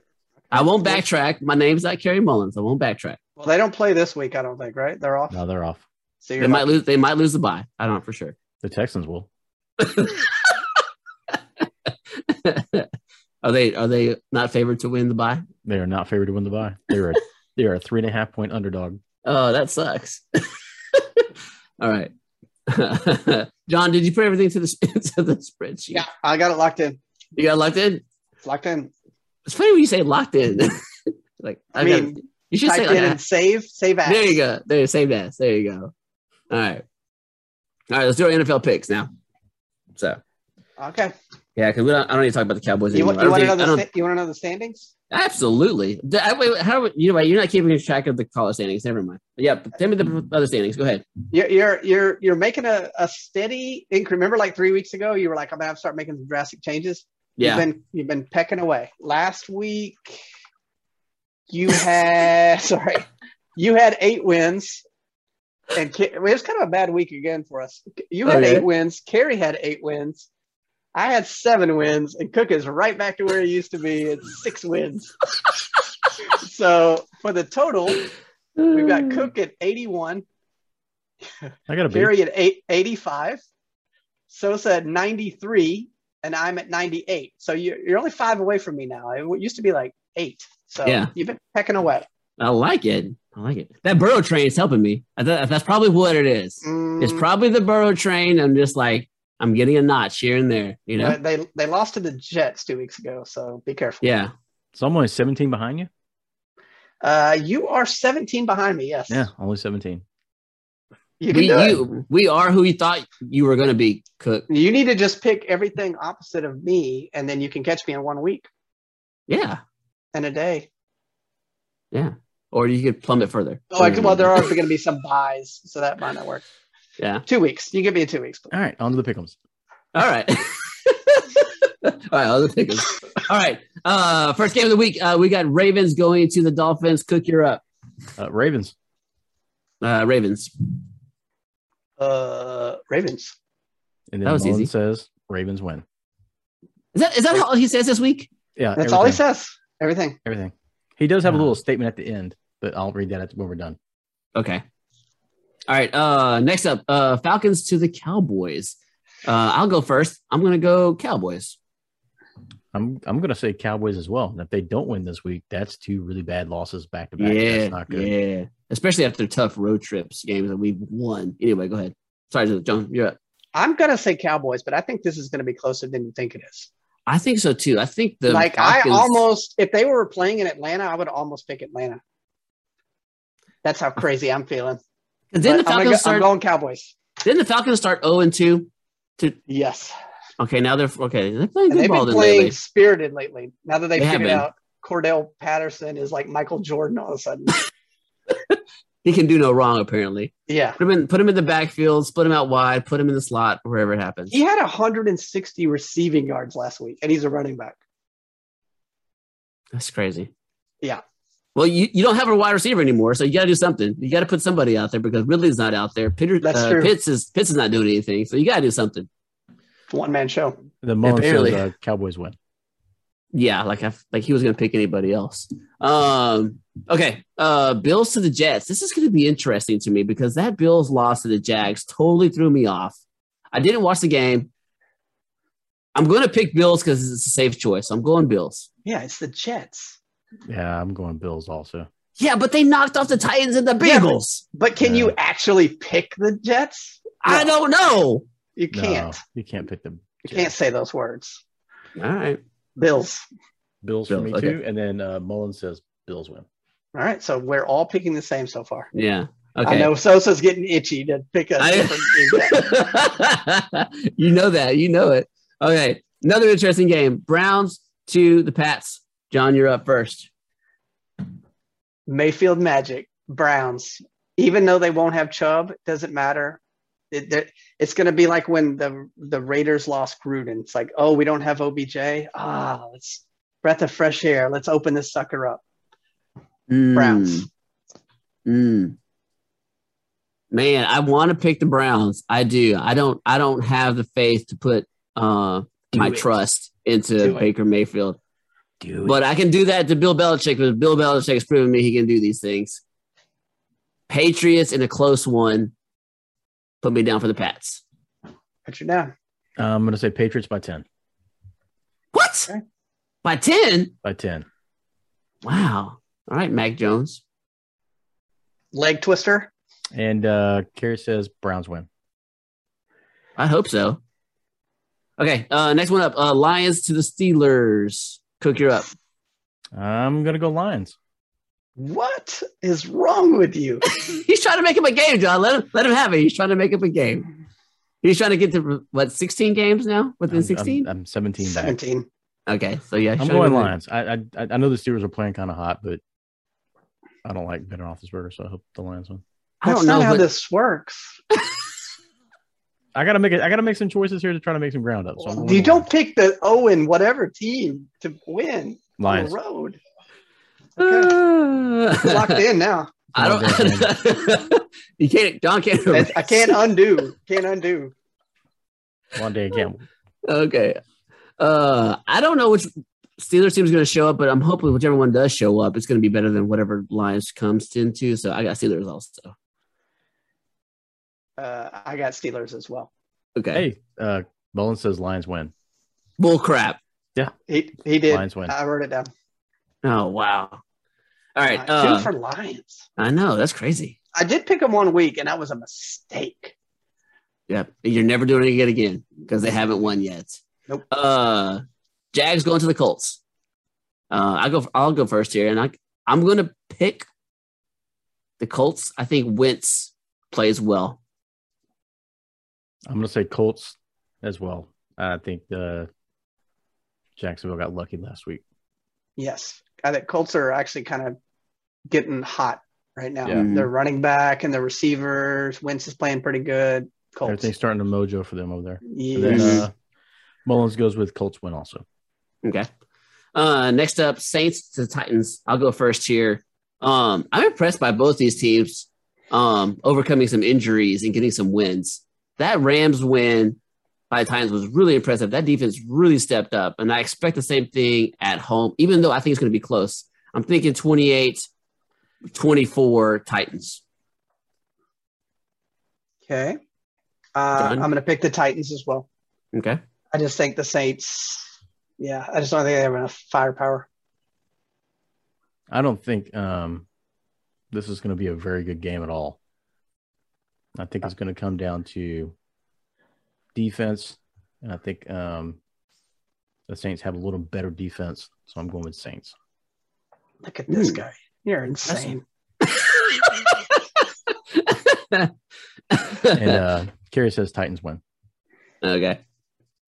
A: I won't backtrack. My name's not Kerry Mullins. I won't backtrack.
C: Well, they don't play this week, I don't think, right? They're off.
D: No, they're off.
C: So
A: They
C: you're
A: might
C: not,
A: lose. They might lose the bye. I don't know for sure.
D: The Texans will.
A: are they are they not favored to win the bye?
D: They are not favored to win the bye. They are. they are a three and a half point underdog.
A: Oh, that sucks. All right. John, did you put everything to the to the spreadsheet?
C: yeah, I got it locked in.
A: You got locked in.
C: It's locked in.
A: It's funny when you say locked in. like I,
C: I
A: mean,
C: mean,
A: you should
C: type
A: say
C: in
A: like,
C: and save, save as.
A: There you go. There, you save that. There you go. All right. All right, let's do our NFL picks now. So
C: Okay.
A: yeah, because we don't, I don't need to talk about the Cowboys
C: You,
A: anymore.
C: want-
A: I
C: you
A: don't
C: want
A: think-
C: another?
A: I don't-
C: sta- you want another standings?
A: absolutely. D- I- wait, wait, how would- you know? what, You're not keeping track of the college standings. Never mind. Yeah, but tell me the other standings. Go ahead.
C: You're you're you're, you're making a, a steady increment. Remember, like three weeks ago, you were like, "I'm gonna have to start making some drastic changes."
A: Yeah.
C: You've been you've been pecking away. Last week, you had sorry, you had eight wins, and Ca- it was kind of a bad week again for us. You had
A: Okay.
C: eight wins. Carrie had eight wins. I had seven wins, and Cook is right back to where he used to be at six wins. so for the total, we've got Cook at eighty-one.
D: I got a beat.
C: Jerry at eight, 85, Sosa at 93, and I'm at 98. So you're, you're only five away from me now. It used to be like eight. So
A: Yeah.
C: you've been pecking away.
A: I like it. I like it. That Burrow train is helping me. I th- that's probably what it is. It's
C: Mm,
A: probably the Burrow train. I'm just like I'm getting a notch here and there. You know.
C: but They they lost to the Jets two weeks ago, so be careful.
A: Yeah.
D: So I'm only 17 behind you.
C: Uh, you are 17 behind me. Yes.
D: Yeah, only 17.
C: You can
A: We
C: do it. you.
A: you, we are who you thought you were going to be, Cook.
C: need to just pick everything opposite of me, and then you can catch me in one week
A: Yeah.
C: and a day.
A: Or you could plummet further.
C: Oh, I could, well, there are going to be some buys, so that might not work.
A: Yeah.
C: Two weeks. You give me two weeks.
D: All right, on to the pickums.
A: All right. All right, I'll take it. All right. Uh, first game of the week, uh, we got Ravens going to the Dolphins. Cook, you're up.
D: Uh, Ravens.
A: Uh, Ravens.
C: Uh, Ravens.
D: And then
A: That was
D: Mullen
A: easy.
D: says Ravens win.
A: Is that is that all he says this week?
D: Yeah,
C: That's all he
D: everything,
C: says. Everything.
D: Everything. He does have a
A: Yeah.
D: little statement at the end, but I'll read that at- when we're done.
A: Okay. All right. Uh, next up, uh, Falcons to the Cowboys. Uh, I'll go first. I'm gonna go Cowboys.
D: I'm I'm gonna say Cowboys as well. And if they don't win this week, that's two really bad losses back to back.
A: yeah,
D: that's not good.
A: yeah. Especially after tough road trips games that we've won. Anyway, go ahead. Sorry, John, you're up.
C: I'm gonna say Cowboys, but I think this is gonna be closer than you think it is.
A: I think so too. I think the
C: like
A: Falcons-
C: I almost, if they were playing in Atlanta, I would almost pick Atlanta. That's how crazy I'm feeling.
A: Didn't the
C: But I'm, gonna
A: Falcons
C: go- I'm
A: start?
C: going Cowboys.
A: Didn't the Falcons start zero and two?
C: Yes,
A: Okay, now they're okay. They're playing
C: and
A: good
C: they've
A: ball
C: been
A: then
C: playing
A: lately.
C: spirited lately. Now that they've
A: They have
C: figured
A: been.
C: out Cordell Patterson is like Michael Jordan all of a sudden.
A: He can do no wrong apparently.
C: yeah,
A: Put him in, put him in the backfield, split him out wide, put him in the slot, wherever it happens.
C: he had 160 receiving yards last week, and he's a running back.
A: That's crazy.
C: Yeah.
A: Well, you, you don't have a wide receiver anymore, so you got to do something. You got to put somebody out there because Ridley's not out there. Pitter,
C: That's
A: uh,
C: true.
A: Pitts is Pitts is not doing anything, so you got to do something.
C: One man show.
D: The Mullen
A: Apparently.
D: says uh, Cowboys win.
A: Yeah, like I like he was going to pick anybody else. Um, okay, uh, Bills to the Jets. This is going to be interesting to me because that Bills loss to the Jags totally threw me off. I didn't watch the game. I'm going to pick Bills because it's a safe choice. I'm going Bills.
C: Yeah, it's the Jets.
D: Yeah, I'm going Bills also.
A: Yeah, but they knocked off the Titans and the
C: Yeah, but-
A: Bengals.
C: But can you actually pick the Jets?
A: I don't know.
C: You can't.
D: No, you can't pick the
C: You can't say those words.
A: All right.
C: Bills.
D: Bills,
A: Bills,
D: for me
A: okay.
D: too. And then uh, Mullen says Bills win.
C: All right, so we're all picking the same so far.
A: Yeah. Okay.
C: I know Sosa's getting itchy to pick a
A: I-
C: different team.
A: you know that. You know it. Okay. Another interesting game. Browns to the Pats. John, you're up first.
C: Mayfield Magic, Browns. Even though they won't have Chubb, it doesn't matter. It- they're- it's going to be like when the the Raiders lost Gruden. It's like, oh, we don't have OBJ. Ah, let's breath of fresh air. Let's open this sucker up.
A: Mm,
C: Browns.
A: mm. Man, I want to pick the Browns. I do. I don't. I don't have the faith to put uh,
B: Do
A: my
B: it.
A: trust into
B: Do it.
A: Baker Mayfield.
B: Do
A: But I can do that to Bill Belichick because Bill Belichick's proven me he can do these things. Patriots in a close one. Put me down for the Pats.
C: Put you down.
B: I'm gonna say Patriots by ten.
A: What?
C: Okay.
A: By 10?
B: By ten.
A: Wow. All right, Mac Jones.
C: Leg twister.
B: And uh Carrie says Browns win.
A: I hope so. Okay, uh, next one up uh, Lions to the Steelers. Cook, you're up.
B: I'm gonna go Lions.
C: What is wrong with you?
A: He's trying to make up a game, John. Let him, let him have it. He's trying to make up a game. He's trying to get to what 16 games now
B: I'm-
A: within
B: I'm-
A: 16.
B: I'm, 17 back.
C: 17.
A: Okay, so yeah,
B: I'm
A: show
B: going
A: him.
B: Lions. I, I I I know the Steelers are playing kind of hot, but I don't like Ben Roethlisberger, so I hope the Lions win.
A: I
C: That's
A: don't know
C: not how
A: but-
C: this works.
B: I gotta make it. I gotta make some choices here to try to make some ground up. So I'm going
C: you
B: with
C: don't pick the Owen whatever team to win
B: Lions.
C: on the road. Locked
A: Uh,
C: in now.
A: I don't. you can't. John can't.
C: That's- I can't undo. Can't undo.
B: One day again.
A: Okay. Uh, I don't know which Steelers team is going to show up, but I'm hoping whichever one does show up, it's going to be better than whatever Lions comes into. So I got Steelers also.
C: Uh, I got Steelers as well.
A: Okay.
B: Hey, uh, Mullen says Lions win.
A: Bull crap.
C: He he did.
B: Lions win.
C: I wrote it down.
A: Oh wow. All right.
C: Uh,
A: Uh,
C: two for Lions.
A: I know that's crazy.
C: I did pick them one week, and that was a mistake.
A: Yep. You're never doing it again because they haven't won yet.
C: Nope.
A: Uh, Jags going to the Colts. Uh, I go. I'll go first here, and I I'm going to pick the Colts. I think Wentz plays well.
B: I'm gonna say Colts as well. I think the Jacksonville got lucky last week.
C: Yes, I think Colts are actually kind of getting hot right now.
B: Yeah.
C: Their running back and their receivers. Wentz is playing pretty good. Colts.
B: Everything's starting to mojo for them over there.
C: Yeah.
B: And then
A: Yes.
B: uh, Mullins goes with Colts win also.
A: Okay. Uh, next up, Saints to Titans. I'll go first here. Um, I'm impressed by both these teams um, overcoming some injuries and getting some wins. That Rams win by the Titans was really impressive. That defense really stepped up, and I expect the same thing at home, even though I think it's going to be close. I'm thinking 28 24 Titans.
C: Okay. Uh, I'm
A: Done.
C: going to pick the Titans as well.
A: Okay.
C: I just think the Saints. Yeah, I just don't think they have enough firepower.
B: I don't think um, this is going to be a very good game at all. I think it's going to come down to defense, and I think um, the Saints have a little better defense, so I'm going with Saints.
C: Look at this
A: Mm.
C: guy. You're insane.
B: And uh, Kerry says Titans win.
A: Okay.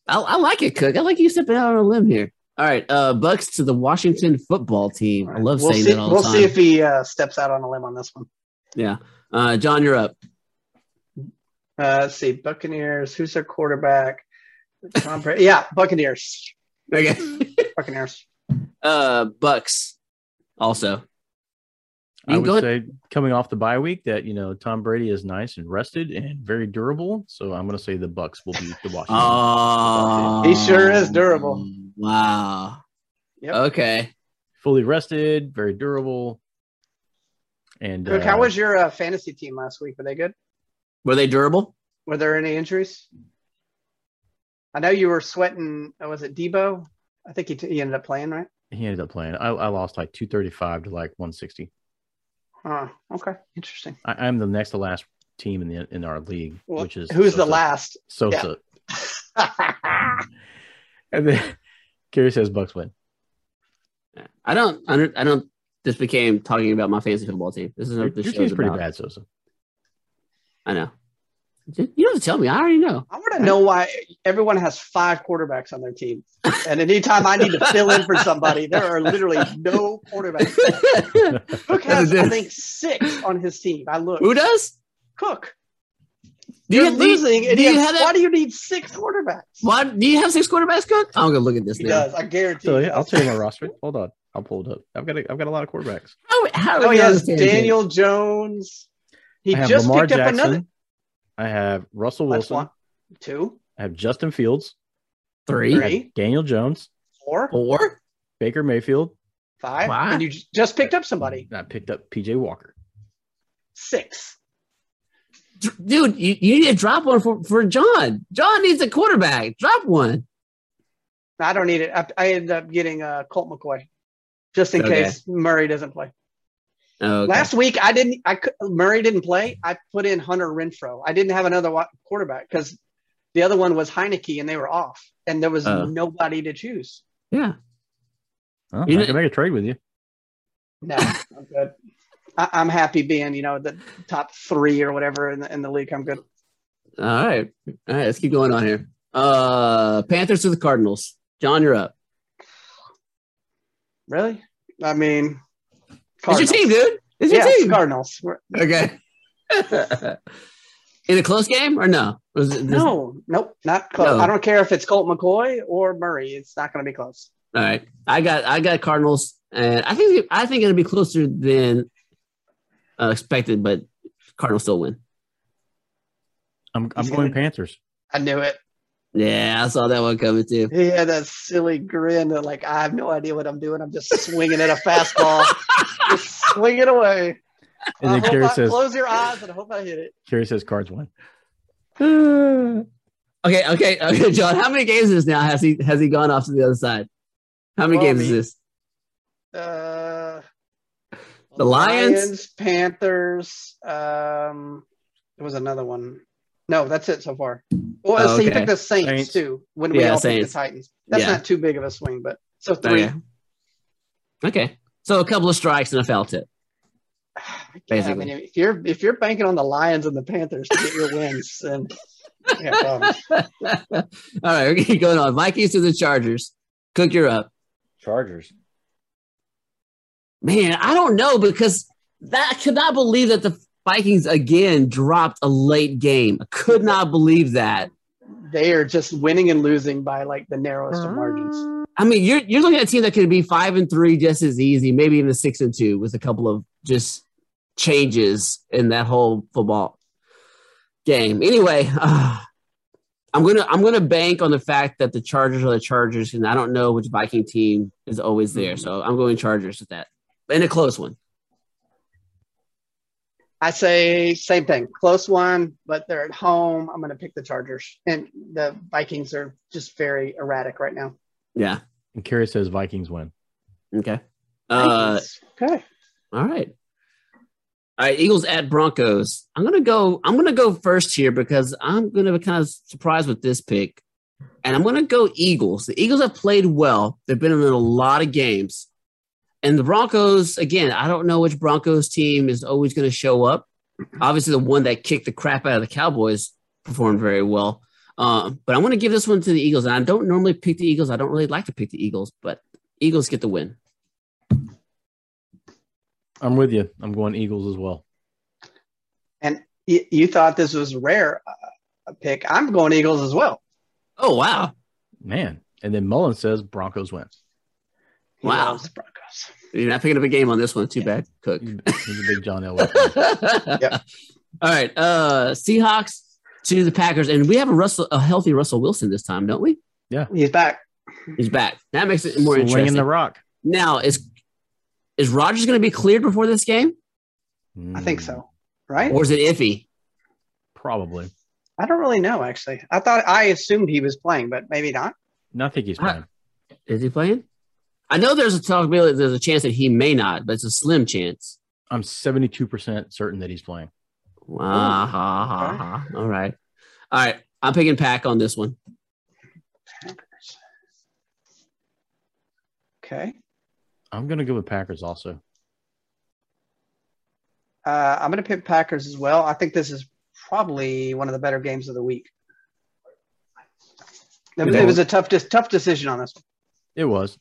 A: I, I like it, Cook. I like you stepping out on a limb here. All right. Uh Bucks to the Washington football team. I love
C: we'll
A: saying
C: see,
A: that all
C: We'll
A: the time.
C: see if he uh, steps out on a limb on this one.
A: yeah. Uh John, you're up.
C: Uh, let's see. Buccaneers. Who's their quarterback? Tom Brady. Yeah, Buccaneers.
A: Okay.
C: Buccaneers.
A: Uh Bucks also.
B: I
A: You
B: would
A: go-
B: say coming off the bye week that you know Tom Brady is nice and rested and very durable, so I'm going to say the Bucks will beat the Washington.
A: Oh
C: He sure is durable.
A: Wow.
C: Yep.
A: Okay.
B: Fully rested, very durable, and
C: Cook,
B: uh,
C: how was your uh, fantasy team last week? Were they good?
A: Were they durable?
C: Were there any injuries? I know you were sweating. uh, Was it Debo? I think he, t- he ended up playing, right?
B: he ended up playing. I, I lost like 235 to like 160.
C: Oh, okay. Interesting.
B: I, I'm the next to last team in the in our league,
C: Well,
B: which is
C: Who's the
B: Sosa.
C: last?
B: Sosa. And then Kerry says Bucks win.
A: I don't I don't, I don't this became talking about my fantasy football team. This is
B: Your,
A: what this
B: your
A: show's
B: team's pretty
A: about.
B: bad, Sosa.
A: I know. You don't have to tell me. I already know.
C: I want to know why everyone has five quarterbacks on their team. And anytime I need to fill in for somebody, there are literally no quarterbacks. Cook has, I think, six on his team. I look.
A: Who does?
C: Cook,
A: Do
C: you're
A: do
C: losing. and
A: do
C: you
A: you
C: have-
A: have that-
C: why do you need six quarterbacks?
A: Why do you have six quarterbacks, Cook? I'm gonna look at this
C: He
A: now.
C: does. I guarantee.
D: So
C: he
D: yeah, I'll
C: does.
D: tell you my roster. Hold on, I'll pull it up. I've got a, I've got a lot of quarterbacks.
A: How, how
C: Oh,
A: are
C: he
A: you
C: has
A: understanding this?
C: Daniel Jones. He
D: I have
C: just
D: Lamar
C: picked up
D: Jackson.
C: another
D: I have Russell
C: That's
D: Wilson.
C: one. two,
D: I have Justin Fields.
A: Three,
D: I have
C: three,
D: Daniel Jones.
C: four,
A: four.
D: Baker Mayfield.
C: five,
A: Wow.
C: and you j- just picked up somebody.
D: And I picked up PJ Walker.
C: Six.
A: Dr- Dude, you, you need to drop one for, for John. John needs a quarterback. Drop one.
C: I don't need it. I, I ended up getting uh, Colt McCoy just in
A: Okay.
C: case Murray doesn't play.
A: Okay.
C: Last week, I didn't. I cou- Murray didn't play. I put in Hunter Renfro. I didn't have another wa- quarterback because the other one was Heineke, and they were off, and there was
A: Oh.
C: nobody to choose.
A: yeah.
D: Huh,
A: You
D: I can make a trade with you.
C: No, I'm good. I, I'm happy being, you know, the top three or whatever in the, in the league. I'm good.
A: All right. All right. Let's keep going on here. Uh Panthers to the Cardinals. John, you're up.
C: Really? I mean,
A: It's your team, dude. It's your
C: Yeah, it's
A: team.
C: Cardinals. We're-
A: okay. In a close game or no? Was it just-
C: no, nope, not close.
A: No.
C: I don't care if it's Colt McCoy or Murray. It's not going to be close.
A: All right. I got I got Cardinals and I think I think it'll be closer than uh, expected, but Cardinals still win.
D: I'm, I'm
C: He's
D: going
C: gonna-
D: Panthers.
C: I knew it.
A: Yeah, I saw that one coming too.
C: He had that silly grin that, like, I have no idea what I'm doing. I'm just swinging at a fastball, just swing it away.
D: And
C: I
D: then
C: hope
D: Kerry
C: I-
D: says,
C: close your eyes and hope I hit it.
D: Kerry says, cards win.
A: okay, okay, okay, John. How many games is this now? Has he has he gone off to the other side? How many
C: Well,
A: games is
C: he-
A: this?
C: Uh,
A: The Lions?
C: Panthers. Um, there was another one. No, that's it so far. Well, so you
A: Oh, Okay.
C: picked the Saints,
D: Saints.
C: too. When we
A: Yeah,
C: all picked the
A: Saints.
C: Titans, that's
A: Yeah.
C: not too big of a swing, but so three.
A: Okay. Okay. So a couple of strikes and a foul tip.
C: Yeah, I
A: Basically.
C: mean, if you're if you're banking on the Lions and the Panthers to get your wins, then yeah, problems.
A: All right, we're keep going on. Vikings to the Chargers. Cook, you're up.
B: Chargers.
A: Man, I don't know because that I could not believe that the Vikings again dropped a late game. I could not believe that.
C: they are just winning and losing by like the narrowest of margins.
A: I mean, you're you're looking at a team that could be five and three just as easy, maybe even six and two, with a couple of just changes in that whole football game. Anyway, uh, I'm gonna I'm gonna bank on the fact that the Chargers are the Chargers, and I don't know which Viking team is always there, so I'm going Chargers with that, and a close one.
C: I say same thing, close one, but they're at home. I'm going to pick the Chargers, and the Vikings are just very erratic right now.
A: Yeah.
D: And Kerry says, Vikings win.
A: Okay. Uh,
C: Vikings. okay,
A: All right. All right, Eagles at Broncos. I'm gonna go. I'm gonna go first here because I'm gonna be kind of surprised with this pick, and I'm gonna go Eagles. The Eagles have played well. They've been in a lot of games, and the Broncos. Again, I don't know which Broncos team is always gonna show up. Obviously, the one that kicked the crap out of the Cowboys performed very well. Um, but I'm gonna give this one to the Eagles, and I don't normally pick the Eagles. I don't really like to pick the Eagles, but Eagles get the win.
D: I'm with you. I'm going Eagles as well.
C: and you, you thought this was rare uh, a pick. I'm going Eagles as well.
A: Oh wow.
D: Man. And then Mullen says, Broncos win.
C: He
A: Wow.
C: loves the Broncos.
A: You're not picking up a game on this one. Too bad, Cook.
B: Mm.
D: He's he's a big John Elway. fan.
A: All right. Uh Seahawks to the Packers. And we have a Russell a healthy Russell Wilson this time, don't we?
C: He's back.
A: He's back. That makes it more
D: Slinging
A: interesting.
D: the rock.
A: now is is Rogers gonna be cleared before this game?
C: I think
D: Mm,
C: so. Right?
A: Hmm. Or is it iffy?
D: Probably.
C: I don't really know actually. I thought I assumed he was playing, but maybe not.
D: No, I think he's
A: I-
D: playing.
A: Is he playing? I know there's a possibility there's a chance that he may not, but it's a slim chance.
D: I'm 72% certain that he's playing.
A: Wow. All right. All right. I'm picking pack on this one.
C: Okay.
D: I'm going to go with Packers also.
C: Uh, I'm going to pick Packers as well. I think this is probably one of the better games of the week. It was,
A: Okay.
C: it was a tough, de- tough decision on this. one.
D: It was.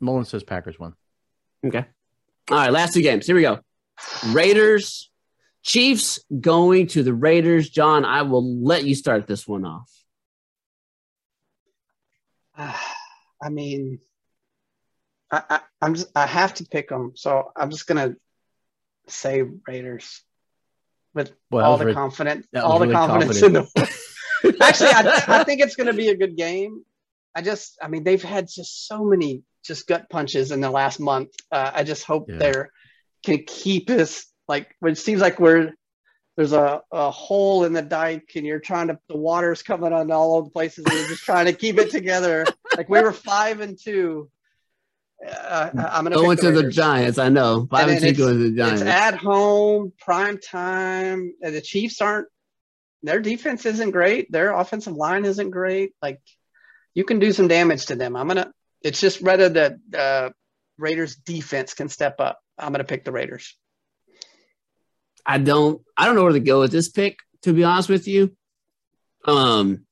D: Mullen says Packers won.
A: Okay. All right, last two games. Here we go. Raiders, Chiefs going to the Raiders. John, I will let you start this one off.
C: Ah, I mean, I, I, I'm just, I have to pick them, so I'm just gonna say Raiders with
D: Well,
C: all
D: that
C: the
D: was, re-
C: confidence,
D: that was
C: all the
D: really
C: confidence
D: confident.
C: in the Actually, I, th- I think it's going to be a good game. I just, I mean, they've had just so many just gut punches in the last month. Uh, I just hope
D: Yeah.
C: they're can keep us like. It seems like we're there's a, a hole in the dike, and you're trying to the water's coming on all over the places, and you're just trying to keep it together. like we were five and two. Uh, I- I'm gonna
A: Going
C: pick
A: to the
C: Raiders.
A: Giants, I know. Five and,
C: And then
A: two going to the
C: It's
A: Giants.
C: at home, prime time. and The Chiefs aren't their defense isn't great. Their offensive line isn't great. Like you can do some damage to them. I'm gonna. It's just whether the uh, Raiders defense can step up. I'm gonna pick the Raiders.
A: I don't I don't know where to go with this pick, to be honest with you. Um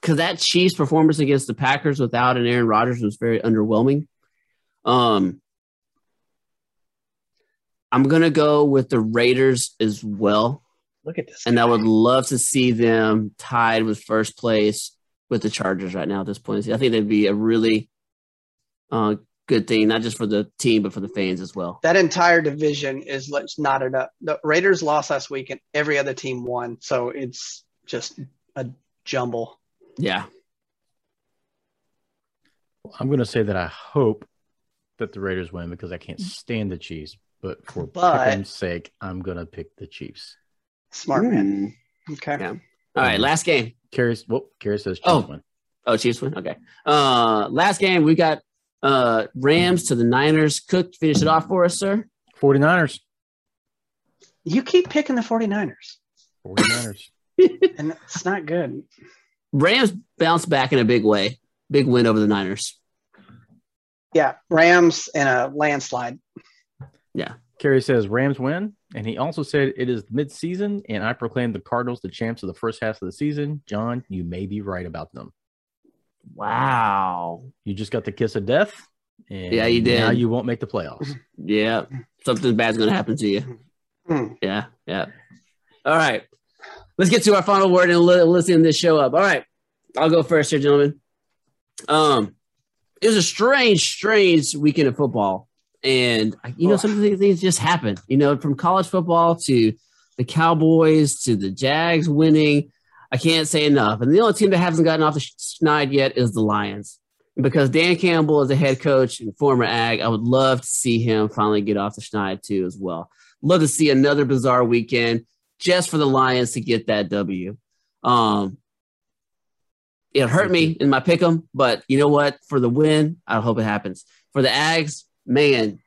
A: because that Chiefs performance against the Packers without an Aaron Rodgers was very underwhelming. Um I'm gonna go with the Raiders as well.
C: Look at this.
A: And I would love to see them tied with first place with the Chargers right now at this point. I think that'd be a really uh, good thing, not just for the team, but for the fans as well.
C: that entire division is let's knotted up. The Raiders lost last week, and every other team won. So it's just a jumble.
A: Yeah.
D: I'm going to say that I hope that the Raiders win because I can't stand the Chiefs. But for
C: But-
D: pick'em's sake, I'm going to pick the Chiefs.
C: Smart man. Okay.
A: Yeah. All right. Last game.
D: Curious. Well, Curious says Chiefs
A: Oh.
D: win.
A: Oh, Chiefs win. Okay. Uh, last game we got uh Rams to the Niners. Cook, finish it off for us, sir.
D: 49ers.
C: You keep picking the 49ers,
D: 49ers.
C: and it's not good.
A: Rams bounce back in a big way. Big win over the Niners.
C: Yeah, Rams in a landslide.
D: Kerry says Rams win, and he also said it is midseason, and I proclaim the Cardinals the champs of the first half of the season. John, you may be right about them.
A: Wow.
D: You just got the kiss of death. And
A: Yeah, you did.
D: Now you won't make the playoffs.
A: Yeah. Something bad's gonna happen to you.
C: Hmm.
A: Yeah, yeah. All right. Let's get to our final word and li- listen this show up. All right. I'll go first here, gentlemen. Um, it was a strange, strange weekend of football. And, uh, you know, some of these things just happen, you know, from college football to the Cowboys to the Jags winning. I can't say enough. And the only team that hasn't gotten off the sh- schneid yet is the Lions. Because Dan Campbell is a head coach and former ag, I would love to see him finally get off the schneid too as well love to see another bizarre weekend just for the Lions to get that W. Um, it hurt me in my pick 'em, but you know what? For the win, I hope it happens. For the Ags, man,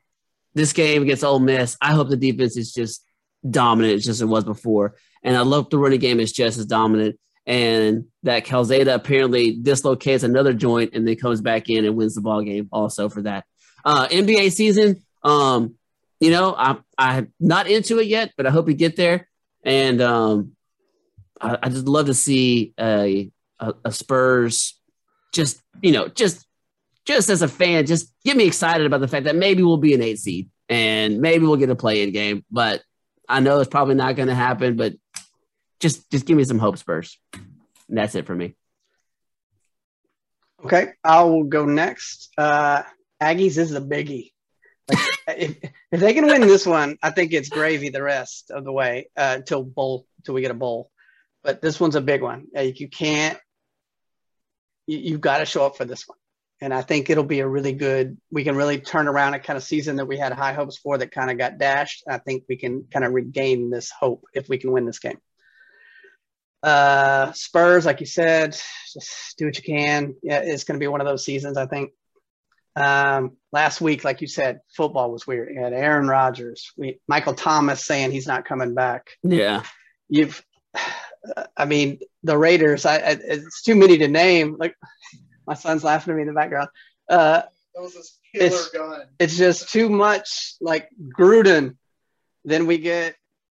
A: this game against Ole Miss, I hope the defense is just dominant just as it was before. And I hope the running game is just as dominant. And that Calzada apparently dislocates another joint and then comes back in and wins the ball game also for that. Uh, NBA season, um, you know, I'm I'm not into it yet, but I hope we get there. And um, I, I just love to see a, a a Spurs just you know just just as a fan, just get me excited about the fact that maybe we'll be an eight seed and maybe we'll get a play in game. But I know it's probably not going to happen. But just just give me some hope, Spurs. And that's it for me.
C: Okay, I will go next. Uh, Aggies is the biggie. Like, if, if they can win this one, I think it's gravy the rest of the way uh, until bowl until we get a bowl. But this one's a big one. Like, you can't. You, you've got to show up for this one, and I think it'll be a really good. We can really turn around a kind of season that we had high hopes for that kind of got dashed. I think we can kind of regain this hope if we can win this game. Uh, Spurs, like you said, just do what you can. Yeah, it's going to be one of those seasons, I think. Um, last week, like you said, football was weird. You had Aaron Rodgers, we, Michael Thomas saying he's not coming back.
A: Yeah,
C: You've, I mean, the Raiders. I, I it's too many to name. Like my son's laughing at me in the background. Uh,
E: That was his
C: It's-
E: killer gun.
C: it's just too much. Like Gruden, then we get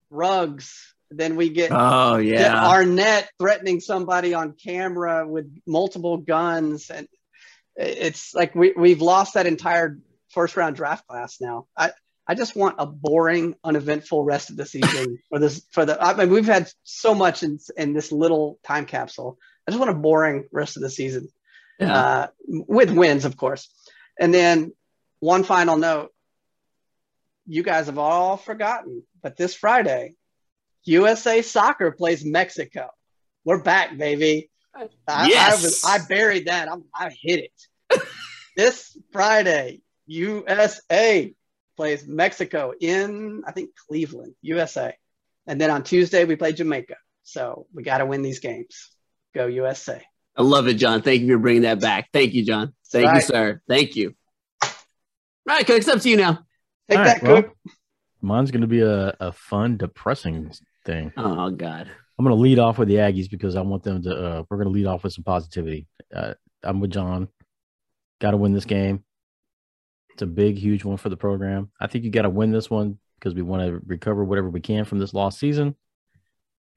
C: Rugs, Then we get
A: Oh
C: get
A: yeah.
C: Arnett threatening somebody on camera with multiple guns, and it's like we we've lost that entire first round draft class now. I I just want a boring, uneventful rest of the season for this for the. I mean, we've had so much in in this little time capsule. I just want a boring rest of the season
A: yeah.
C: uh, with wins, of course. And then one final note you guys have all forgotten, but this Friday, USA Soccer plays Mexico. We're back, baby. I,
A: Yes!
C: I, was, I buried that. I'm, I hit it. this Friday, USA plays Mexico in, I think, Cleveland, USA. And then on Tuesday, we play Jamaica. So we got to win these games. Go USA.
A: I love it, John. Thank you for bringing that back. Thank you, John. Thank you,
C: Right.
A: sir. Thank you. All right, Cook, it's up to you now.
C: Take
B: All right,
C: that,
B: well,
C: Cook.
B: mine's going to be a, a fun, depressing thing.
A: Oh, God.
B: I'm going to lead off with the Aggies because I want them to. Uh, we're going to lead off with some positivity. Uh, I'm with John. Got to win this game. It's a big, huge one for the program. I think you got to win this one because we want to recover whatever we can from this lost season.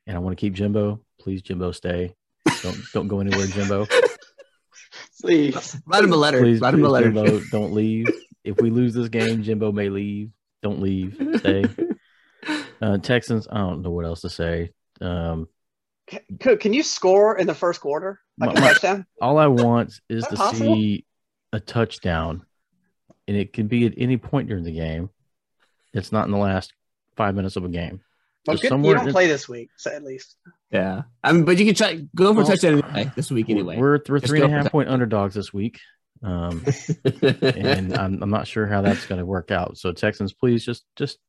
B: And I want to keep Jimbo. Please, Jimbo, stay. Don't don't go anywhere, Jimbo.
C: Please.
A: Write him a letter.
B: Please,
A: Write him a
B: please,
A: letter.
B: Jimbo, don't leave. If we lose this game, Jimbo may leave. Don't leave. Stay. Uh, Texans. I don't know what else to say. Um,
C: Cook, can you score in the first quarter? Like a
B: My- my-
C: touchdown?
B: all I want is
C: that
B: to
C: possible?
B: see a touchdown, and it could be at any point during the game. It's not in the last five minutes of a game.
C: Well,
B: Just
C: good, you
B: somewhere
C: don't
B: in-
C: play this week, so at least.
A: Yeah. I mean, but you can try, go for a
B: Well,
A: touchdown anyway, this week anyway.
B: We're we're
A: Just
B: three and a
A: go for
B: half point underdogs this week, um, and I'm, I'm not sure how that's going to work out. So Texans, please just just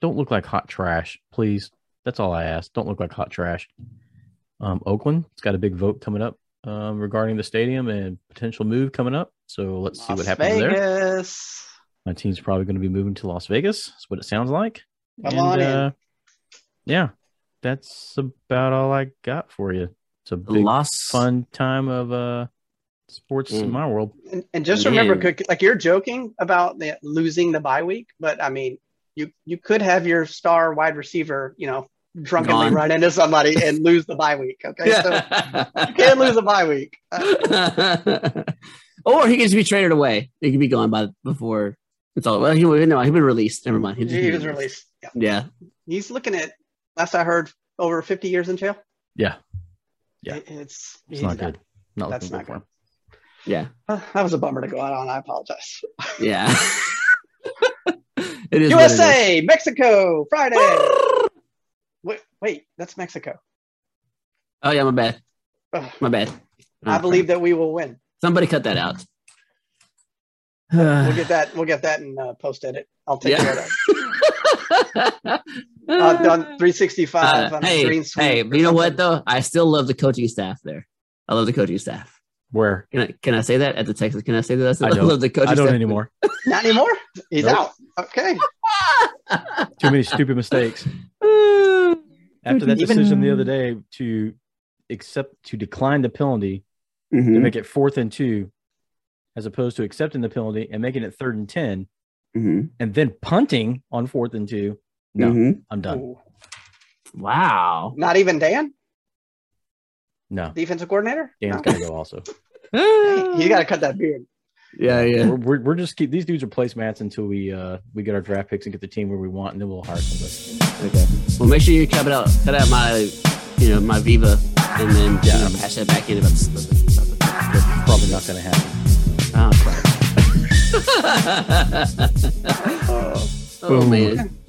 B: don't look like hot trash, please. That's all I ask. Don't look like hot trash. Um, Oakland, it's got a big vote coming up um, regarding the stadium and potential move coming up. So let's see what
C: Las
B: happens there.
C: Vegas.
B: My team's probably going to be moving to Las Vegas. That's what it sounds like. uh,
C: Come on in.
B: yeah, that's about all I got for you. It's a big
A: Lost
B: fun time of uh sports
A: Mm.
B: in my world.
C: And, and just remember,
A: Man.
C: Cook, like you're joking about the, losing the bye week, but I mean, you you could have your star wide receiver, you know, drunkenly
A: Gone.
C: run into somebody and lose the bye week. Okay, so you can't lose the bye week. Uh,
A: or he can just be traded away. He could be gone by before it's all. Well, he no, he'd been released. Never mind. He'd just
C: he
A: be
C: was released. Yeah.
A: Yeah.
C: He's looking at last I heard over 50 years in jail.
B: Yeah, Yeah.
C: It- it's
B: it's
C: he's
B: not
C: done.
B: good. Not
C: That's
B: looking
C: not
B: good for him.
A: Yeah.
C: Uh, That was a bummer to go out on. I apologize.
A: Yeah. it is what it is.
C: USA, Mexico, Friday. wait, wait, that's Mexico.
A: Oh yeah, my bad.
C: Ugh.
A: My bad.
C: I believe that we will win.
A: somebody cut that out.
C: We'll get that. We'll get that in uh, post edit. I'll take
A: Yeah.
C: care of that. Uh, on 365
A: Uh,
C: on the
A: hey,
C: green sweep.
A: hey,
C: or
A: you know what though?
C: something.
A: I still love the coaching staff there. I love the coaching staff.
B: Where
A: Can I can I say that at the Texas? Can I say that? I, still
B: I don't.
A: love the coaching
B: I don't
A: staff.
B: anymore.
C: Not anymore. He's
B: Nope.
C: out. Okay.
B: Too many stupid mistakes. After that
A: Even-
B: decision the other day to accept to decline the penalty
C: Mm-hmm,
B: to
A: Mhm,
B: make it fourth and two, as opposed to accepting the penalty and making it third and ten,
C: mm-hmm,
A: mhm,
B: and then punting on fourth and two. No,
C: mm-hmm.
A: mhm.
B: I'm done.
C: Ooh.
A: Wow.
C: Not even Dan,
B: No,
C: defensive coordinator.
B: Dan's
C: No?
B: got to go also.
C: Hey, you got to cut that beard.
A: yeah, yeah.
B: We're, we're, we're just keep these dudes are placemats until we uh we get our draft picks and get the team where we want, and then we'll hire somebody.
A: Well, make sure you cut it out. Cut out my, you know, my Viva, and then you know, pass that back in about the. About the, about the
B: Probably not going to happen.
A: Ah, Oh, crap. oh man.